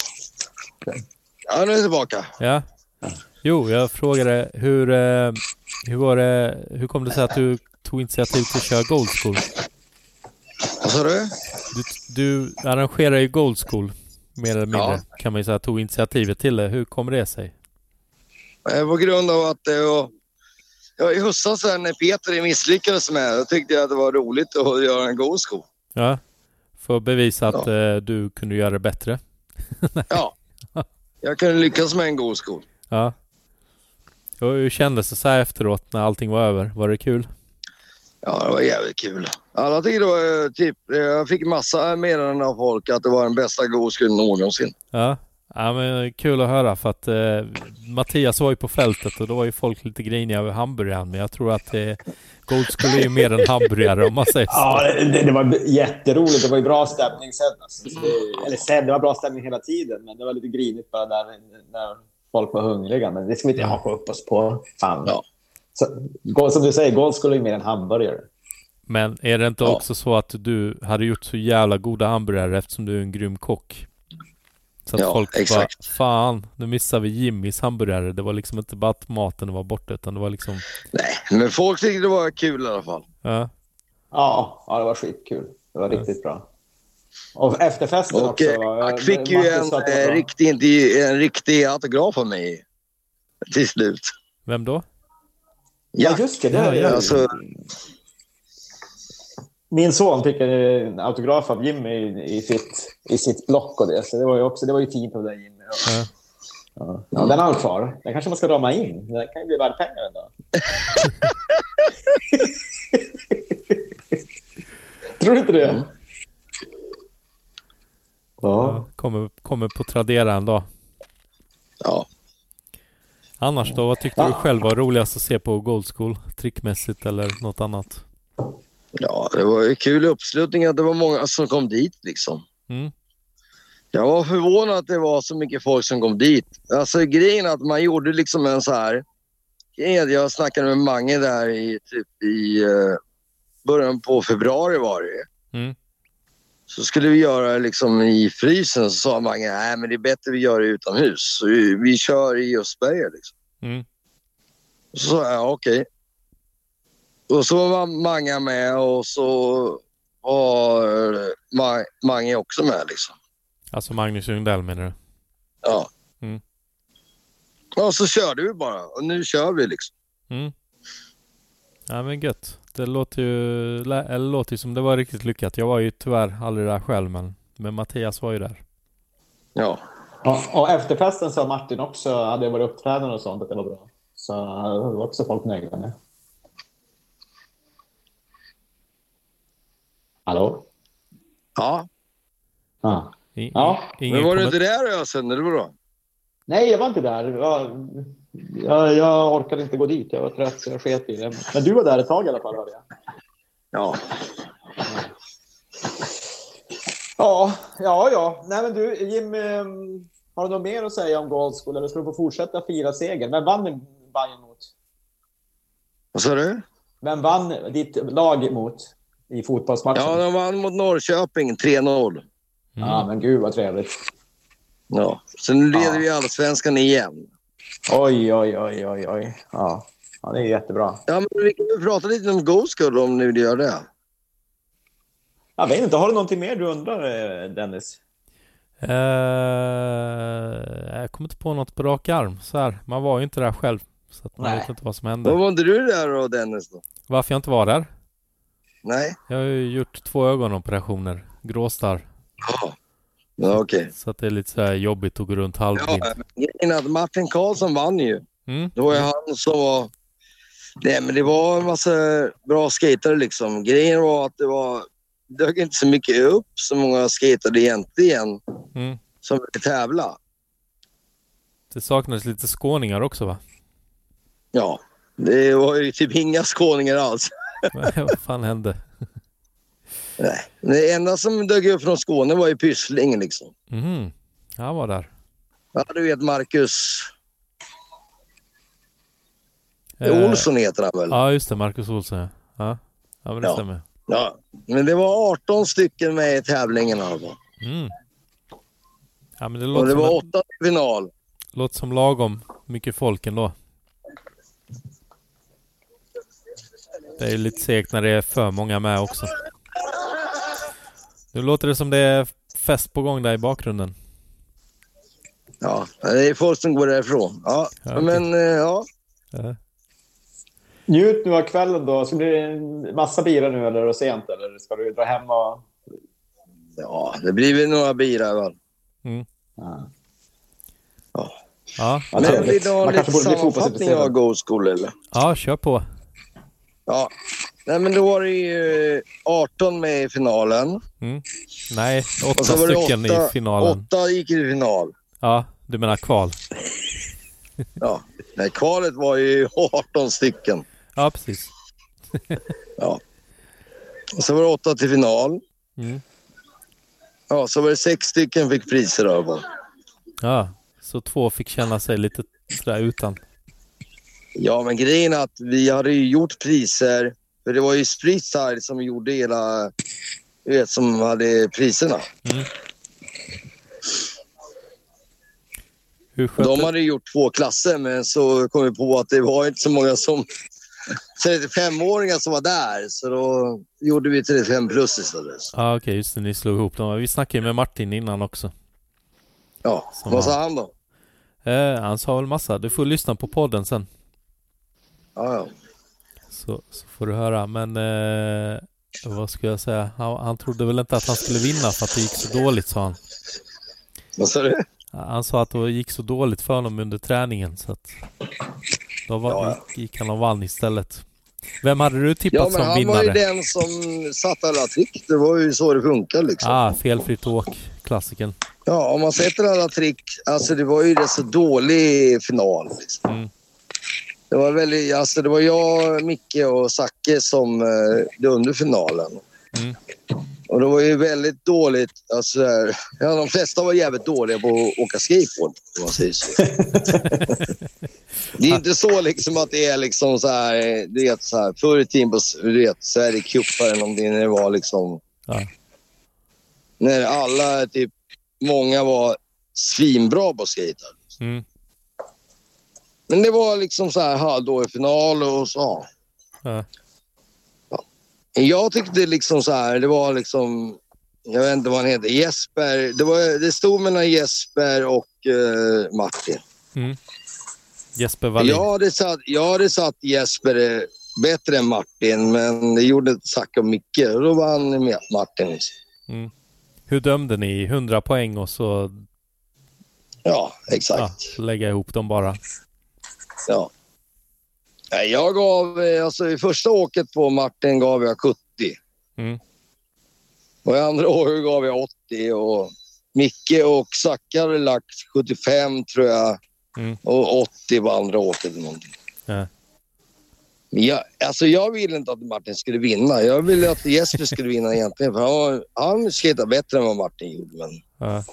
S6: Ja, nu är jag tillbaka.
S1: Ja. Jo, jag frågade hur, eh, hur var det, hur kom det sig att du tog initiativ till att köra Gold School?
S6: Vad sa du?
S1: Du, du arrangerar ju Gold School mer eller mindre,
S6: Ja.
S1: kan man ju säga, tog initiativet till det. Hur kommer det sig?
S6: Eh, På grund av att det var... Ja, I höstas där när Peter misslyckades med då tyckte jag att det var roligt att göra en god sko.
S1: Ja, för att bevisa att eh, du kunde göra det bättre.
S6: Ja. Jag kunde lyckas med en god sko.
S1: Ja. Och hur kändes det så här efteråt när allting var över? Var det kul?
S6: Ja, det var jävligt kul. Alla tyckte det var eh, typ... eh, Jag fick massa meddelanden av folk att det var den bästa godskon någonsin.
S1: Ja, ja men eh, kul att höra för att eh, Mattias var ju på fältet och då var ju folk lite griniga över hamburgaren. Men jag tror att eh, Gold skulle ju mer än hamburgare om man säger så.
S2: Ja, det, det var jätteroligt. Det var ju bra stämning sen. Alltså. Så det- Eller sen, det var bra stämning hela tiden, men det var lite grinigt bara där när folk var hungriga. Men det ska vi inte haka upp oss på. Fan. Så, gå- som du säger, golf skulle ju mer än hamburgare.
S1: Men är det inte också så att du hade gjort så jävla goda hamburgare eftersom du är en grym kock? Så att
S6: Ja,
S1: folk
S6: exakt.
S1: bara, fan, nu missar vi Jimmys hamburgare. Det var liksom inte bara att maten var borta utan det var liksom...
S6: Men folk tyckte det var kul i alla fall.
S1: Ja.
S2: Ja, ja det var skitkul. Det var riktigt bra. Och efterfesten
S6: Och
S2: också.
S6: eh,
S2: var-
S6: jag fick ju
S2: Marcus
S6: en,
S2: sa att det var
S6: eh,
S2: bra.
S6: riktig, intervju- en riktig autograf av mig till slut.
S1: Vem då?
S6: Ja,
S2: just det. det är-
S6: Alltså,
S2: Min son fick en autograf av Jimmy i, i, sitt, i sitt block och det. Så det var ju, också, det var ju fint av dig Jimmy.
S1: Ja.
S2: Ja. Ja, den har han kvar. Den kanske man ska rama in. Den kan ju bli värd pengar en dag. Tror du inte det?
S1: Mm.
S2: Ja.
S1: Kommer, kommer på Tradera en dag.
S6: Ja.
S1: Annars då? Vad tyckte du själv var roligast att se på Gold School? Trickmässigt eller något annat?
S6: ja, det var ju kul uppslutning att det var många som kom dit liksom.
S1: Mm.
S6: Jag var förvånad att det var så mycket folk som kom dit. Alltså grejen är att man gjorde liksom en så här... grejen är att Jag snackade med Mange där i, typ i eh, början på februari var det
S1: Mm.
S6: Så skulle vi göra det liksom i frysen så sa Mange nej men det är bättre vi gör det utomhus. Så vi, vi kör i Östberga liksom.
S1: Mm.
S6: Så sa jag okej. Och så var Mange med och så var eh, Ma- Mange också med liksom.
S1: Alltså Magnus Ljungdell menar du?
S6: Ja.
S1: Mm.
S6: Och så körde vi bara. Och nu kör vi liksom.
S1: Mm. Ja men gött. Det låter ju, lä- eller låter ju som det var riktigt lyckat. Jag var ju tyvärr aldrig där själv men, men Mattias var ju där.
S6: Ja.
S2: Och, och efterfesten sa Martin också, hade varit uppträdande och sånt, att det var bra. Så det var också folk nöjda med. Hallå?
S6: Ja.
S2: Ja.
S1: I,
S2: ja.
S6: Men var du inte där Ösen? Det var bra.
S2: Nej, jag var inte där. Jag, jag, jag orkade inte gå dit. Jag var trött, så jag sket i det. Men du var där ett tag i alla fall, hörde jag.
S6: Ja.
S2: Ja, ja, ja. Nej, men du, Jim, eh, har du något mer att säga om Gold School? Eller ska du få fortsätta fira segern? Vem vann din Bayern mot?
S6: Vad sa du?
S2: Vem vann ditt lag mot i fotbollsmatchen?
S6: Ja, de vann mot Norrköping 3-0.
S1: Mm.
S2: Ja, men gud vad trevligt.
S6: Ja. Så nu leder vi allsvenskan igen.
S2: Oj, oj, oj, oj, oj. Ja, ja det är jättebra.
S6: Ja, men vi kan väl prata lite om Goalskull om ni vill göra det.
S2: Jag vet inte, har du någonting mer du undrar, eh, Dennis?
S1: Eh, jag kommer inte på något på rak arm så här. Man var ju inte där själv. Så att man
S6: Nej.
S1: vet inte vad som
S6: Då
S1: hände.
S6: var inte du där då Dennis? Då?
S1: Varför jag inte var där?
S6: Nej?
S1: Jag har ju gjort två ögonoperationer. Gråstarr.
S6: Ja, okej.
S1: Så att det är lite så här jobbigt att gå runt halvblind.
S6: Ja, men grejen är att Martin Karlsson vann ju.
S1: Mm.
S6: Det var ju han som var... Nej, men det var en massa bra skatare liksom. Grejen var att det var... Det dök inte så mycket upp så många skatade egentligen
S1: Mm.
S6: som ville tävla.
S1: Det saknades lite skåningar också va?
S6: Ja, det var ju typ inga skåningar alls.
S1: vad fan hände?
S6: Nej. Det enda som dök upp från Skåne var ju Pyssling liksom.
S1: Mhm. Han var där.
S6: Ja, du vet Marcus... Det är
S1: Eh,
S6: Olsson heter han väl?
S1: Ja just det, Marcus Olsson ja. Ja, ja men det
S6: Ja.
S1: stämmer.
S6: Ja. Men det var 18 stycken med i tävlingen i alla fall.
S1: Mm. Ja men det
S6: Och
S1: låter,
S6: det
S1: som,
S6: var
S1: en-
S6: åtta i final.
S1: låter som lagom mycket folk ändå. Det är ju lite segt när det är för många med också. Nu låter det som det är fest på gång där i bakgrunden.
S6: Ja, det är folk som går därifrån. Ja, men eh, ja.
S2: Njut nu av kvällen då. Ska det bli en massa bira nu eller är det sent? Eller ska du dra hem och...
S6: Ja, det blir väl några bilar va?
S1: Mm.
S6: Ja.
S1: Ja,
S6: Men jag vill ha lite sammanfattning av Go School eller?
S1: Ja, kör på.
S6: Ja. Nej men då var det ju eh, 18 med i finalen.
S1: Nej, åtta
S6: Och så var det
S1: stycken
S6: åtta-
S1: i finalen.
S6: Åtta gick i final.
S1: Ja, du menar kval.
S6: Ja. Nej, kvalet var ju 18 stycken.
S1: Ja, precis.
S6: Ja. Och så var det åtta till final.
S1: Mm.
S6: Ja, så var det sex stycken fick priser över.
S1: Ja, så två fick känna sig lite sådär utan.
S6: Ja, men grejen är att vi hade ju gjort priser. För det var ju Spritside som gjorde hela... Du vet, som hade priserna.
S1: Mm. Hur
S6: De hade ju gjort två klasser, men så kom vi på att det var inte så många som... 35-åringar som var där, så då gjorde vi 35 plus istället.
S1: Ja, okej, just det, ni slog ihop dem. Vi snackade ju med Martin innan också.
S6: Ja,
S1: Som
S6: vad sa
S1: han-
S6: han då?
S1: Eh, han sa väl massa. Du får lyssna på podden sen.
S6: Ja, ja.
S1: Så, så får du höra. Men eh, vad ska jag säga? Han, han trodde väl inte att han skulle vinna för att det gick så dåligt sa han.
S6: Vad sa du?
S1: Han sa att det gick så dåligt för honom under träningen så att då var, gick, gick han och vann istället. Vem hade du
S6: Ja,
S1: tippat
S6: men
S1: som
S6: han var
S1: vinnare?
S6: ju den som satte alla trick. Det var ju så det funkar liksom.
S1: Ah, felfritt åk, klassiken.
S6: Ja, om man sätter alla trick. Alltså det var ju rätt så dålig final. Liksom.
S1: Mm.
S6: Det var väldigt, alltså det var jag, Micke och Zacke som eh, under finalen.
S1: Mm.
S6: Och det var ju väldigt dåligt. Alltså, så här- ja, de flesta var jävligt dåliga på att åka skateboard. om man säger så. det är inte så liksom att det är liksom så här, eh, du vet, så här förr i tiden på s- du vet, Sverigecupen eller någonting när det var liksom...
S1: Ja.
S6: När alla, typ, många var svinbra på skater.
S1: Mm.
S6: Men det var liksom så här halvdålig final och så. ja.
S1: Ja.
S6: Jag tyckte liksom så här, det var liksom, jag vet inte vad han heter, Jesper. Det, var, det stod mellan Jesper och eh, Martin.
S1: Mm. Jesper Wallin.
S6: Jag hade, satt, jag hade satt Jesper eh, bättre än Martin, men det gjorde inte Zacke och Micke. Och Då vann med Martin. liksom.
S1: Mm. Hur dömde ni? 100 poäng och så...
S6: Ja, exakt.
S1: lägga ihop dem bara.
S6: Ja. Nej, Jag gav, eh, alltså i första åket på Martin gav jag 70.
S1: Mm.
S6: Och i andra året gav jag 80 och Micke och Zacke hade lagt 75 tror jag
S1: Mm.
S6: och 80 på andra åket. eller någonting.
S1: Ja.
S6: Men Jag, alltså jag ville inte att Martin skulle vinna. Jag ville att Jesper skulle vinna egentligen. För han, var- han skejtade bättre än vad Martin gjorde. Men
S1: Ja.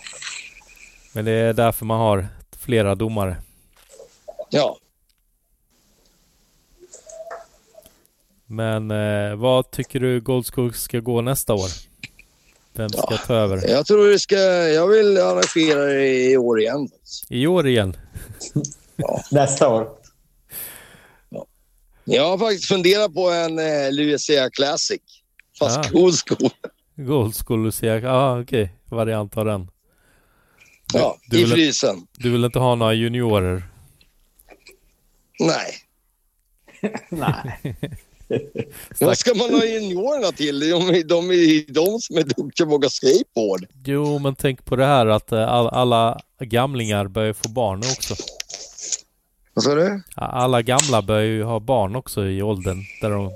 S1: Men det är därför man har flera domare.
S6: ja,
S1: Men eh, vad tycker du Goldskog ska gå nästa år? Vem ska ta över?
S6: jag tror det ska... Jag vill arrangera det i år igen.
S1: I år igen?
S2: Nästa år.
S6: Jag har faktiskt funderat på en eh, Lucia Classic. Fast
S1: Ah.
S6: cool school.
S1: Goldskog Lucia, ja ah, okej, variant av den.
S6: Ja, i
S1: vill,
S6: frysen.
S1: du vill inte ha några juniorer?
S6: Nej. Nej. Vad ska man ha juniorerna till? De är de, är de som är duktiga på att åka skateboard.
S1: Jo, men tänk på det här att eh, all, alla gamlingar börjar få barn nu också.
S6: Vad sa du?
S1: Alla gamla börjar ju ha barn också i åldern där de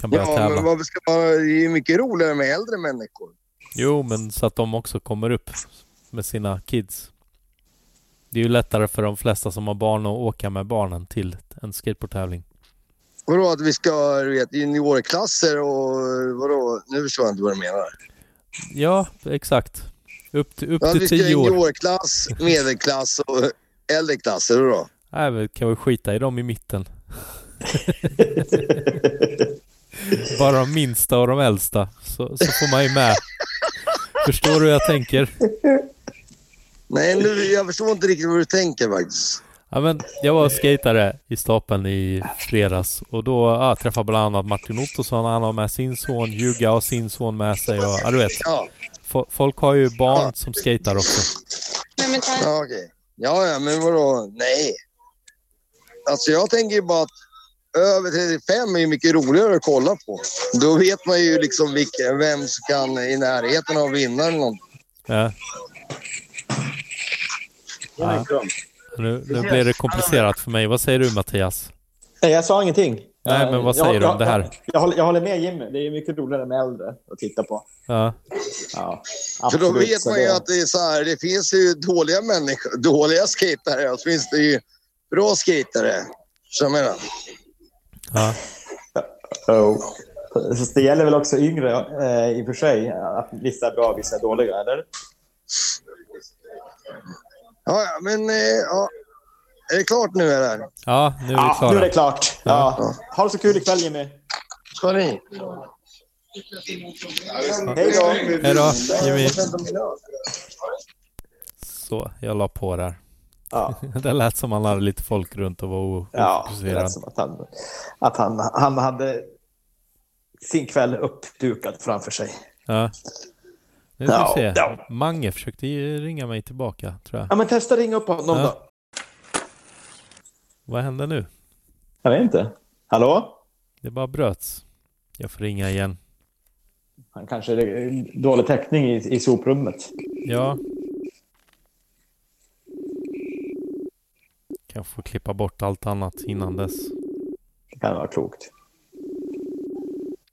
S1: kan börja
S6: Ja,
S1: tävla.
S6: men varför ska man... Det är ju mycket roligare med äldre människor.
S1: Jo, men så att de också kommer upp med sina kids. Det är ju lättare för de flesta som har barn att åka med barnen till en skateboardtävling.
S6: Vadå att vi ska ha du vet, juniorklasser och vadå? Nu förstår jag inte vad du menar.
S1: Ja, exakt. Upp till, upp
S6: Ja, vi
S1: till
S6: ska ha
S1: tio år.
S6: juniorklass, medelklass och äldre klasser. Då.
S1: Nej, men kan vi skita i dem i mitten. Bara de minsta och de äldsta, så, så får man ju med. Förstår du hur jag tänker?
S6: Nej, nu, jag förstår inte riktigt vad du tänker faktiskt.
S1: Ja, men jag var skatare i stapeln i fredags och då ja, träffade bland annat Martin Ottosson. Han har med sin son, Juga har sin son med sig och ja, du vet.
S6: Ja.
S1: Fo- Folk har ju barn som skatar också.
S6: Ja, okej. Ja, ja, men vadå? Nej. Alltså jag tänker ju bara att över 35 är ju mycket roligare att kolla på. Då vet man ju liksom vilken, vem som kan i närheten av vinnaren. någon.
S1: Ja. Ja. Nu, nu blir det komplicerat för mig. Vad säger du Mattias?
S2: Nej, jag sa ingenting.
S1: Nej, men vad
S2: Jag-
S1: säger du om
S2: jag-
S1: det här?
S2: Jag håller, jag håller med Jimmy. Det är mycket roligare med äldre att titta på.
S1: Ja.
S2: Ja,
S6: För då
S2: absolut.
S6: vet
S2: Så
S6: man ju att det är så här, det finns ju dåliga människor, dåliga skatare och så finns det ju bra skatare. Så jag menar.
S1: Ja.
S2: Oh. Så det gäller väl också yngre eh, i och för sig. Att vissa är bra, vissa är dåliga, eller?
S6: Ja, ja, men eh, ja. Är det klart nu eller?
S1: Ja, nu är
S2: Ja,
S1: vi klara.
S2: nu är det klart. Ja. Ha det så kul ikväll, Jimmy.
S6: Ska ni?
S2: Hej då.
S1: Hej då, Jimmy. Så, jag la på där.
S2: Ja.
S1: det lät som han hade lite folk runt och var o-
S2: Ja, det
S1: ofokuserad.
S2: lät som att han, att han, han hade sin kväll uppdukad framför sig.
S1: Ja. Nu ska
S2: Ja,
S1: vi se.
S2: ja.
S1: Mange försökte ju ringa mig tillbaka, tror jag.
S2: Ja, men testa ringa upp honom
S1: Ja.
S2: då.
S1: Vad hände nu?
S2: Jag vet inte. Hallå?
S1: Det bara bröts. Jag får ringa igen.
S2: Han kanske är dålig täckning i, i soprummet.
S1: Ja. Kanske får klippa bort allt annat innan dess.
S2: Det kan vara klokt.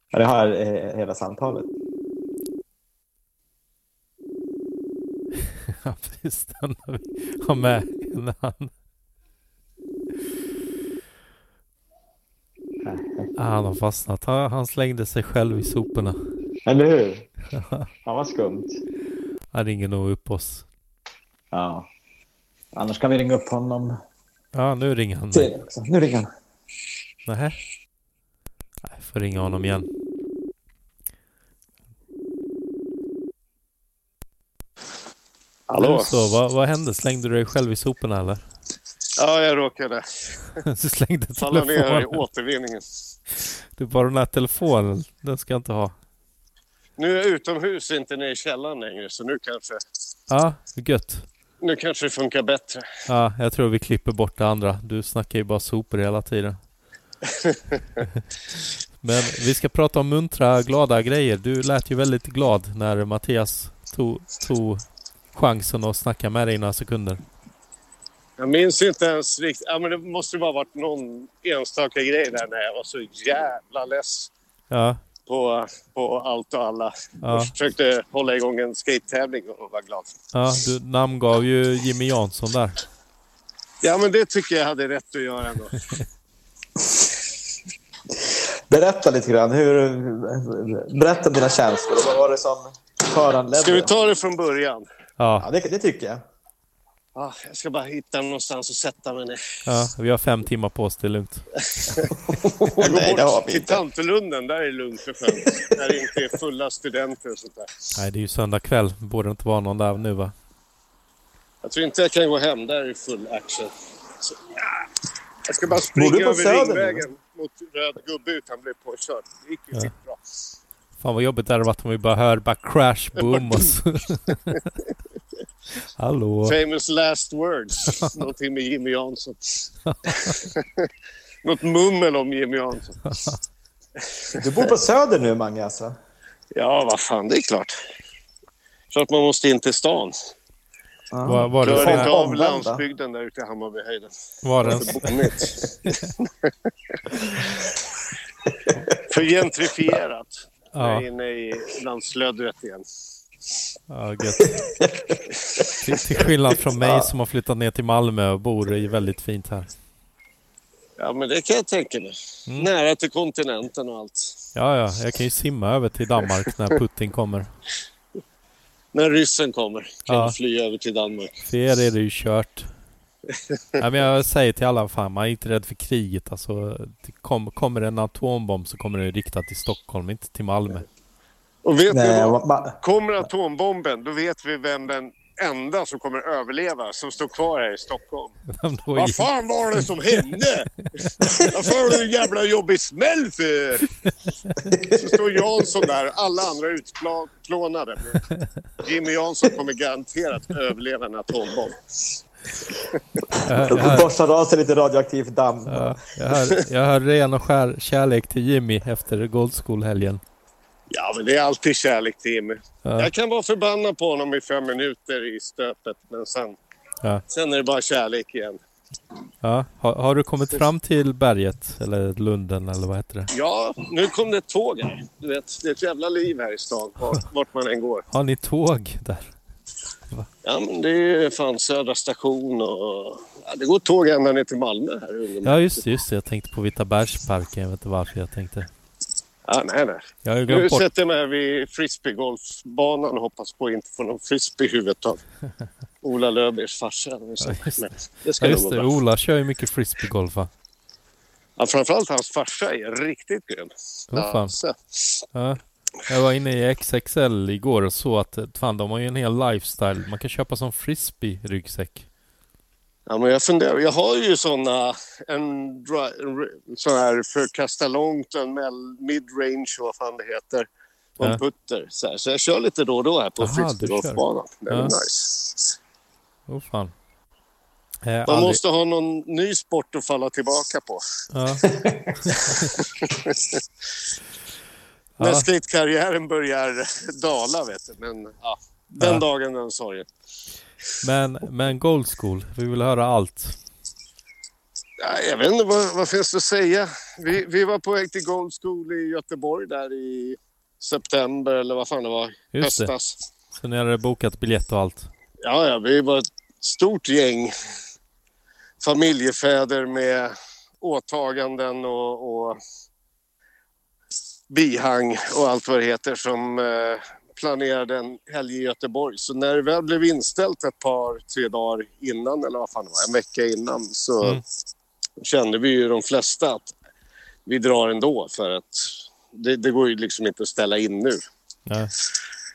S2: Ja, det har eh, hela samtalet.
S1: Ja, precis. Den har vi har med innan. Ah, han har fastnat. Han, han slängde sig själv i soporna.
S2: Eller hur? Fan vad skumt.
S1: Han ringer nog upp oss.
S2: Ja. Annars kan vi ringa upp honom.
S1: Mm. Ja, nu ringer han.
S2: Ser det också. Nu ringer han.
S1: Nähä. Nej, får ringa honom igen.
S3: Hallå?
S1: Nu Så, vad, vad hände? Slängde du dig själv i soporna eller?
S3: Ja, jag råkade.
S1: Du slängde
S3: Falla ner i
S1: telefonen.
S3: återvinningen.
S1: Du, bara den här telefonen, den ska jag inte ha.
S3: Nu är jag utomhus, inte nere i källaren längre, så nu kanske,
S1: Ja, gött.
S3: nu kanske det funkar bättre.
S1: Ja, jag tror vi klipper bort det andra. Du snackar ju bara sopor hela tiden. Men vi ska prata om muntra, glada grejer. Du lät ju väldigt glad när Mattias tog, tog chansen att snacka med dig i några sekunder.
S3: Jag minns inte ens riktigt. Ja, men det måste ju bara varit någon enstaka grej där när jag var så jävla less
S1: Ja,
S3: på, på allt och alla.
S1: Ja.
S3: Och försökte hålla igång en skate-tävling och var glad.
S1: ja du namngav ju Jimmy Jansson där.
S3: Ja, men det tycker jag hade rätt att göra ändå.
S2: Berätta lite grann. Hur, berätta om dina känslor. Vad var det som föranledde?
S3: Ska vi ta det från början?
S1: Ja,
S2: Ja, det, det tycker jag.
S3: Ah, jag ska bara hitta någonstans att sätta mig ner.
S1: ja vi har fem timmar på oss, det är lugnt.
S3: Jag går
S1: Oh, Nej, det har
S3: bort
S1: vi
S3: till
S1: inte.
S3: Tantelunden, där är det lugnt och skönt. Där det inte är fulla studenter och sånt där.
S1: Nej, det är ju söndag kväll. Borde inte vara någon där nu va?
S3: Jag tror inte jag kan gå hem, där är det full action. Så, ah. jag ska bara
S1: Bor
S3: springa
S1: du på
S3: över
S1: Söder nu?
S3: ringvägen mot röd gubbe utan blev påkörd. Det gick ju
S1: Ja.
S3: skitbra.
S1: Fan vad jobbigt det hade varit om vi bara hör bara crash, boom och så. Hallå.
S3: Famous last words. Någonting med Jimmy Jansson. Något mummel om Jimmy Jansson.
S2: Du bor på Söder nu, Mange, alltså?
S3: Ja, vad fan, det är klart. Klart man måste in till stan.
S1: Var, var,
S3: Rör
S1: det
S3: inte av
S1: såna,
S3: landsbygden där ute i Hammarbyhöjden.
S1: Var den-
S3: För bonnigt. För gentrifierat.
S1: Ja.
S3: Jag är inne i landslödret igen.
S1: ja, gött. till, till skillnad från mig som har flyttat ner till Malmö och bor i väldigt fint här.
S3: Ja, men det kan jag tänka mig.
S1: Mm.
S3: Nära till kontinenten och allt.
S1: Ja, ja, jag kan ju simma över till Danmark när Putin kommer.
S3: När ryssen kommer kan
S1: Ja.
S3: jag fly över till Danmark.
S1: För er är det ju kört. Nej, men jag säger till alla, fan man är inte rädd för kriget. Alltså, det kom, kommer det en atombomb så kommer det riktat till Stockholm, inte till Malmö.
S3: Och vet
S1: Nej,
S3: ni
S1: vad-
S3: vad? Kommer atombomben, då vet vi vem den enda som kommer överleva som står kvar här i Stockholm.
S1: Då är-
S3: Vad fan var det som hände? Varför har du en jävla jobbig smäll för? Så står Jansson där, alla andra är utplånade. Jimmy Jansson kommer garanterat överleva en atombomb.
S1: Jag hör-
S2: Borstar av sig lite radioaktiv damm.
S1: Ja, jag, hör, jag hör ren och skär kärlek till Jimmy efter Gold School-helgen.
S3: Ja, men det är alltid kärlek till Jimmy.
S1: Ja.
S3: Jag kan vara förbannad på honom i fem minuter i stöpet, men sen,
S1: Ja.
S3: sen är det bara kärlek igen.
S1: Ja. Har, har du kommit fram till berget? Eller lunden eller vad heter det?
S3: Ja, nu kom det ett tåg här. Du vet, det är ett jävla liv här i stan, vart, vart man än går.
S1: Har ni tåg där?
S3: Ja, men det är fan Södra station och... Ja, det går tåg ända ner till Malmö här. under-
S1: Ja just det, just det. Jag tänkte på Vita Bergsparken. Jag vet inte varför jag tänkte.
S3: Ja, nej, nej.
S1: Jag har ju
S3: Nu
S1: glömt bort.
S3: sätter jag mig här vid frisbeegolfbanan och hoppas på att inte få någon frisbee i huvudet av Ola Löfbergs farsa. Nu sätter jag mig. Det ska
S1: Ja,
S3: nog
S1: just
S3: gå
S1: det.
S3: bra.
S1: Ola kör ju mycket frisbeegolf va?
S3: Ja, framförallt hans farsa är riktigt grym.
S1: Åh, fan.
S3: så-
S1: Ja. Jag var inne i XXL igår och såg att eh, fan, de har ju en hel lifestyle. Man kan köpa som frisbee-ryggsäck.
S3: Ja, men jag funderar. Jag har ju såna, en, dra- en r- sån här för att kasta långt, en mell- midrange och vad fan det heter. Och en
S1: Ja.
S3: putter. Så, här. så jag kör lite då och då här på
S1: Aha, du kör.
S3: frisbeegolfbanan. Det är
S1: Ja.
S3: nice.
S1: Åh fan. Eh,
S3: Man
S1: aldrig-
S3: måste ha någon ny sport att falla tillbaka på.
S1: Ja.
S3: När
S1: Ja.
S3: skatekarriären börjar dala, vet du. Men ja, den
S1: Ja.
S3: dagen, den sorgen.
S1: Men, men Gold School, vi vill höra allt.
S3: Ja, jag vet inte vad, vad finns det att säga. Vi, vi var på väg till Gold School i Göteborg där i september eller vad fan det var.
S1: Just det.
S3: höstas.
S1: Så ni hade bokat biljett och allt?
S3: Ja, ja, vi var ett stort gäng familjefäder med åtaganden och, och bihang och allt vad det heter som eh, planerade en helg i Göteborg. Så när det väl blev inställt ett par, tre dagar innan, eller vad fan det var, en vecka innan, så
S1: Mm.
S3: kände vi ju de flesta att vi drar ändå för att det, det går ju liksom inte att ställa in nu.
S1: Nej.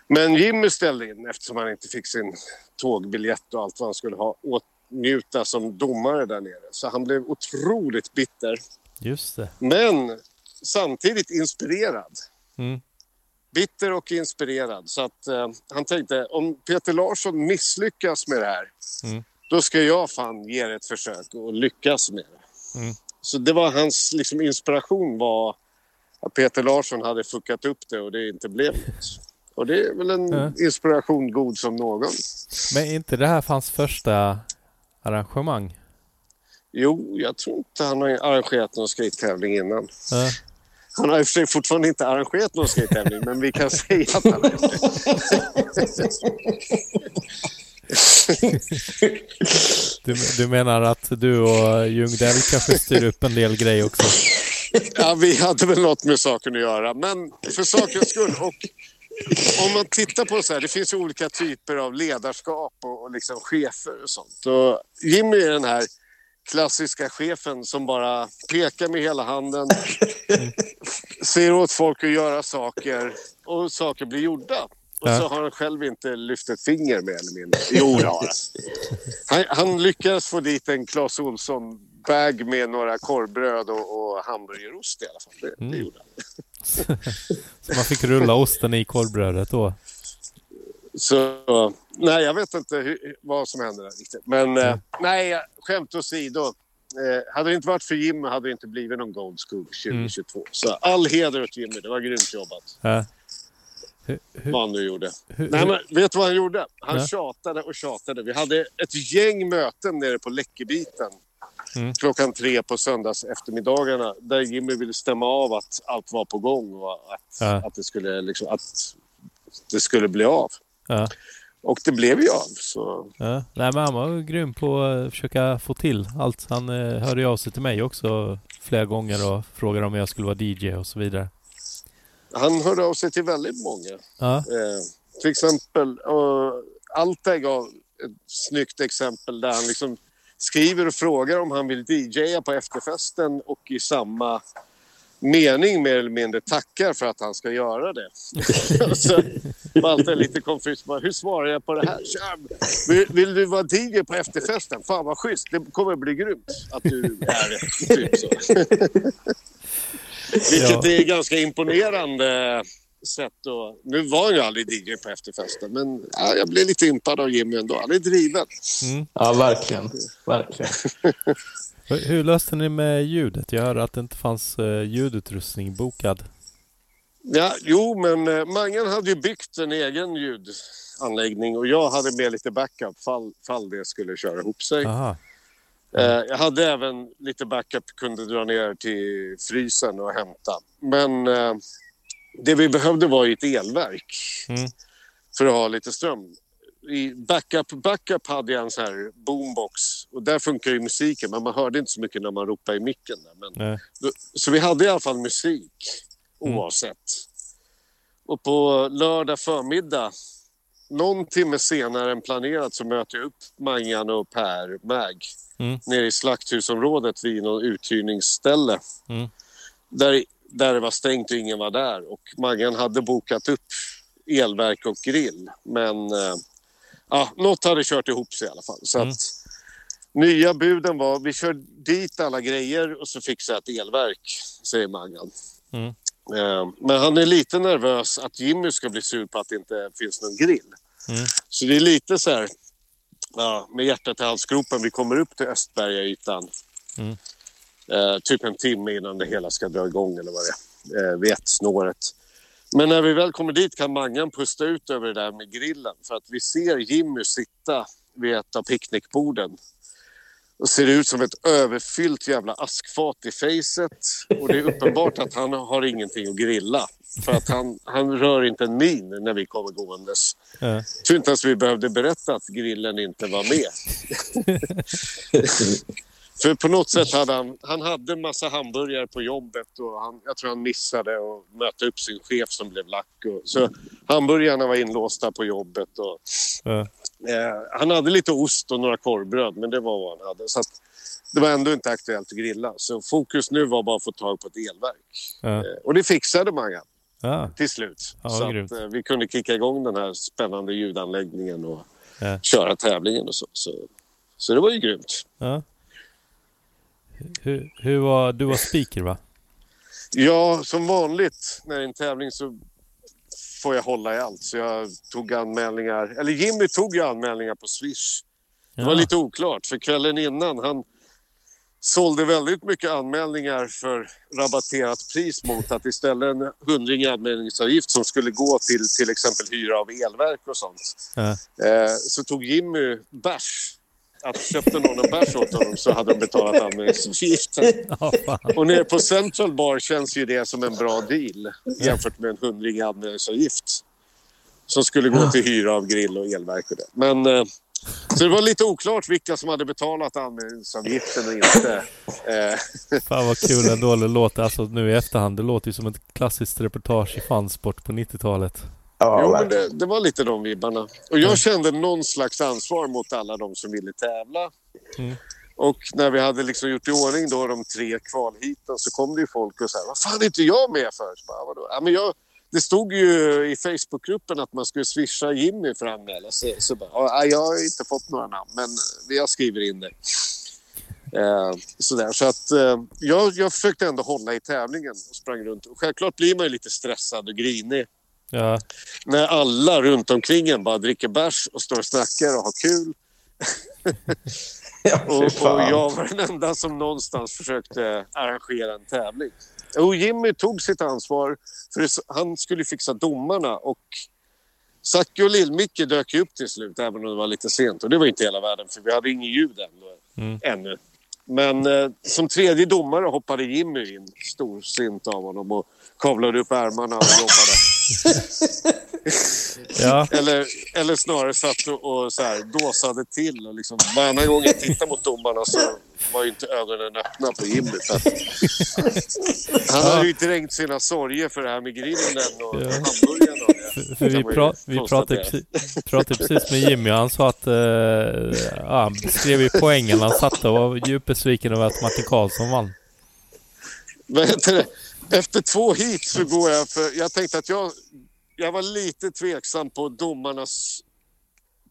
S3: Men Jimmy ställde in eftersom han inte fick sin tågbiljett och allt vad han skulle ha åtnjuta som domare där nere. Så han blev otroligt bitter.
S1: Just det.
S3: Men samtidigt inspirerad.
S1: Mm.
S3: Bitter och inspirerad. Så att eh, han tänkte om Peter Larsson misslyckas med det här
S1: Mm.
S3: då ska jag fan ge det ett försök och lyckas med det.
S1: Mm.
S3: Så det var hans liksom, inspiration var att Peter Larsson hade fuckat upp det och det inte blev något. Och det är väl en
S1: Ja.
S3: inspiration god som någon.
S1: Men är inte det här för hans första arrangemang?
S3: Jo, jag tror inte han har arrangerat någon skate-tävling innan.
S1: Ja.
S3: Han har i och för sig fortfarande inte arrangerat någon skate-tävling, men vi kan säga att han har gjort det.
S1: Du, du menar att du och Ljungdell kanske styr upp en del grejer också?
S3: Ja, vi hade väl något med saken att göra, men för sakens skull. Och om man tittar på så här, det finns ju olika typer av ledarskap och, och liksom chefer och sånt. Och Jimmy är den här klassiska chefen som bara pekar med hela handen, ser åt folk att göra saker och saker blir gjorda. Och
S1: Ja.
S3: så har han själv inte lyft ett finger mer eller mindre. Jo, det har han. Han, han lyckades få dit en Clas Ohlson-bag med några korvbröd och, och hamburgerost i alla fall. Det, det
S1: Mm.
S3: gjorde han.
S1: Så man fick rulla osten i korvbrödet då?
S3: Så, nej, jag vet inte hur, vad som hände där riktigt. Men eh, nej, skämt åsido. Eh, hade det inte varit för Jimmy hade det inte blivit någon Gold School 2022. Så all heder åt Jimmy. Det var grymt jobbat
S1: Ja. Hur, hur,
S3: vad han nu gjorde.
S1: hur-
S3: Nej, men vet du vad han gjorde? Han
S1: Nej.
S3: tjatade och tjatade. Vi hade ett gäng möten nere på Läckerbiten
S1: Mm.
S3: klockan tre på söndags eftermiddagarna där Jimmy ville stämma av att allt var på gång och att,
S1: Ja.
S3: att, det, skulle liksom, att det skulle bli av.
S1: Ja.
S3: Och det blev ju av. Så
S1: Ja. Nej men han var ju grym på att försöka få till allt. Han eh, hörde ju av sig till mig också flera gånger och frågade om jag skulle vara DJ och så vidare.
S3: han hörde av sig till väldigt många.
S1: Ja.
S3: Eh, till exempel, och Alteg gav ett snyggt exempel där han liksom skriver och frågar om han vill DJa på efterfesten och i samma mening mer eller mindre tackar för att han ska göra det. så Malte är lite confused. Bara, Hur svarar jag på det här? Tja, Vill, vill du vara DJ på efterfesten? Fan vad schysst. Det kommer bli grymt att du är det. Typ så. Vilket
S1: Ja.
S3: är ganska imponerande sätt att... Nu var han ju aldrig DJ på efterfesten, men ja, jag blev lite impad av Jimmy ändå. Han är driven.
S1: Mm.
S2: Ja, verkligen. Verkligen.
S1: Hur- Hur löste ni med ljudet? Jag hörde att det inte fanns eh, ljudutrustning bokad.
S3: Ja, jo, men eh, Mangan hade ju byggt en egen ljudanläggning och jag hade med lite backup fall, fall det skulle köra ihop sig.
S1: Aha.
S3: Eh, jag hade även lite backup, kunde dra ner till frysen och hämta. Men eh, det vi behövde var ju ett elverk
S1: Mm.
S3: för att ha lite ström. I backup, backup hade jag en sån här boombox och där funkar ju musiken men man hörde inte så mycket när man ropade i micken. Där. Men
S1: Nej.
S3: då- Så vi hade i alla fall musik oavsett. Och på lördag förmiddag, någon timme senare än planerat, så möter jag upp Mangan och Per Mag
S1: Mm.
S3: nere i Slakthusområdet vid någon uthyrningsställe.
S1: Mm.
S3: Där, där det var stängt och ingen var där. Och Maggan hade bokat upp elverk och grill. Men eh, ja, något hade kört ihop sig i alla fall. Så att, nya buden var vi kör dit alla grejer och så fixar jag ett elverk, säger Maggan.
S1: Mm.
S3: Eh, men han är lite nervös att Jimmy ska bli sur på att det inte finns någon grill.
S1: Mm.
S3: Så det är lite så här, ja, med hjärtat i halsgropen, vi kommer upp till Östbergaytan
S1: Mm.
S3: eh, typ en timme innan det hela ska dra igång eller vad det är, eh, vid ett-snåret. Men när vi väl kommer dit kan Mangan pusta ut över det där med grillen för att vi ser Jimmy sitta vid ett av picknickborden och ser ut som ett överfyllt jävla askfat i facet. Och det är uppenbart att han har ingenting att grilla. För att han, han rör inte en min när vi kommer gåendes.
S1: Ja.
S3: Jag tror inte ens vi behövde berätta att grillen inte var med. För på något sätt hade han, han hade en massa hamburgare på jobbet och han, jag tror han missade att möta upp sin chef som blev lack. Och, så hamburgarna var inlåsta på jobbet och
S1: Ja.
S3: eh, han hade lite ost och några korvbröd men det var vad han hade. Så att, det var ändå inte aktuellt att grilla. Så fokus nu var bara att få tag på ett elverk. Eh,
S1: Ja.
S3: Och det fixade Mangan
S1: Ja.
S3: till slut.
S1: Ja,
S3: så
S1: grymt.
S3: att, eh, vi kunde kicka igång den här spännande ljudanläggningen och
S1: Ja.
S3: köra tävlingen och så. Så, så det var ju grymt.
S1: Ja. Hur, hur var... Du var speaker va?
S3: Ja, som vanligt när det är en tävling så får jag hålla i allt. Så jag tog anmälningar, eller Jimmy tog ju anmälningar på Swish. Det var
S1: Ja.
S3: lite oklart, för kvällen innan han sålde väldigt mycket anmälningar för rabatterat pris mot att istället en hundring i anmälningsavgift som skulle gå till till exempel hyra av elverk och sånt.
S1: Ja.
S3: Eh, så tog Jimmy bärs. Att köpte någon en bärs åt honom så hade de betalat anmälningsavgiften. Och nere på Central Bar känns ju det som en bra deal jämfört med en hundring i anmälningsavgift. Som skulle gå till hyra av grill och elverk och det. Men, eh, så det var lite oklart vilka som hade betalat anmälningsavgiften och inte. Eh,
S1: Fan vad kul ändå det låter. Alltså nu i efterhand. Det låter ju som ett klassiskt reportage i fansport på 90-talet.
S3: jo, men det, det var lite de vibbarna. Och jag kände någon slags ansvar mot alla de som ville tävla.
S1: Mm.
S3: Och när vi hade liksom gjort i ordning då de tre kvalheaten så kom det ju folk och sa “Vad fan är inte jag med för?” så bara, Vadå? ja, men jag, Det stod ju i Facebookgruppen att man skulle swisha Jimmy för att anmäla sig. Så bara, "Ja, “Jag har inte fått några namn, men jag skriver in dig”. Eh, sådär. Så att, eh, jag, jag försökte ändå hålla i tävlingen och sprang runt. Och självklart blir man ju lite stressad och grinig
S1: Ja.
S3: när alla runt omkring en bara dricker bärs och står och snackar och har kul. och, och
S2: fan.
S3: jag var den enda som någonstans försökte arrangera en tävling. Och Jimmy tog sitt ansvar, för det- han skulle fixa domarna och Zacke och Lill-Micke dök ju upp till slut, även om det var lite sent. Och det var inte hela världen, för vi hade ingen ljud än
S1: Mm.
S3: ännu. Men eh, som tredje domare hoppade Jimmy in, storsint av honom, och kavlade upp ärmarna och jobbade.
S1: Ja.
S3: Eller, eller snarare satt och, och så här, dåsade till. Och liksom, varannan gång jag tittade mot domarna så var ju inte ögonen öppna på Jimmy. För att han hade ju drängt sina sorger för det här med grillen och
S1: Ja.
S3: hamburgaren. och det.
S1: För, för
S3: Det
S1: vi,
S3: var ju
S1: pra- vi pratade,
S3: konstaterat.
S1: precis, pratade precis med Jimmy och han sa att... Eh, ja, han skrev ju poängen. Han satt och var djupt besviken över att Martin Karlsson vann.
S3: Vad heter det? Efter två hit så går jag för... Jag tänkte att jag... Jag var lite tveksam på domarnas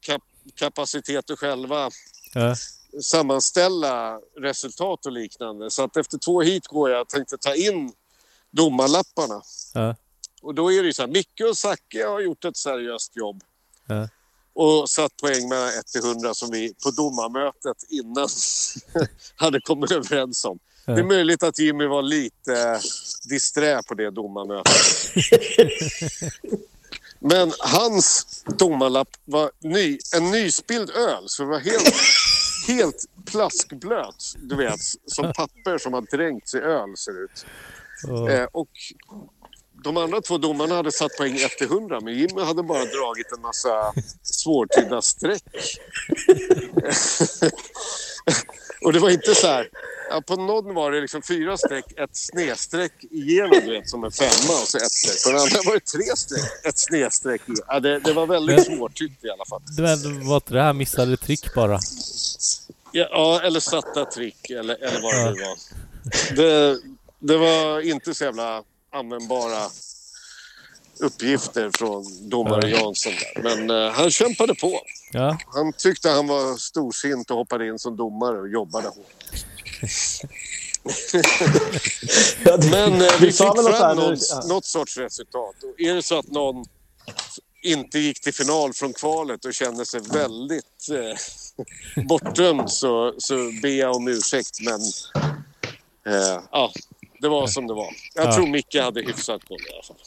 S3: kap kapacitet att själva
S1: Ja.
S3: sammanställa resultat och liknande. Så att efter två hit går jag och tänkte ta in domarlapparna.
S1: Ja.
S3: Och då är det ju så här, Micke och Zacke har gjort ett seriöst jobb
S1: Ja.
S3: och satt poäng mellan 1 till 100 som vi på domarmötet innan hade kommit överens om.
S1: Ja.
S3: Det är möjligt att Jimmy var lite eh, disträ på det domarmötet. Men hans domarlapp var ny, en nyspilld öl, så det var helt, helt plaskblöt, du vet. Som papper som har dränkts i öl, ser det ut.
S1: Ja.
S3: Eh, och de andra två domarna hade satt poäng 1 till 100, men Jimmy hade bara dragit en massa svårtydda streck. och det var inte så här... Ja, på någon var det liksom fyra streck, ett snedstreck igenom, du vet, som en femma och så ett streck. På den andra var det tre streck, ett snedstreck igenom. Ja, det, det var väldigt svårtytt i alla fall.
S1: Men var inte det här missade trick bara?
S3: Ja, Ja, eller satta trick eller, eller vad det nu var. Det, det var inte så jävla användbara uppgifter från domare
S1: Ja.
S3: Jansson. Där. Men eh, han kämpade på.
S1: Ja.
S3: Han tyckte han var storsint och hoppade in som domare och jobbade hårt. Men eh, vi
S2: du
S3: fick
S2: sa väl att
S3: fram
S2: det här-
S3: något, något sorts resultat. Och är det så att någon inte gick till final från kvalet och kände sig väldigt eh, bortdömd så, så ber jag om ursäkt. Men eh, ja, det var som det var. Jag
S1: Ja.
S3: tror Micke hade hyfsat koll i alla fall.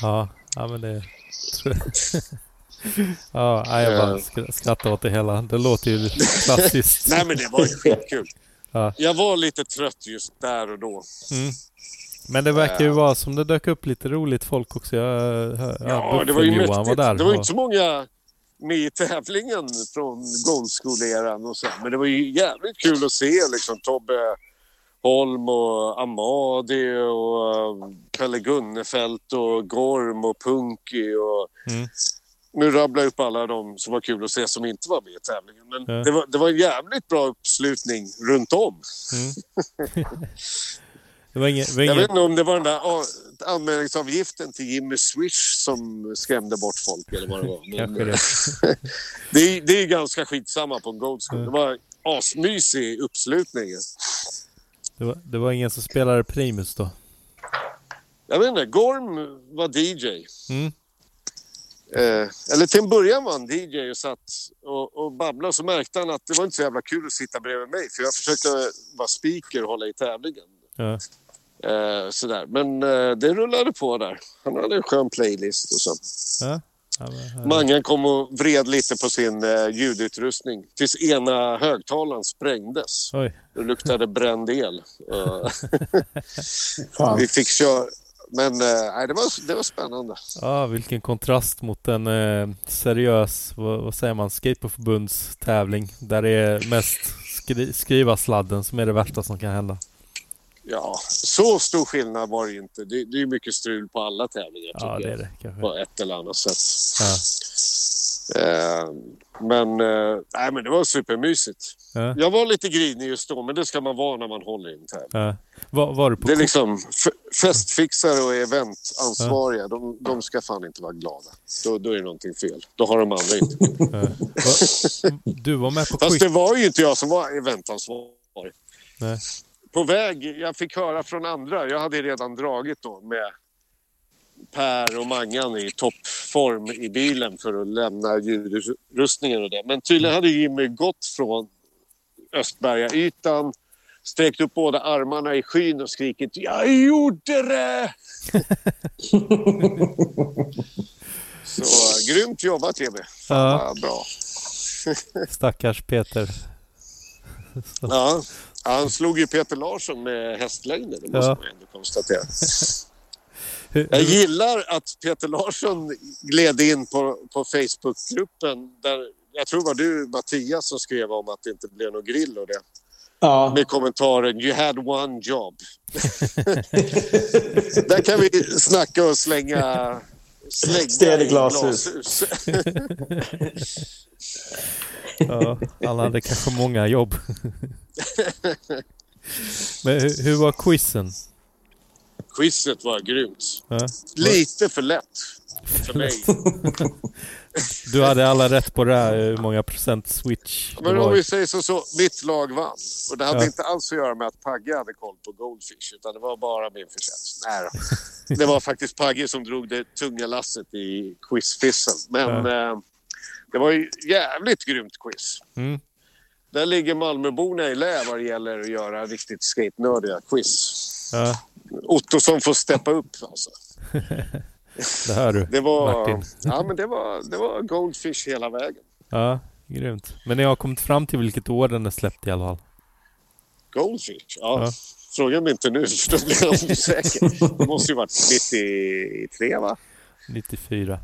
S1: Ja, ja men det... ja, nej, jag bara skra- skrattar åt det hela. Det låter ju klassiskt.
S3: Nej, men det var ju skitkul.
S1: Ja.
S3: Jag var lite trött just där och då.
S1: Mm. Men det verkar
S3: Eh.
S1: ju vara som det dök upp lite roligt folk också. Jag, hör-
S3: Ja, det
S1: Buffen
S3: var ju
S1: Johan
S3: mäktigt.
S1: Var där
S3: det var ju
S1: och-
S3: inte så många med i tävlingen från Goldschool-eran och så. Men det var ju jävligt kul att se liksom Tobbe Holm och Amadi och eh, Pelle Gunnefelt och Gorm och Punky och...
S1: Mm.
S3: Nu rabblar jag upp alla de som var kul att se som inte var med i tävlingen. Men
S1: Ja.
S3: det, var, det var en jävligt bra uppslutning runt om.
S1: mm. Det var ingen... Det var
S3: Jag
S1: ingen...
S3: vet inte om det var den där ah, anmälningsavgiften till Jimmy Swish som skrämde bort folk eller vad det var. Men,
S1: Kanske det.
S3: det, är, det är ganska skitsamma på en Gold School. Det var asmysig uppslutning.
S1: Det var, det var ingen som spelade Primus då.
S3: Jag vet inte, Gorm var DJ.
S1: Mm.
S3: Eh, eller till en början var han DJ och satt och, och babblade. Så märkte han att det var inte så jävla kul att sitta bredvid mig. För jag försökte vara speaker och hålla i tävlingen.
S1: Ja.
S3: Eh, sådär. Men eh, det rullade på där. Han hade en skön playlist och så.
S1: Ja. Ja, men, ja.
S3: Mangen kom och vred lite på sin eh, ljudutrustning tills ena högtalaren sprängdes.
S1: Oj.
S3: Det luktade bränd el. Eh,
S1: Fan.
S3: Vi fick köra. Men eh, nej, det, var, det var spännande.
S1: Ja, vilken kontrast mot en eh, seriös, vad, vad säger man, skaterförbundstävling. Där det är mest skri- skriva sladden som är det värsta som kan hända.
S3: Ja, så stor skillnad var det ju inte. Det, det är ju mycket strul på alla tävlingar.
S1: Ja,
S3: tycker jag.
S1: det är det kanske.
S3: På ett eller annat sätt.
S1: Ja.
S3: Eh, men, eh, nej, men det var supermysigt.
S1: Ja.
S3: Jag var lite grinig just då, men det ska man vara när man håller i en tävling.
S1: Ja. Var, var du på
S3: Det är liksom f- festfixare och eventansvariga, de, de ska fan inte vara glada. Då, då är det någonting fel. Då har de andra inte.
S1: Du var med på
S3: Fast
S1: quiz.
S3: det var ju inte jag som var eventansvarig.
S1: Nej.
S3: På väg, jag fick höra från andra, jag hade ju redan dragit då med Per och Mangan i toppform i bilen för att lämna ljudrustningen och det. Men tydligen hade Jimmy gått från Östberga-ytan, sträckt upp båda armarna i skyn och skrikit ”Jag gjorde det!” Så eh, grymt jobbat Jimmy. Fan
S1: Ja.
S3: vad bra.
S1: Stackars Peter.
S3: Ja, han slog ju Peter Larsson med hästlängder, det måste
S1: Ja.
S3: man ändå konstatera.
S1: Hur-
S3: Jag gillar att Peter Larsson gled in på, på Facebookgruppen där jag tror det var du, Mattias, som skrev om att det inte blev någon grill och det.
S11: Ja.
S3: Med kommentaren “You had one job”. där kan vi snacka och slänga slänga
S2: Sten i glashus.
S3: glashus.
S1: Ja, han hade kanske många jobb. Men hur, hur var quizen?
S3: Quizet var grymt.
S1: Ja.
S3: Lite för lätt för mig.
S1: Du hade alla rätt på det här, hur många procent switch det
S3: Men om
S1: var.
S3: vi säger så, så, mitt lag vann. Och det hade
S1: Ja.
S3: inte alls att göra med att Pagge hade koll på Goldfish, utan det var bara min förtjänst. Nej, då. det var faktiskt Pagge som drog det tunga lasset i quizfissen. Men eh, det var ju jävligt grymt quiz.
S1: Mm.
S3: Där ligger Malmöborna i lä vad det gäller att göra riktigt skate-nördiga quiz.
S1: Ja,
S3: Ottosson får steppa upp alltså.
S1: det hör du
S3: Det var,
S1: Martin.
S3: ja, men det var, det var Goldfish hela vägen.
S1: Ja, grymt. Men ni har kommit fram till vilket år den är släppt i alla fall?
S3: Goldfish? Ja.
S1: Ja.
S3: Fråga mig inte nu, för då blir jag osäker. Det måste ju varit 93, va?
S1: 94.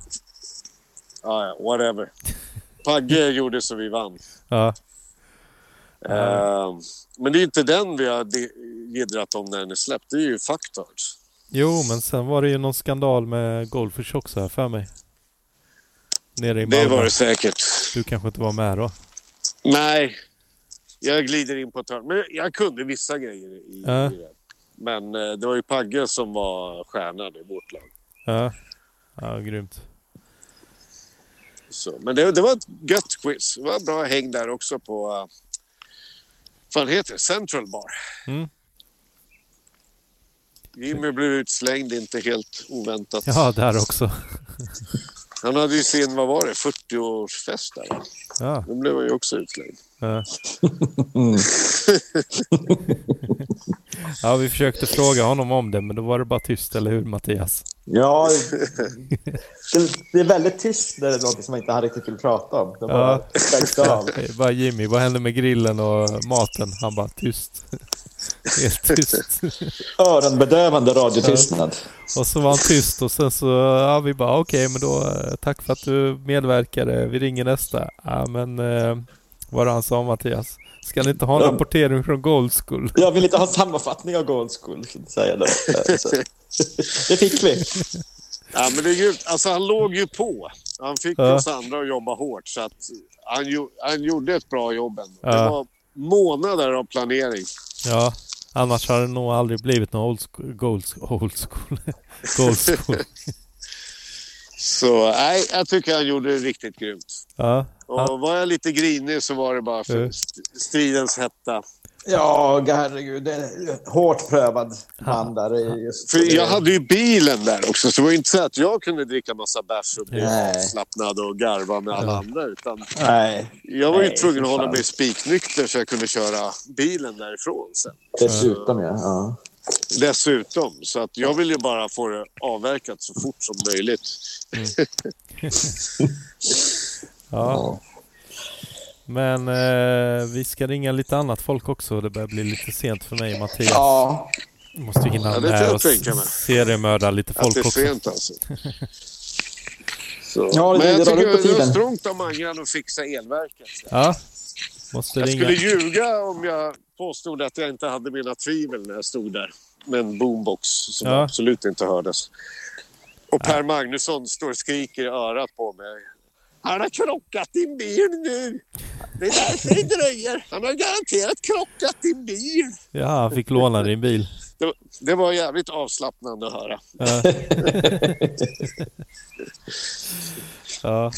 S3: Ja, ja, whatever. Pagge gjorde så vi vann.
S1: Ja.
S3: Ehm, men det är inte den vi har di- jiddrat om när den är släppt. Det är ju Factard.
S1: Jo, men sen var det ju någon skandal med Goldfish också här för mig. Nere i
S3: Det
S1: Malmö.
S3: var det säkert.
S1: Du kanske inte var med då?
S3: Nej, jag glider in på ett hörn. Men jag kunde vissa grejer. I,
S1: Ja.
S3: i det. Men eh, det var ju Pagge som var stjärnan i vårt lag.
S1: Ja. Ja, grymt.
S3: Så, men det, det var ett gött quiz. Det var bra häng där också på... Uh, vad heter det? Central Bar.
S1: Mm.
S3: Jimmy blev utslängd, inte helt oväntat.
S1: Ja, där också.
S3: Han hade ju sin, vad var det, 40-årsfest där. va?
S1: Ja.
S3: Då blev han ju också utslängd.
S1: Ja. ja, vi försökte fråga honom om det, men då var det bara tyst, eller hur Mattias?
S2: Ja, det, det är väldigt tyst när det är något som man inte hade riktigt vill prata om. Det
S1: Ja.
S2: bara stängde av.
S1: Bara Jimmy, vad hände med grillen och maten? Han bara tyst. Helt tyst.
S2: Öronbedövande radiotystnad.
S1: Ja. Och så var han tyst och sen så, ja vi bara okej men då eh, tack för att du medverkade, vi ringer nästa. Ja men, eh, vad var det han sa Mattias? Ska ni inte ha en
S2: Ja.
S1: rapportering från Gold School?
S2: Jag vill inte ha en sammanfattning av Gold School, så att säga då. Eh, Så. Det fick vi.
S3: Ja, men det är grymt. Alltså, han låg ju på. Han fick
S2: Ja.
S3: oss andra att jobba hårt, så att han, gjo- han gjorde ett bra jobb ändå. Det
S1: Ja.
S3: var månader av planering.
S1: Ja, annars hade det nog aldrig blivit någon old school, gold, sch- old school. gold school.
S3: Så nej, jag tycker han gjorde det riktigt grymt.
S1: Ja,
S3: Och var jag lite grinig så var det bara för
S1: Ja.
S3: st- stridens hetta.
S2: Ja, herregud. Det är hårt prövad man där. är Just
S3: För jag hade ju bilen där också, så det var ju inte så att jag kunde dricka massa bärs och bli
S2: Nej.
S3: avslappnad och garva med alla andra. Utan
S2: Nej.
S3: jag var ju
S2: Nej,
S3: tvungen
S2: för
S3: att hålla
S2: fan.
S3: mig spiknykter så jag kunde köra bilen därifrån sen.
S2: Dessutom, ja. ja.
S3: Dessutom. Så att jag ville ju bara få det avverkat så fort som möjligt.
S1: Mm. ja. Men eh, vi ska ringa lite annat folk också. Det börjar bli lite sent för mig och Mattias.
S2: Ja.
S1: Vi måste ju hinna
S3: Ja, det kan
S1: med
S3: jag
S1: och
S3: tänka mig.
S1: seriemörda lite folk
S3: att det är
S1: också.
S3: sent alltså. Så.
S1: Ja, det
S3: Men jag
S1: drar
S3: tycker
S1: ut på
S3: det var
S1: tiden.
S3: strongt av Mangan att fixa elverket.
S1: Ja, måste
S3: Jag
S1: ringa.
S3: skulle ljuga om jag påstod att jag inte hade mina tvivel när jag stod där med en boombox som
S1: Ja.
S3: absolut inte hördes. Och Per Magnusson står och skriker i örat på mig. Han har krockat din bil nu! Det är därför det dröjer. Han har garanterat krockat din bil.
S1: Ja, han fick låna din bil.
S3: Det, var- det var jävligt avslappnande att höra.
S1: Ja. ja.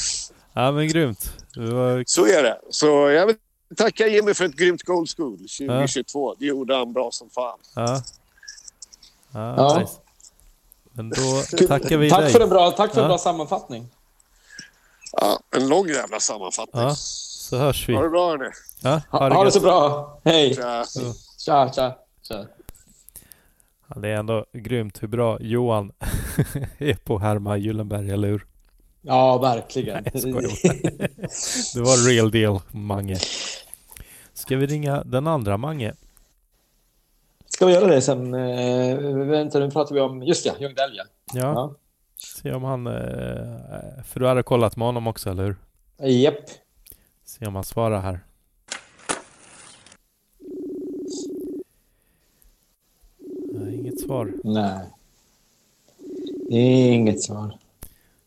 S1: ja, men grymt. Det var...
S3: Så är det. Så jag vill tacka Jimmy för ett grymt Gold School 2022. Det gjorde han bra som fan.
S1: Ja. Ja,
S3: Ja.
S1: Nice. Men då tackar vi
S11: tack
S1: dig.
S11: För en bra, tack för en
S1: Ja.
S11: bra sammanfattning.
S3: Ja, en lång jävla sammanfattning.
S1: Ja, så hörs vi.
S3: Ha det bra hörni.
S1: Ja,
S11: Ha, ha det så
S1: gött.
S11: bra. Hej.
S3: Tja.
S11: Tja, tja. tja.
S1: Ja, det är ändå grymt hur bra Johan är på att härma Gyllenberg, eller hur?
S11: Ja, verkligen.
S1: Nej, jag skojar. Det var real deal, Mange. Ska vi ringa den andra Mange?
S11: Ska vi göra det sen? Eh, vänta, nu pratar vi om... Just ja, Ljungdell ja.
S1: Ja. Se om han... eh, För du hade kollat med honom också, eller hur?
S11: Japp.
S1: Se om han svarar här. Nej, inget svar.
S11: Nej. Inget svar.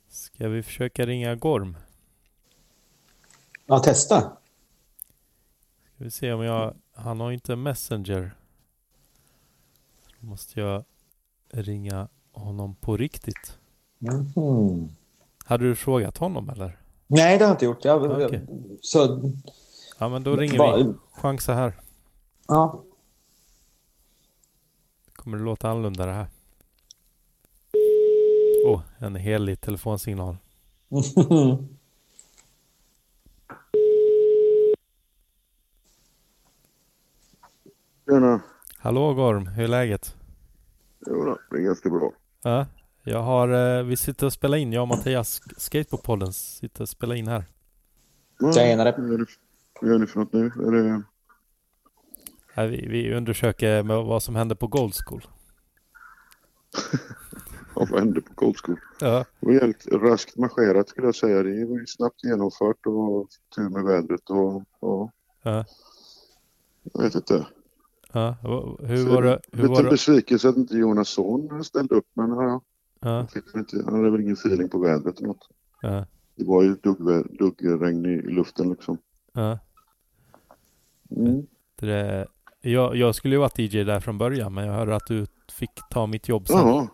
S1: Ska vi försöka ringa Gorm?
S11: Ja, testa.
S1: Ska vi se om jag... Han har ju inte Messenger. Då måste jag ringa honom på riktigt.
S11: Mhm.
S1: Hade du frågat honom eller?
S2: Nej, det har jag inte gjort. Jag, jag- så,
S1: Ja, men då ringer
S2: Va-
S1: vi. Chansa här.
S2: Ja.
S1: Kommer det låta annorlunda det här? Åh, oh, en helig telefonsignal.
S4: Tjena.
S1: Hallå Gorm, hur är läget?
S4: Jo då, det är ganska bra.
S1: Ja, jag har, eh, vi sitter och spelar in, jag och Mattias, Skateboardpodden, sitter och spelar in här.
S4: Ja,
S1: Tjenare.
S4: Vad gör ni- vad gör ni för något nu? Är det...
S1: Ja, vi, vi undersöker med vad som hände på Gold School.
S4: Ja, vad hände på Cold School?
S1: Ja.
S4: Det var jävligt raskt marscherat skulle jag säga. Det var ju snabbt genomfört och tur med vädret och ja.
S1: Ja.
S4: Jag vet inte.
S1: Ja, v- hur var det? Hur
S4: Lite
S1: var det?
S4: besvikelse att inte Jonas Son ställde upp men ja,
S1: Ja,
S4: han, fick väl inte, han hade väl ingen feeling på vädret eller något.
S1: ja,
S4: Det var ju duggvä- duggregn i i luften liksom.
S1: ja.
S4: Mm.
S1: Det, är- jag, jag skulle ju varit DJ där från början, men jag hörde att du fick ta mitt jobb sen.
S4: Jaha,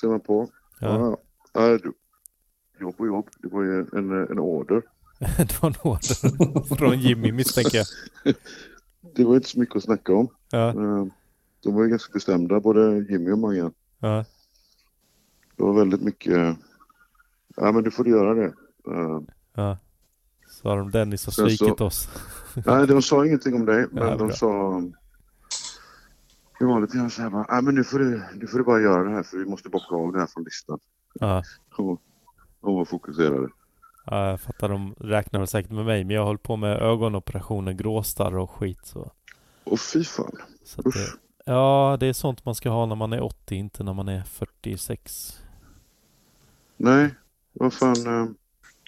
S4: ser man på.
S1: Ja.
S4: Ja. Ja. Äh, du- Jobb och jobb, det var ju en, en order.
S1: det var en order från Jimmy misstänker jag.
S4: Det var inte så mycket att snacka om.
S1: Ja.
S4: Eh, De var ju ganska bestämda, både Jimmy och Mange.
S1: Ja.
S4: Det var väldigt mycket, ja men du får göra det. Eh,
S1: Ja. Så har de Dennis och
S4: Sen så-
S1: svikit oss.
S4: Nej, de sa ingenting om dig, men
S1: Ja,
S4: de
S1: bra.
S4: sa... Det var lite grann så här bara, "Nej, men nu får, du, nu får du bara göra det här för vi måste bocka av det här från listan.
S1: Ja.
S4: Och, de var fokuserade.
S1: Ja, jag fattar. De räknar väl säkert med mig, men jag höll på med ögonoperationer, gråstarr och skit så.
S4: Åh fy fan.
S1: så att det, ja, det är sånt man ska ha när man är 80, inte när man är 46.
S4: Nej, vad fan eh,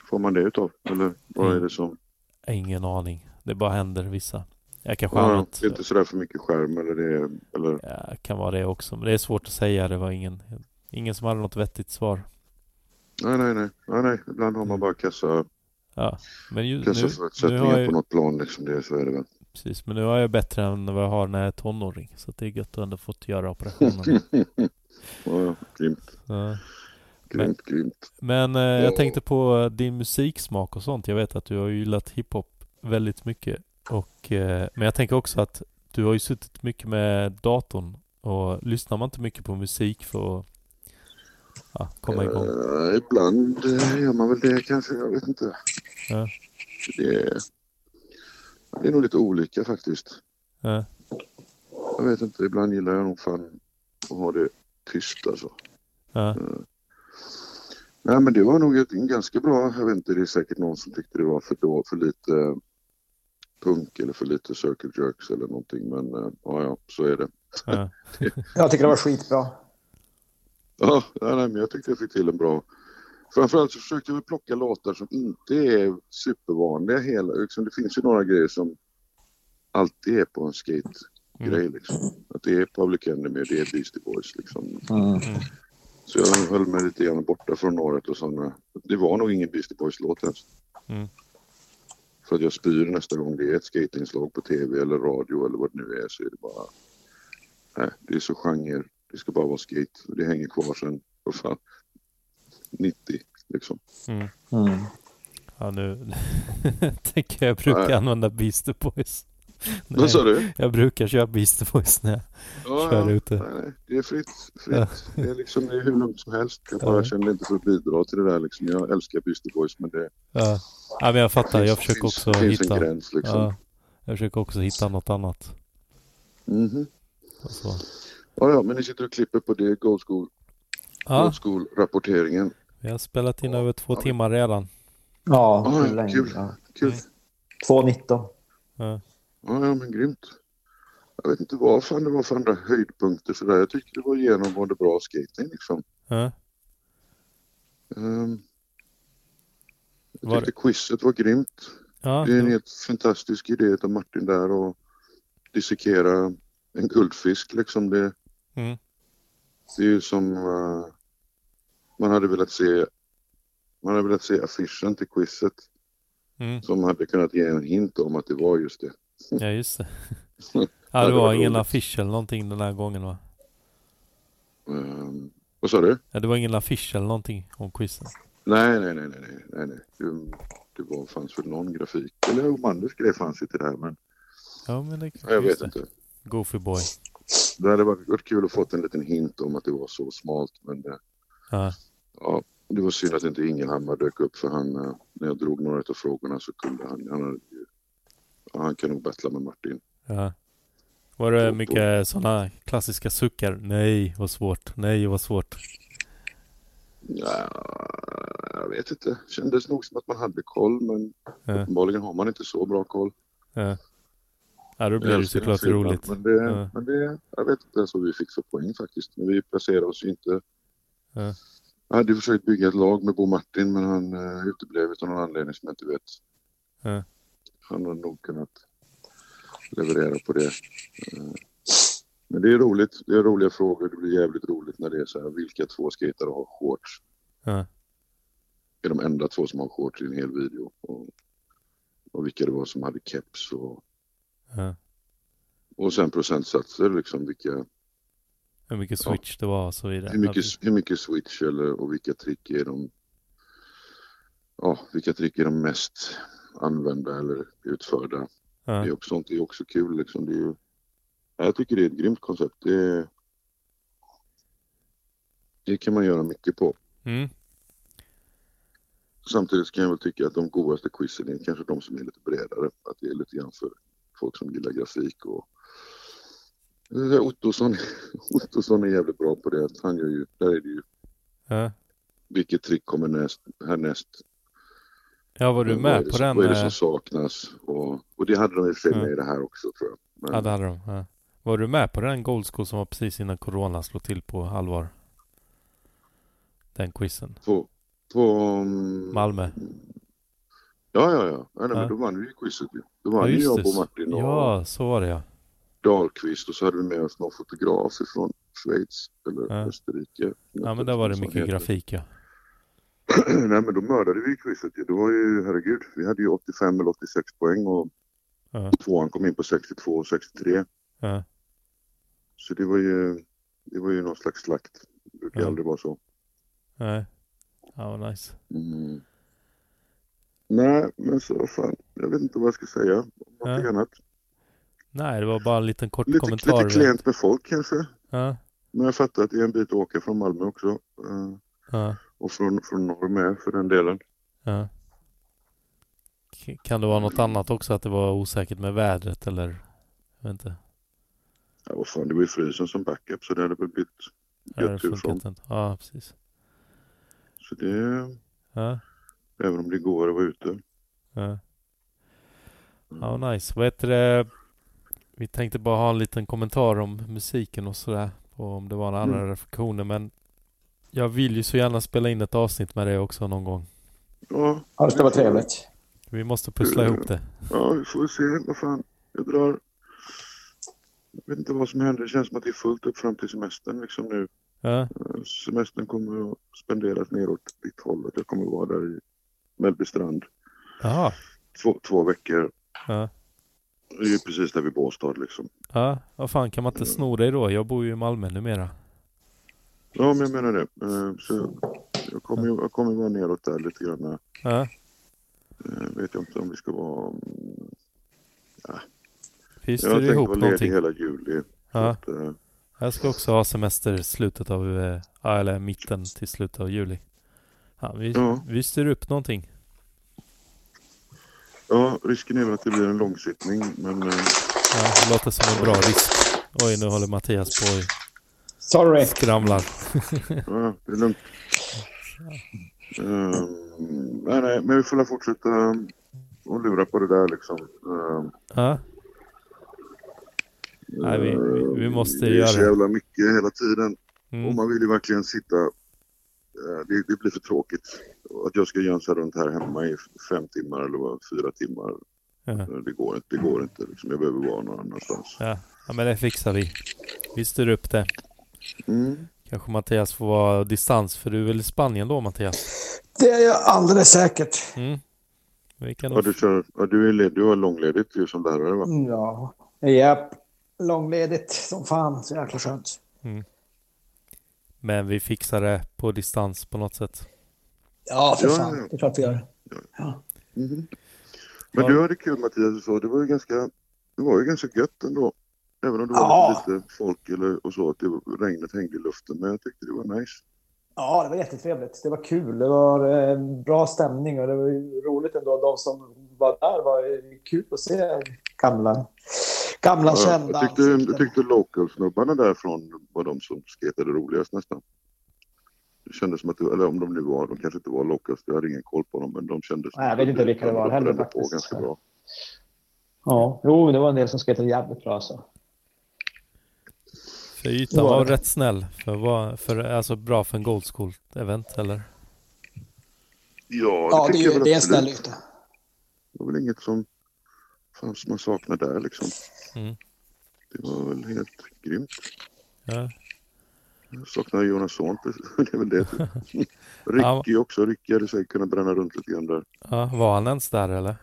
S4: får man det utav? Eller vad
S1: Mm.
S4: är det som...
S1: Ingen aning. Det bara händer vissa. Jag kanske har
S4: Ja,
S1: något,
S4: det är inte sådär för mycket skärm eller det är- eller...
S1: Ja, kan vara det också. Men det är svårt att säga. Det var ingen, ingen som hade något vettigt svar.
S4: Nej, nej, nej, nej, nej. Ibland har man bara kassa...
S1: Mm. Ja, men ju, nu, nu har
S4: Kassaförutsättningar
S1: jag,
S4: på något plan liksom. Det, är- så är det väl.
S1: precis, men nu har jag bättre än vad jag har när jag är tonåring. Så att det är gött att ändå fått göra operationen.
S4: Ja, ja, grymt.
S1: Ja.
S4: Grymt, grymt.
S1: Men eh, jag
S4: Ja.
S1: tänkte på eh, din musiksmak och sånt. Jag vet att du har ju gillat hiphop väldigt mycket. Och, eh, men jag tänker också att du har ju suttit mycket med datorn. Och lyssnar man inte mycket på musik för att ja, komma igång?
S4: Eh, ibland eh, gör man väl det kanske, jag vet inte.
S1: Ja.
S4: Det är, det är nog lite olika faktiskt.
S1: Ja.
S4: Jag vet inte, ibland gillar jag nog fan att ha det tyst alltså.
S1: Ja.
S4: Nej men det var nog ett, en ganska bra, jag vet inte, det är säkert någon som tyckte det var för, det var för lite eh, punk eller för lite circle jerks eller någonting men eh, ja, ja så är det.
S1: Ja.
S2: Jag tycker det var skitbra.
S4: Ja, nej, nej, men jag tyckte jag fick till en bra... Framförallt så försökte jag väl plocka låtar som inte är supervanliga. Hela, liksom, det finns ju några grejer som alltid är på en skate-grej. Liksom. Att det är Public Enemy och det är Beastie Boys. Liksom. Så jag höll mig lite grann borta från året och sådana. Det var nog ingen Beastie Boys-låt ens.
S1: Mm.
S4: För att jag spyr nästa gång det är ett skatinslag på tv eller radio eller vad det nu är så är det bara... Nej, det är så genre. Det ska bara vara skate. Och det hänger kvar sen, vad fan, 90 liksom.
S1: Mm. Ja, nu tänker jag brukar
S4: Nej.
S1: använda Beastie Boys.
S4: Vad sa du?
S1: Jag brukar köra Beastie Boys när jag
S4: Ja,
S1: kör
S4: ja.
S1: ute.
S4: Nej, nej, det är fritt.
S1: Ja.
S4: fritt. Det är liksom det är hur lugnt som helst. Jag bara känner inte för att bidra till det där liksom. Jag älskar Beastie Boys men det...
S1: Ja. ja, men jag fattar. Jag försöker
S4: finns-
S1: också
S4: finns en
S1: hitta...
S4: gräns, liksom.
S1: ja, jag försöker också hitta något annat.
S4: Mhm.
S1: Och så.
S4: Ja, ja, men ni sitter och klipper på det, Gold School.
S1: Ja.
S4: Gold School-rapporteringen.
S1: Vi har spelat in över två timmar redan. Mm.
S2: Ja,
S4: Ja,
S2: hur länge?
S4: kul.
S2: Ja.
S4: Kul.
S2: 2.19.
S1: Ja.
S4: Ja, ja, men grymt. Jag vet inte vad fan det var för andra höjdpunkter sådär. Jag tyckte det var genomgående bra skating liksom.
S1: Ja.
S4: Ehm, jag
S1: Var
S4: tyckte quizet var grymt.
S1: Ja,
S4: det är en helt fantastisk idé av Martin där och dissekera en guldfisk liksom. Det,
S1: Mm.
S4: det är ju som eh, man hade velat se man hade velat se affischen till quizet
S1: Mm.
S4: som hade kunnat ge en hint om att det var just det.
S1: Ja, just det. Ja, det
S4: det
S1: var
S4: var
S1: ingen
S4: roligt.
S1: affisch eller någonting den här gången va?
S4: Ehm, vad sa du?
S1: Ja, det var ingen affisch eller någonting om quizen.
S4: Nej, nej, nej, nej, nej, nej, nej. Det- det var, fanns väl någon grafik. Eller om Anders grej fanns inte där men
S1: Ja, men det,
S4: jag vet
S1: just det.
S4: inte.
S1: Goofy boy.
S4: Det hade varit varit kul att fått en liten hint om att det var så smalt men det,
S1: Ja.
S4: ja, det var synd att inte Ingelhammar dök upp för han, eh, när jag drog några av frågorna så kunde han, han, hade, ju- ja, han kan nog battla med Martin.
S1: Ja. Var det mycket sådana klassiska suckar? Nej, vad svårt. Nej, vad svårt.
S4: Ja, jag vet inte. Kändes nog som att man hade koll men
S1: Ja.
S4: uppenbarligen har man inte så bra koll.
S1: Ja. Ja, då blir
S4: Jag
S1: det
S4: älskar
S1: såklart
S4: den filmen,
S1: roligt.
S4: Men det,
S1: Ja.
S4: men det, jag vet inte ens vad vi fick för poäng faktiskt. Men vi placerade oss ju inte.
S1: Ja.
S4: Jag hade ju försökt bygga ett lag med Bo Martin men han uh, uteblev av någon anledning som jag inte vet.
S1: Ja.
S4: Han har nog kunnat leverera på det. Eh, men det är roligt. Det är roliga frågor. Det blir jävligt roligt när det är så här. Vilka två skejtare har shorts?
S1: Ja.
S4: Det är de enda två som har shorts i en hel video. Och, och vilka det var som hade keps och
S1: Ja.
S4: och sen procentsatser, liksom vilka,
S1: Hur mycket switch det var och så vidare.
S4: hur, mycket, hur mycket switch eller, och vilka trick är de ja, vilka trick är de mest använda eller utförda.
S1: Ja.
S4: Det är också, sånt är också kul. Liksom. Det är ju, ja, jag tycker det är ett grymt koncept. Det, det kan man göra mycket på.
S1: Mm.
S4: Samtidigt kan jag väl tycka att de godaste quizen är kanske de som är lite bredare. Att det är lite grann för folk som gillar grafik och Eh, Ottosson, Ottosson är jävligt bra på det. Han gör ju, där är det ju,
S1: Ja.
S4: vilket trick kommer näst, härnäst?
S1: ja, var du
S4: Vad är
S1: med
S4: det
S1: på
S4: som-
S1: den?
S4: Vad är det
S1: eh,
S4: som saknas? Och, och det hade de i och för sig
S1: Ja.
S4: med i det här också tror jag. Men,
S1: Ja, det hade de. Ja. Var du med på den Gold School som var precis innan Corona slog till på allvar? Den quizen.
S4: På, på mm,
S1: Malmö.
S4: Ja, ja, ja. Nej, nej,
S1: Ja.
S4: men då vann vi ju quizet ju. Då
S1: Ja,
S4: vann ju
S1: just
S4: jag
S1: det.
S4: Bo Martin och
S1: Ja, så var det ja.
S4: Dahlqvist och så hade vi med oss någon fotograf från Schweiz eller Österrike.
S1: Ja, men där var det mycket grafik ja.
S4: Nej men då mördade vi ju quizet ju. Det var ju, herregud, vi hade ju 85 eller 86 poäng och
S1: Ja.
S4: tvåan kom in på 62 och 63.
S1: Ja.
S4: Så det var ju, det var ju någon slags slakt. Det brukar
S1: Ja.
S4: aldrig vara så.
S1: Nej. Ja, vad nice.
S4: Mm. Nej, men så fan, jag vet inte vad jag ska säga. Om Någonting annat.
S1: Nej, det var bara en liten kort
S4: Lite,
S1: kommentar.
S4: lite klent med folk kanske.
S1: Ja.
S4: Men jag fattar att det är en bit att åka från Malmö också. eh,
S1: Ja.
S4: Och från, från norr med för den delen.
S1: Ja. K- Kan det vara något annat också? Att det var osäkert med vädret eller? Jag vet inte.
S4: Ja, vad fan, det var ju frysen som backup så det hade väl blivit
S1: Ja, det
S4: gött tur
S1: funkar
S4: som.
S1: inte. Ja, precis.
S4: Så det,
S1: Ja.
S4: även om det går att vara ute. Mm.
S1: Ja. Ja, vad nice. Vad heter det? Vi tänkte bara ha en liten kommentar om musiken och sådär. Och om det var några andra
S4: Mm.
S1: reflektioner. Men jag vill ju så gärna spela in ett avsnitt med dig också någon gång.
S4: Ja,
S2: Ja, det skulle vara trevligt.
S1: Vi måste pussla
S4: Mm.
S1: ihop det.
S4: Ja, vi får se. Vad fan, jag drar. Jag vet inte vad som händer. Det känns som att det är fullt upp fram till semestern liksom nu.
S1: Ja,
S4: Eh, Semestern kommer att spenderas neråt ditt håll. och Jag kommer att vara där i Mellbystrand
S1: Jaha.
S4: två, två veckor.
S1: Ja.
S4: Det är ju precis där vid Båstad liksom.
S1: ja, vad fan kan man inte
S4: Mm.
S1: sno dig då? Jag bor ju i Malmö numera.
S4: Ja, men jag menar det. Eh, Så jag kommer, ju- jag kommer vara neråt där lite grann.
S1: Ja.
S4: Eh, vet jag inte om vi ska vara... mm, Ja.
S1: Finns
S4: jag
S1: det ihop
S4: vara
S1: någonting?
S4: ledig hela juli. Så
S1: Ja.
S4: att, eh,
S1: Jag ska också ha semester i slutet av, eh, ja, eller mitten till slutet av juli. Ja, vi,
S4: Ja.
S1: vi styr upp någonting.
S4: ja, risken är väl att det blir en långsittning. Men eh,
S1: Ja, det låter som en bra risk. Oj, nu håller Mattias på och
S2: Sorry.
S1: skramlar.
S4: ja, det är lugnt. Ehm, nej, nej, men vi får väl fortsätta um, och lura på det där liksom. Ehm,
S1: Ja. Nej, vi, vi, vi måste
S4: det är så
S1: göra det.
S4: jävla mycket hela tiden.
S1: Mm.
S4: Och man vill ju verkligen sitta... eh, Det, det blir för tråkigt. Att jag ska jönsa runt här hemma i fem timmar eller vad, fyra timmar.
S1: Ja.
S4: Eh, Det går inte. Det går inte liksom. Jag behöver vara någon annanstans.
S1: Ja. ja, men det fixar vi. Vi styr upp det.
S4: Mm.
S1: Kanske Mattias får vara distans, för du är väl i Spanien då Mattias?
S21: Det är jag alldeles säkert.
S1: Mm. Vi kan
S4: Ja,
S1: nog...
S4: du, kör, ja, du, är led, du har långledigt ju som lärare va?
S21: Ja. Japp. Långledigt som fan. Så jäkla skönt.
S1: mm. Men vi fixar det på distans på något sätt.
S21: Ja, för
S1: Ja,
S21: fan.
S1: ja.
S21: Det är klart vi gör.
S4: Mhm. Men
S1: Ja.
S4: du hade kul Mattias, du sa det var ju ganska, det var ju ganska gött ändå. Även om det var
S2: Ja.
S4: lite folk eller, och så, att det, var- regnet hängde i luften. Men jag tyckte det var nice.
S2: Ja, det var jättetrevligt. Det var kul. Det var eh, bra stämning och det var ju roligt ändå. De som var där var ju kul att se. Gamla, gamla
S4: Ja,
S2: kända.
S4: Jag tyckte, jag tyckte local-snubbarna därifrån var de som skejtade roligast nästan. Det kändes som att, det, eller om de nu var, de kanske inte var locals, jag hade ingen koll på dem, men de kändes...
S2: Nej, jag vet inte vilka det var heller
S4: de brände på
S2: faktiskt.
S4: ganska bra.
S2: Ja, jo, det var en del som skejtade jävligt bra alltså.
S1: Så ytan var rätt snäll. För, vad- för, alltså bra för en Gold School-event eller?
S4: Ja,
S2: Ja, det
S4: tycker
S2: är ju-
S4: jag väl
S2: det är en
S4: absolut.
S2: snäll yta.
S4: Det var väl inget som fanns man saknar där liksom.
S1: Mm.
S4: Det var väl helt grymt.
S1: Ja.
S4: Jag saknar Jonas Son, det är väl det. Ricky också, Ricky hade säkert kunnat bränna runt lite grann där.
S1: ja. Var han ens där eller?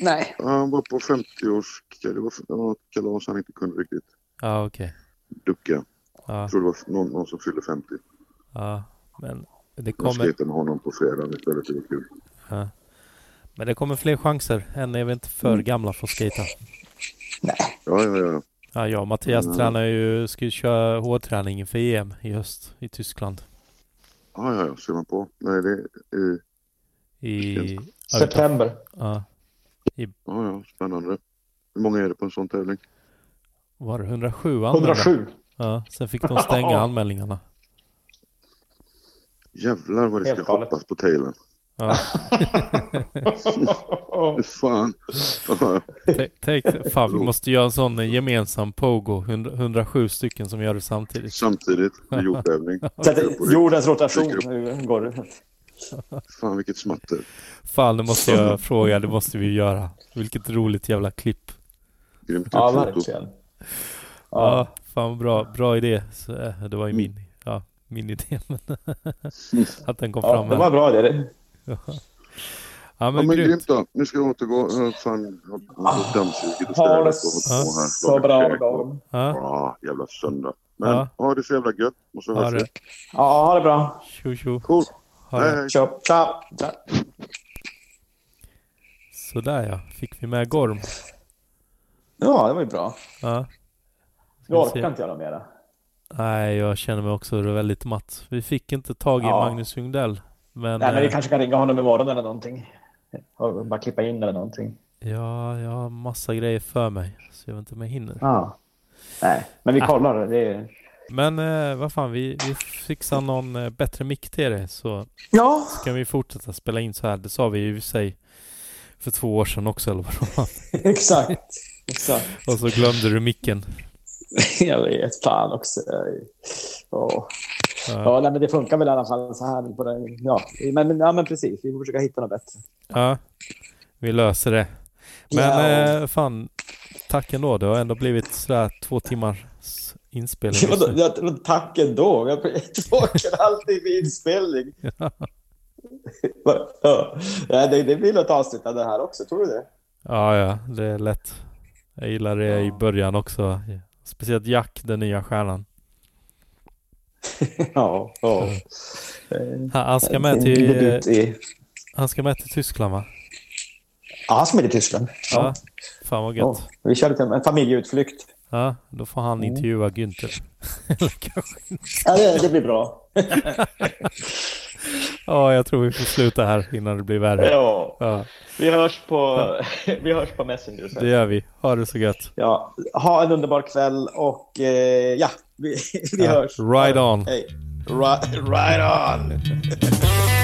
S2: Nej.
S4: Han var på 50-års... Det var det var något kalas han inte kunde riktigt
S1: Ja, okej.
S4: ducka.
S1: Ja.
S4: Jag tror det var någon, någon som fyllde 50.
S1: Ja, men det
S4: Jag
S1: kommer...
S4: skejtade med honom på fredagen istället. Det var kul.
S1: Ja. Men det kommer fler chanser. Än är vi inte för gamla för att skejta.
S4: Ja, ja, ja.
S1: Ja, jag och Mattias
S4: Mm.
S1: tränar ju, ska ju köra hårdträning inför EM i höst i Tyskland.
S4: Ja, ja, ja. Ser man på. Nej, det är i...
S1: I...
S4: September.
S1: Ja. I,
S4: Ja, ja. Spännande. Hur många är det på en sån tävling?
S1: var det 107 anmälda?
S4: 107.
S1: Ja, sen fick de stänga anmälningarna.
S4: Jävlar vad det
S1: Helt
S4: ska
S1: galet.
S4: hoppas på tailen.
S1: Ja.
S4: Fan.
S1: Tänk- Tänk, fan vi måste göra en sån gemensam pogo, 100 107 stycken som gör det samtidigt.
S4: Samtidigt, med jordbävning.
S2: Så att det- jordens rotation
S4: Dyker upp.
S2: nu går det.
S4: Fan vilket smatter.
S1: Fan, det måste jag fråga, det måste vi göra. Vilket roligt jävla klipp.
S4: Grymt
S2: Ja, verkligen.
S1: Ja, fan bra, bra idé. Så, eh, det var ju
S2: Mm.
S1: min, ja, min idé. Men att den kom
S2: Ja,
S1: fram
S2: det var bra det.
S1: Ja.
S4: Ja
S1: Ja,
S4: men,
S1: men grymt.
S4: grymt då. Nu ska jag återgå. Jag har fan jag har dammsugit och städat.
S2: Ah, Ha det
S4: och hållit på här.
S2: så
S4: Lagat
S2: bra,
S4: käk och-
S1: Ja.
S4: Ja, jävla söndag. Men
S1: Ja.
S4: ha det så jävla gött. Och så
S1: Ha
S4: hörs vi.
S1: det.
S2: Ja, ha det bra.
S1: Tjo tjo.
S4: Cool.
S1: Ha det.
S2: Ciao. Ciao.
S1: Sådär ja, fick vi med Gorm.
S2: Ja, det var ju bra.
S1: Ja.
S2: Nu orkar inte jag något mera.
S1: Nej, jag känner mig också väldigt matt. Vi fick inte tag i
S2: Ja.
S1: Magnus Ljungdell. Men,
S2: Nej, men vi
S1: eh,
S2: kanske kan ringa honom imorgon eller någonting. Och bara klippa in eller någonting.
S1: Ja, jag har massa grejer för mig. Så jag vet inte om jag hinner.
S2: Ja. Nej, men vi
S1: Ah.
S2: kollar. Det är...
S1: Men eh, vad fan, vi, vi fixar någon eh, bättre mick till dig så
S2: Ja.
S1: ska vi fortsätta spela in så här. Det sa vi ju i sig för två år sedan också eller vad det var.
S2: Exakt. Exakt.
S1: Och så glömde du micken.
S2: jag vet. Fan också. Oh. Ja, nej, men det funkar väl i alla fall så här. På det. Ja. Men, men, ja, men precis. Vi får försöka hitta något bättre.
S1: Ja, vi löser det. Men
S2: Ja.
S1: eh, fan, tack ändå. Det har ändå blivit sådär två timmars inspelning.
S2: Ja,
S1: just
S2: men,
S1: nu.
S2: ja, men tack ändå. Jag tråkar alltid vid inspelning. ja. Nej, det, det blir något avsnitt av det här också. Tror du det?
S1: Ja, ja, det är lätt. Jag gillar det i början också. Speciellt Jack, den nya stjärnan.
S2: ja, ja. Eh,
S1: Han, han ska med
S2: En
S1: till...
S2: debut i-
S1: Han ska med till Tyskland va?
S2: Ja, han som är i Tyskland.
S1: Ja. Fan vad gött.
S2: Ja, vi kör lite en familjeutflykt.
S1: Ja, då får han
S2: Mm.
S1: intervjua Günther. Eller kanske inte.
S2: Ja, det, det blir bra.
S1: Ja, jag tror vi får sluta här innan det blir värre.
S2: Ja.
S1: ja.
S2: vi, hörs på, vi hörs på Messenger. sen.
S1: Det gör vi. Ha det så gött.
S2: Ja, ha en underbar kväll och eh, ja, vi, vi
S1: Ja,
S2: hörs.
S1: right on.
S2: Hej. Ri- right on!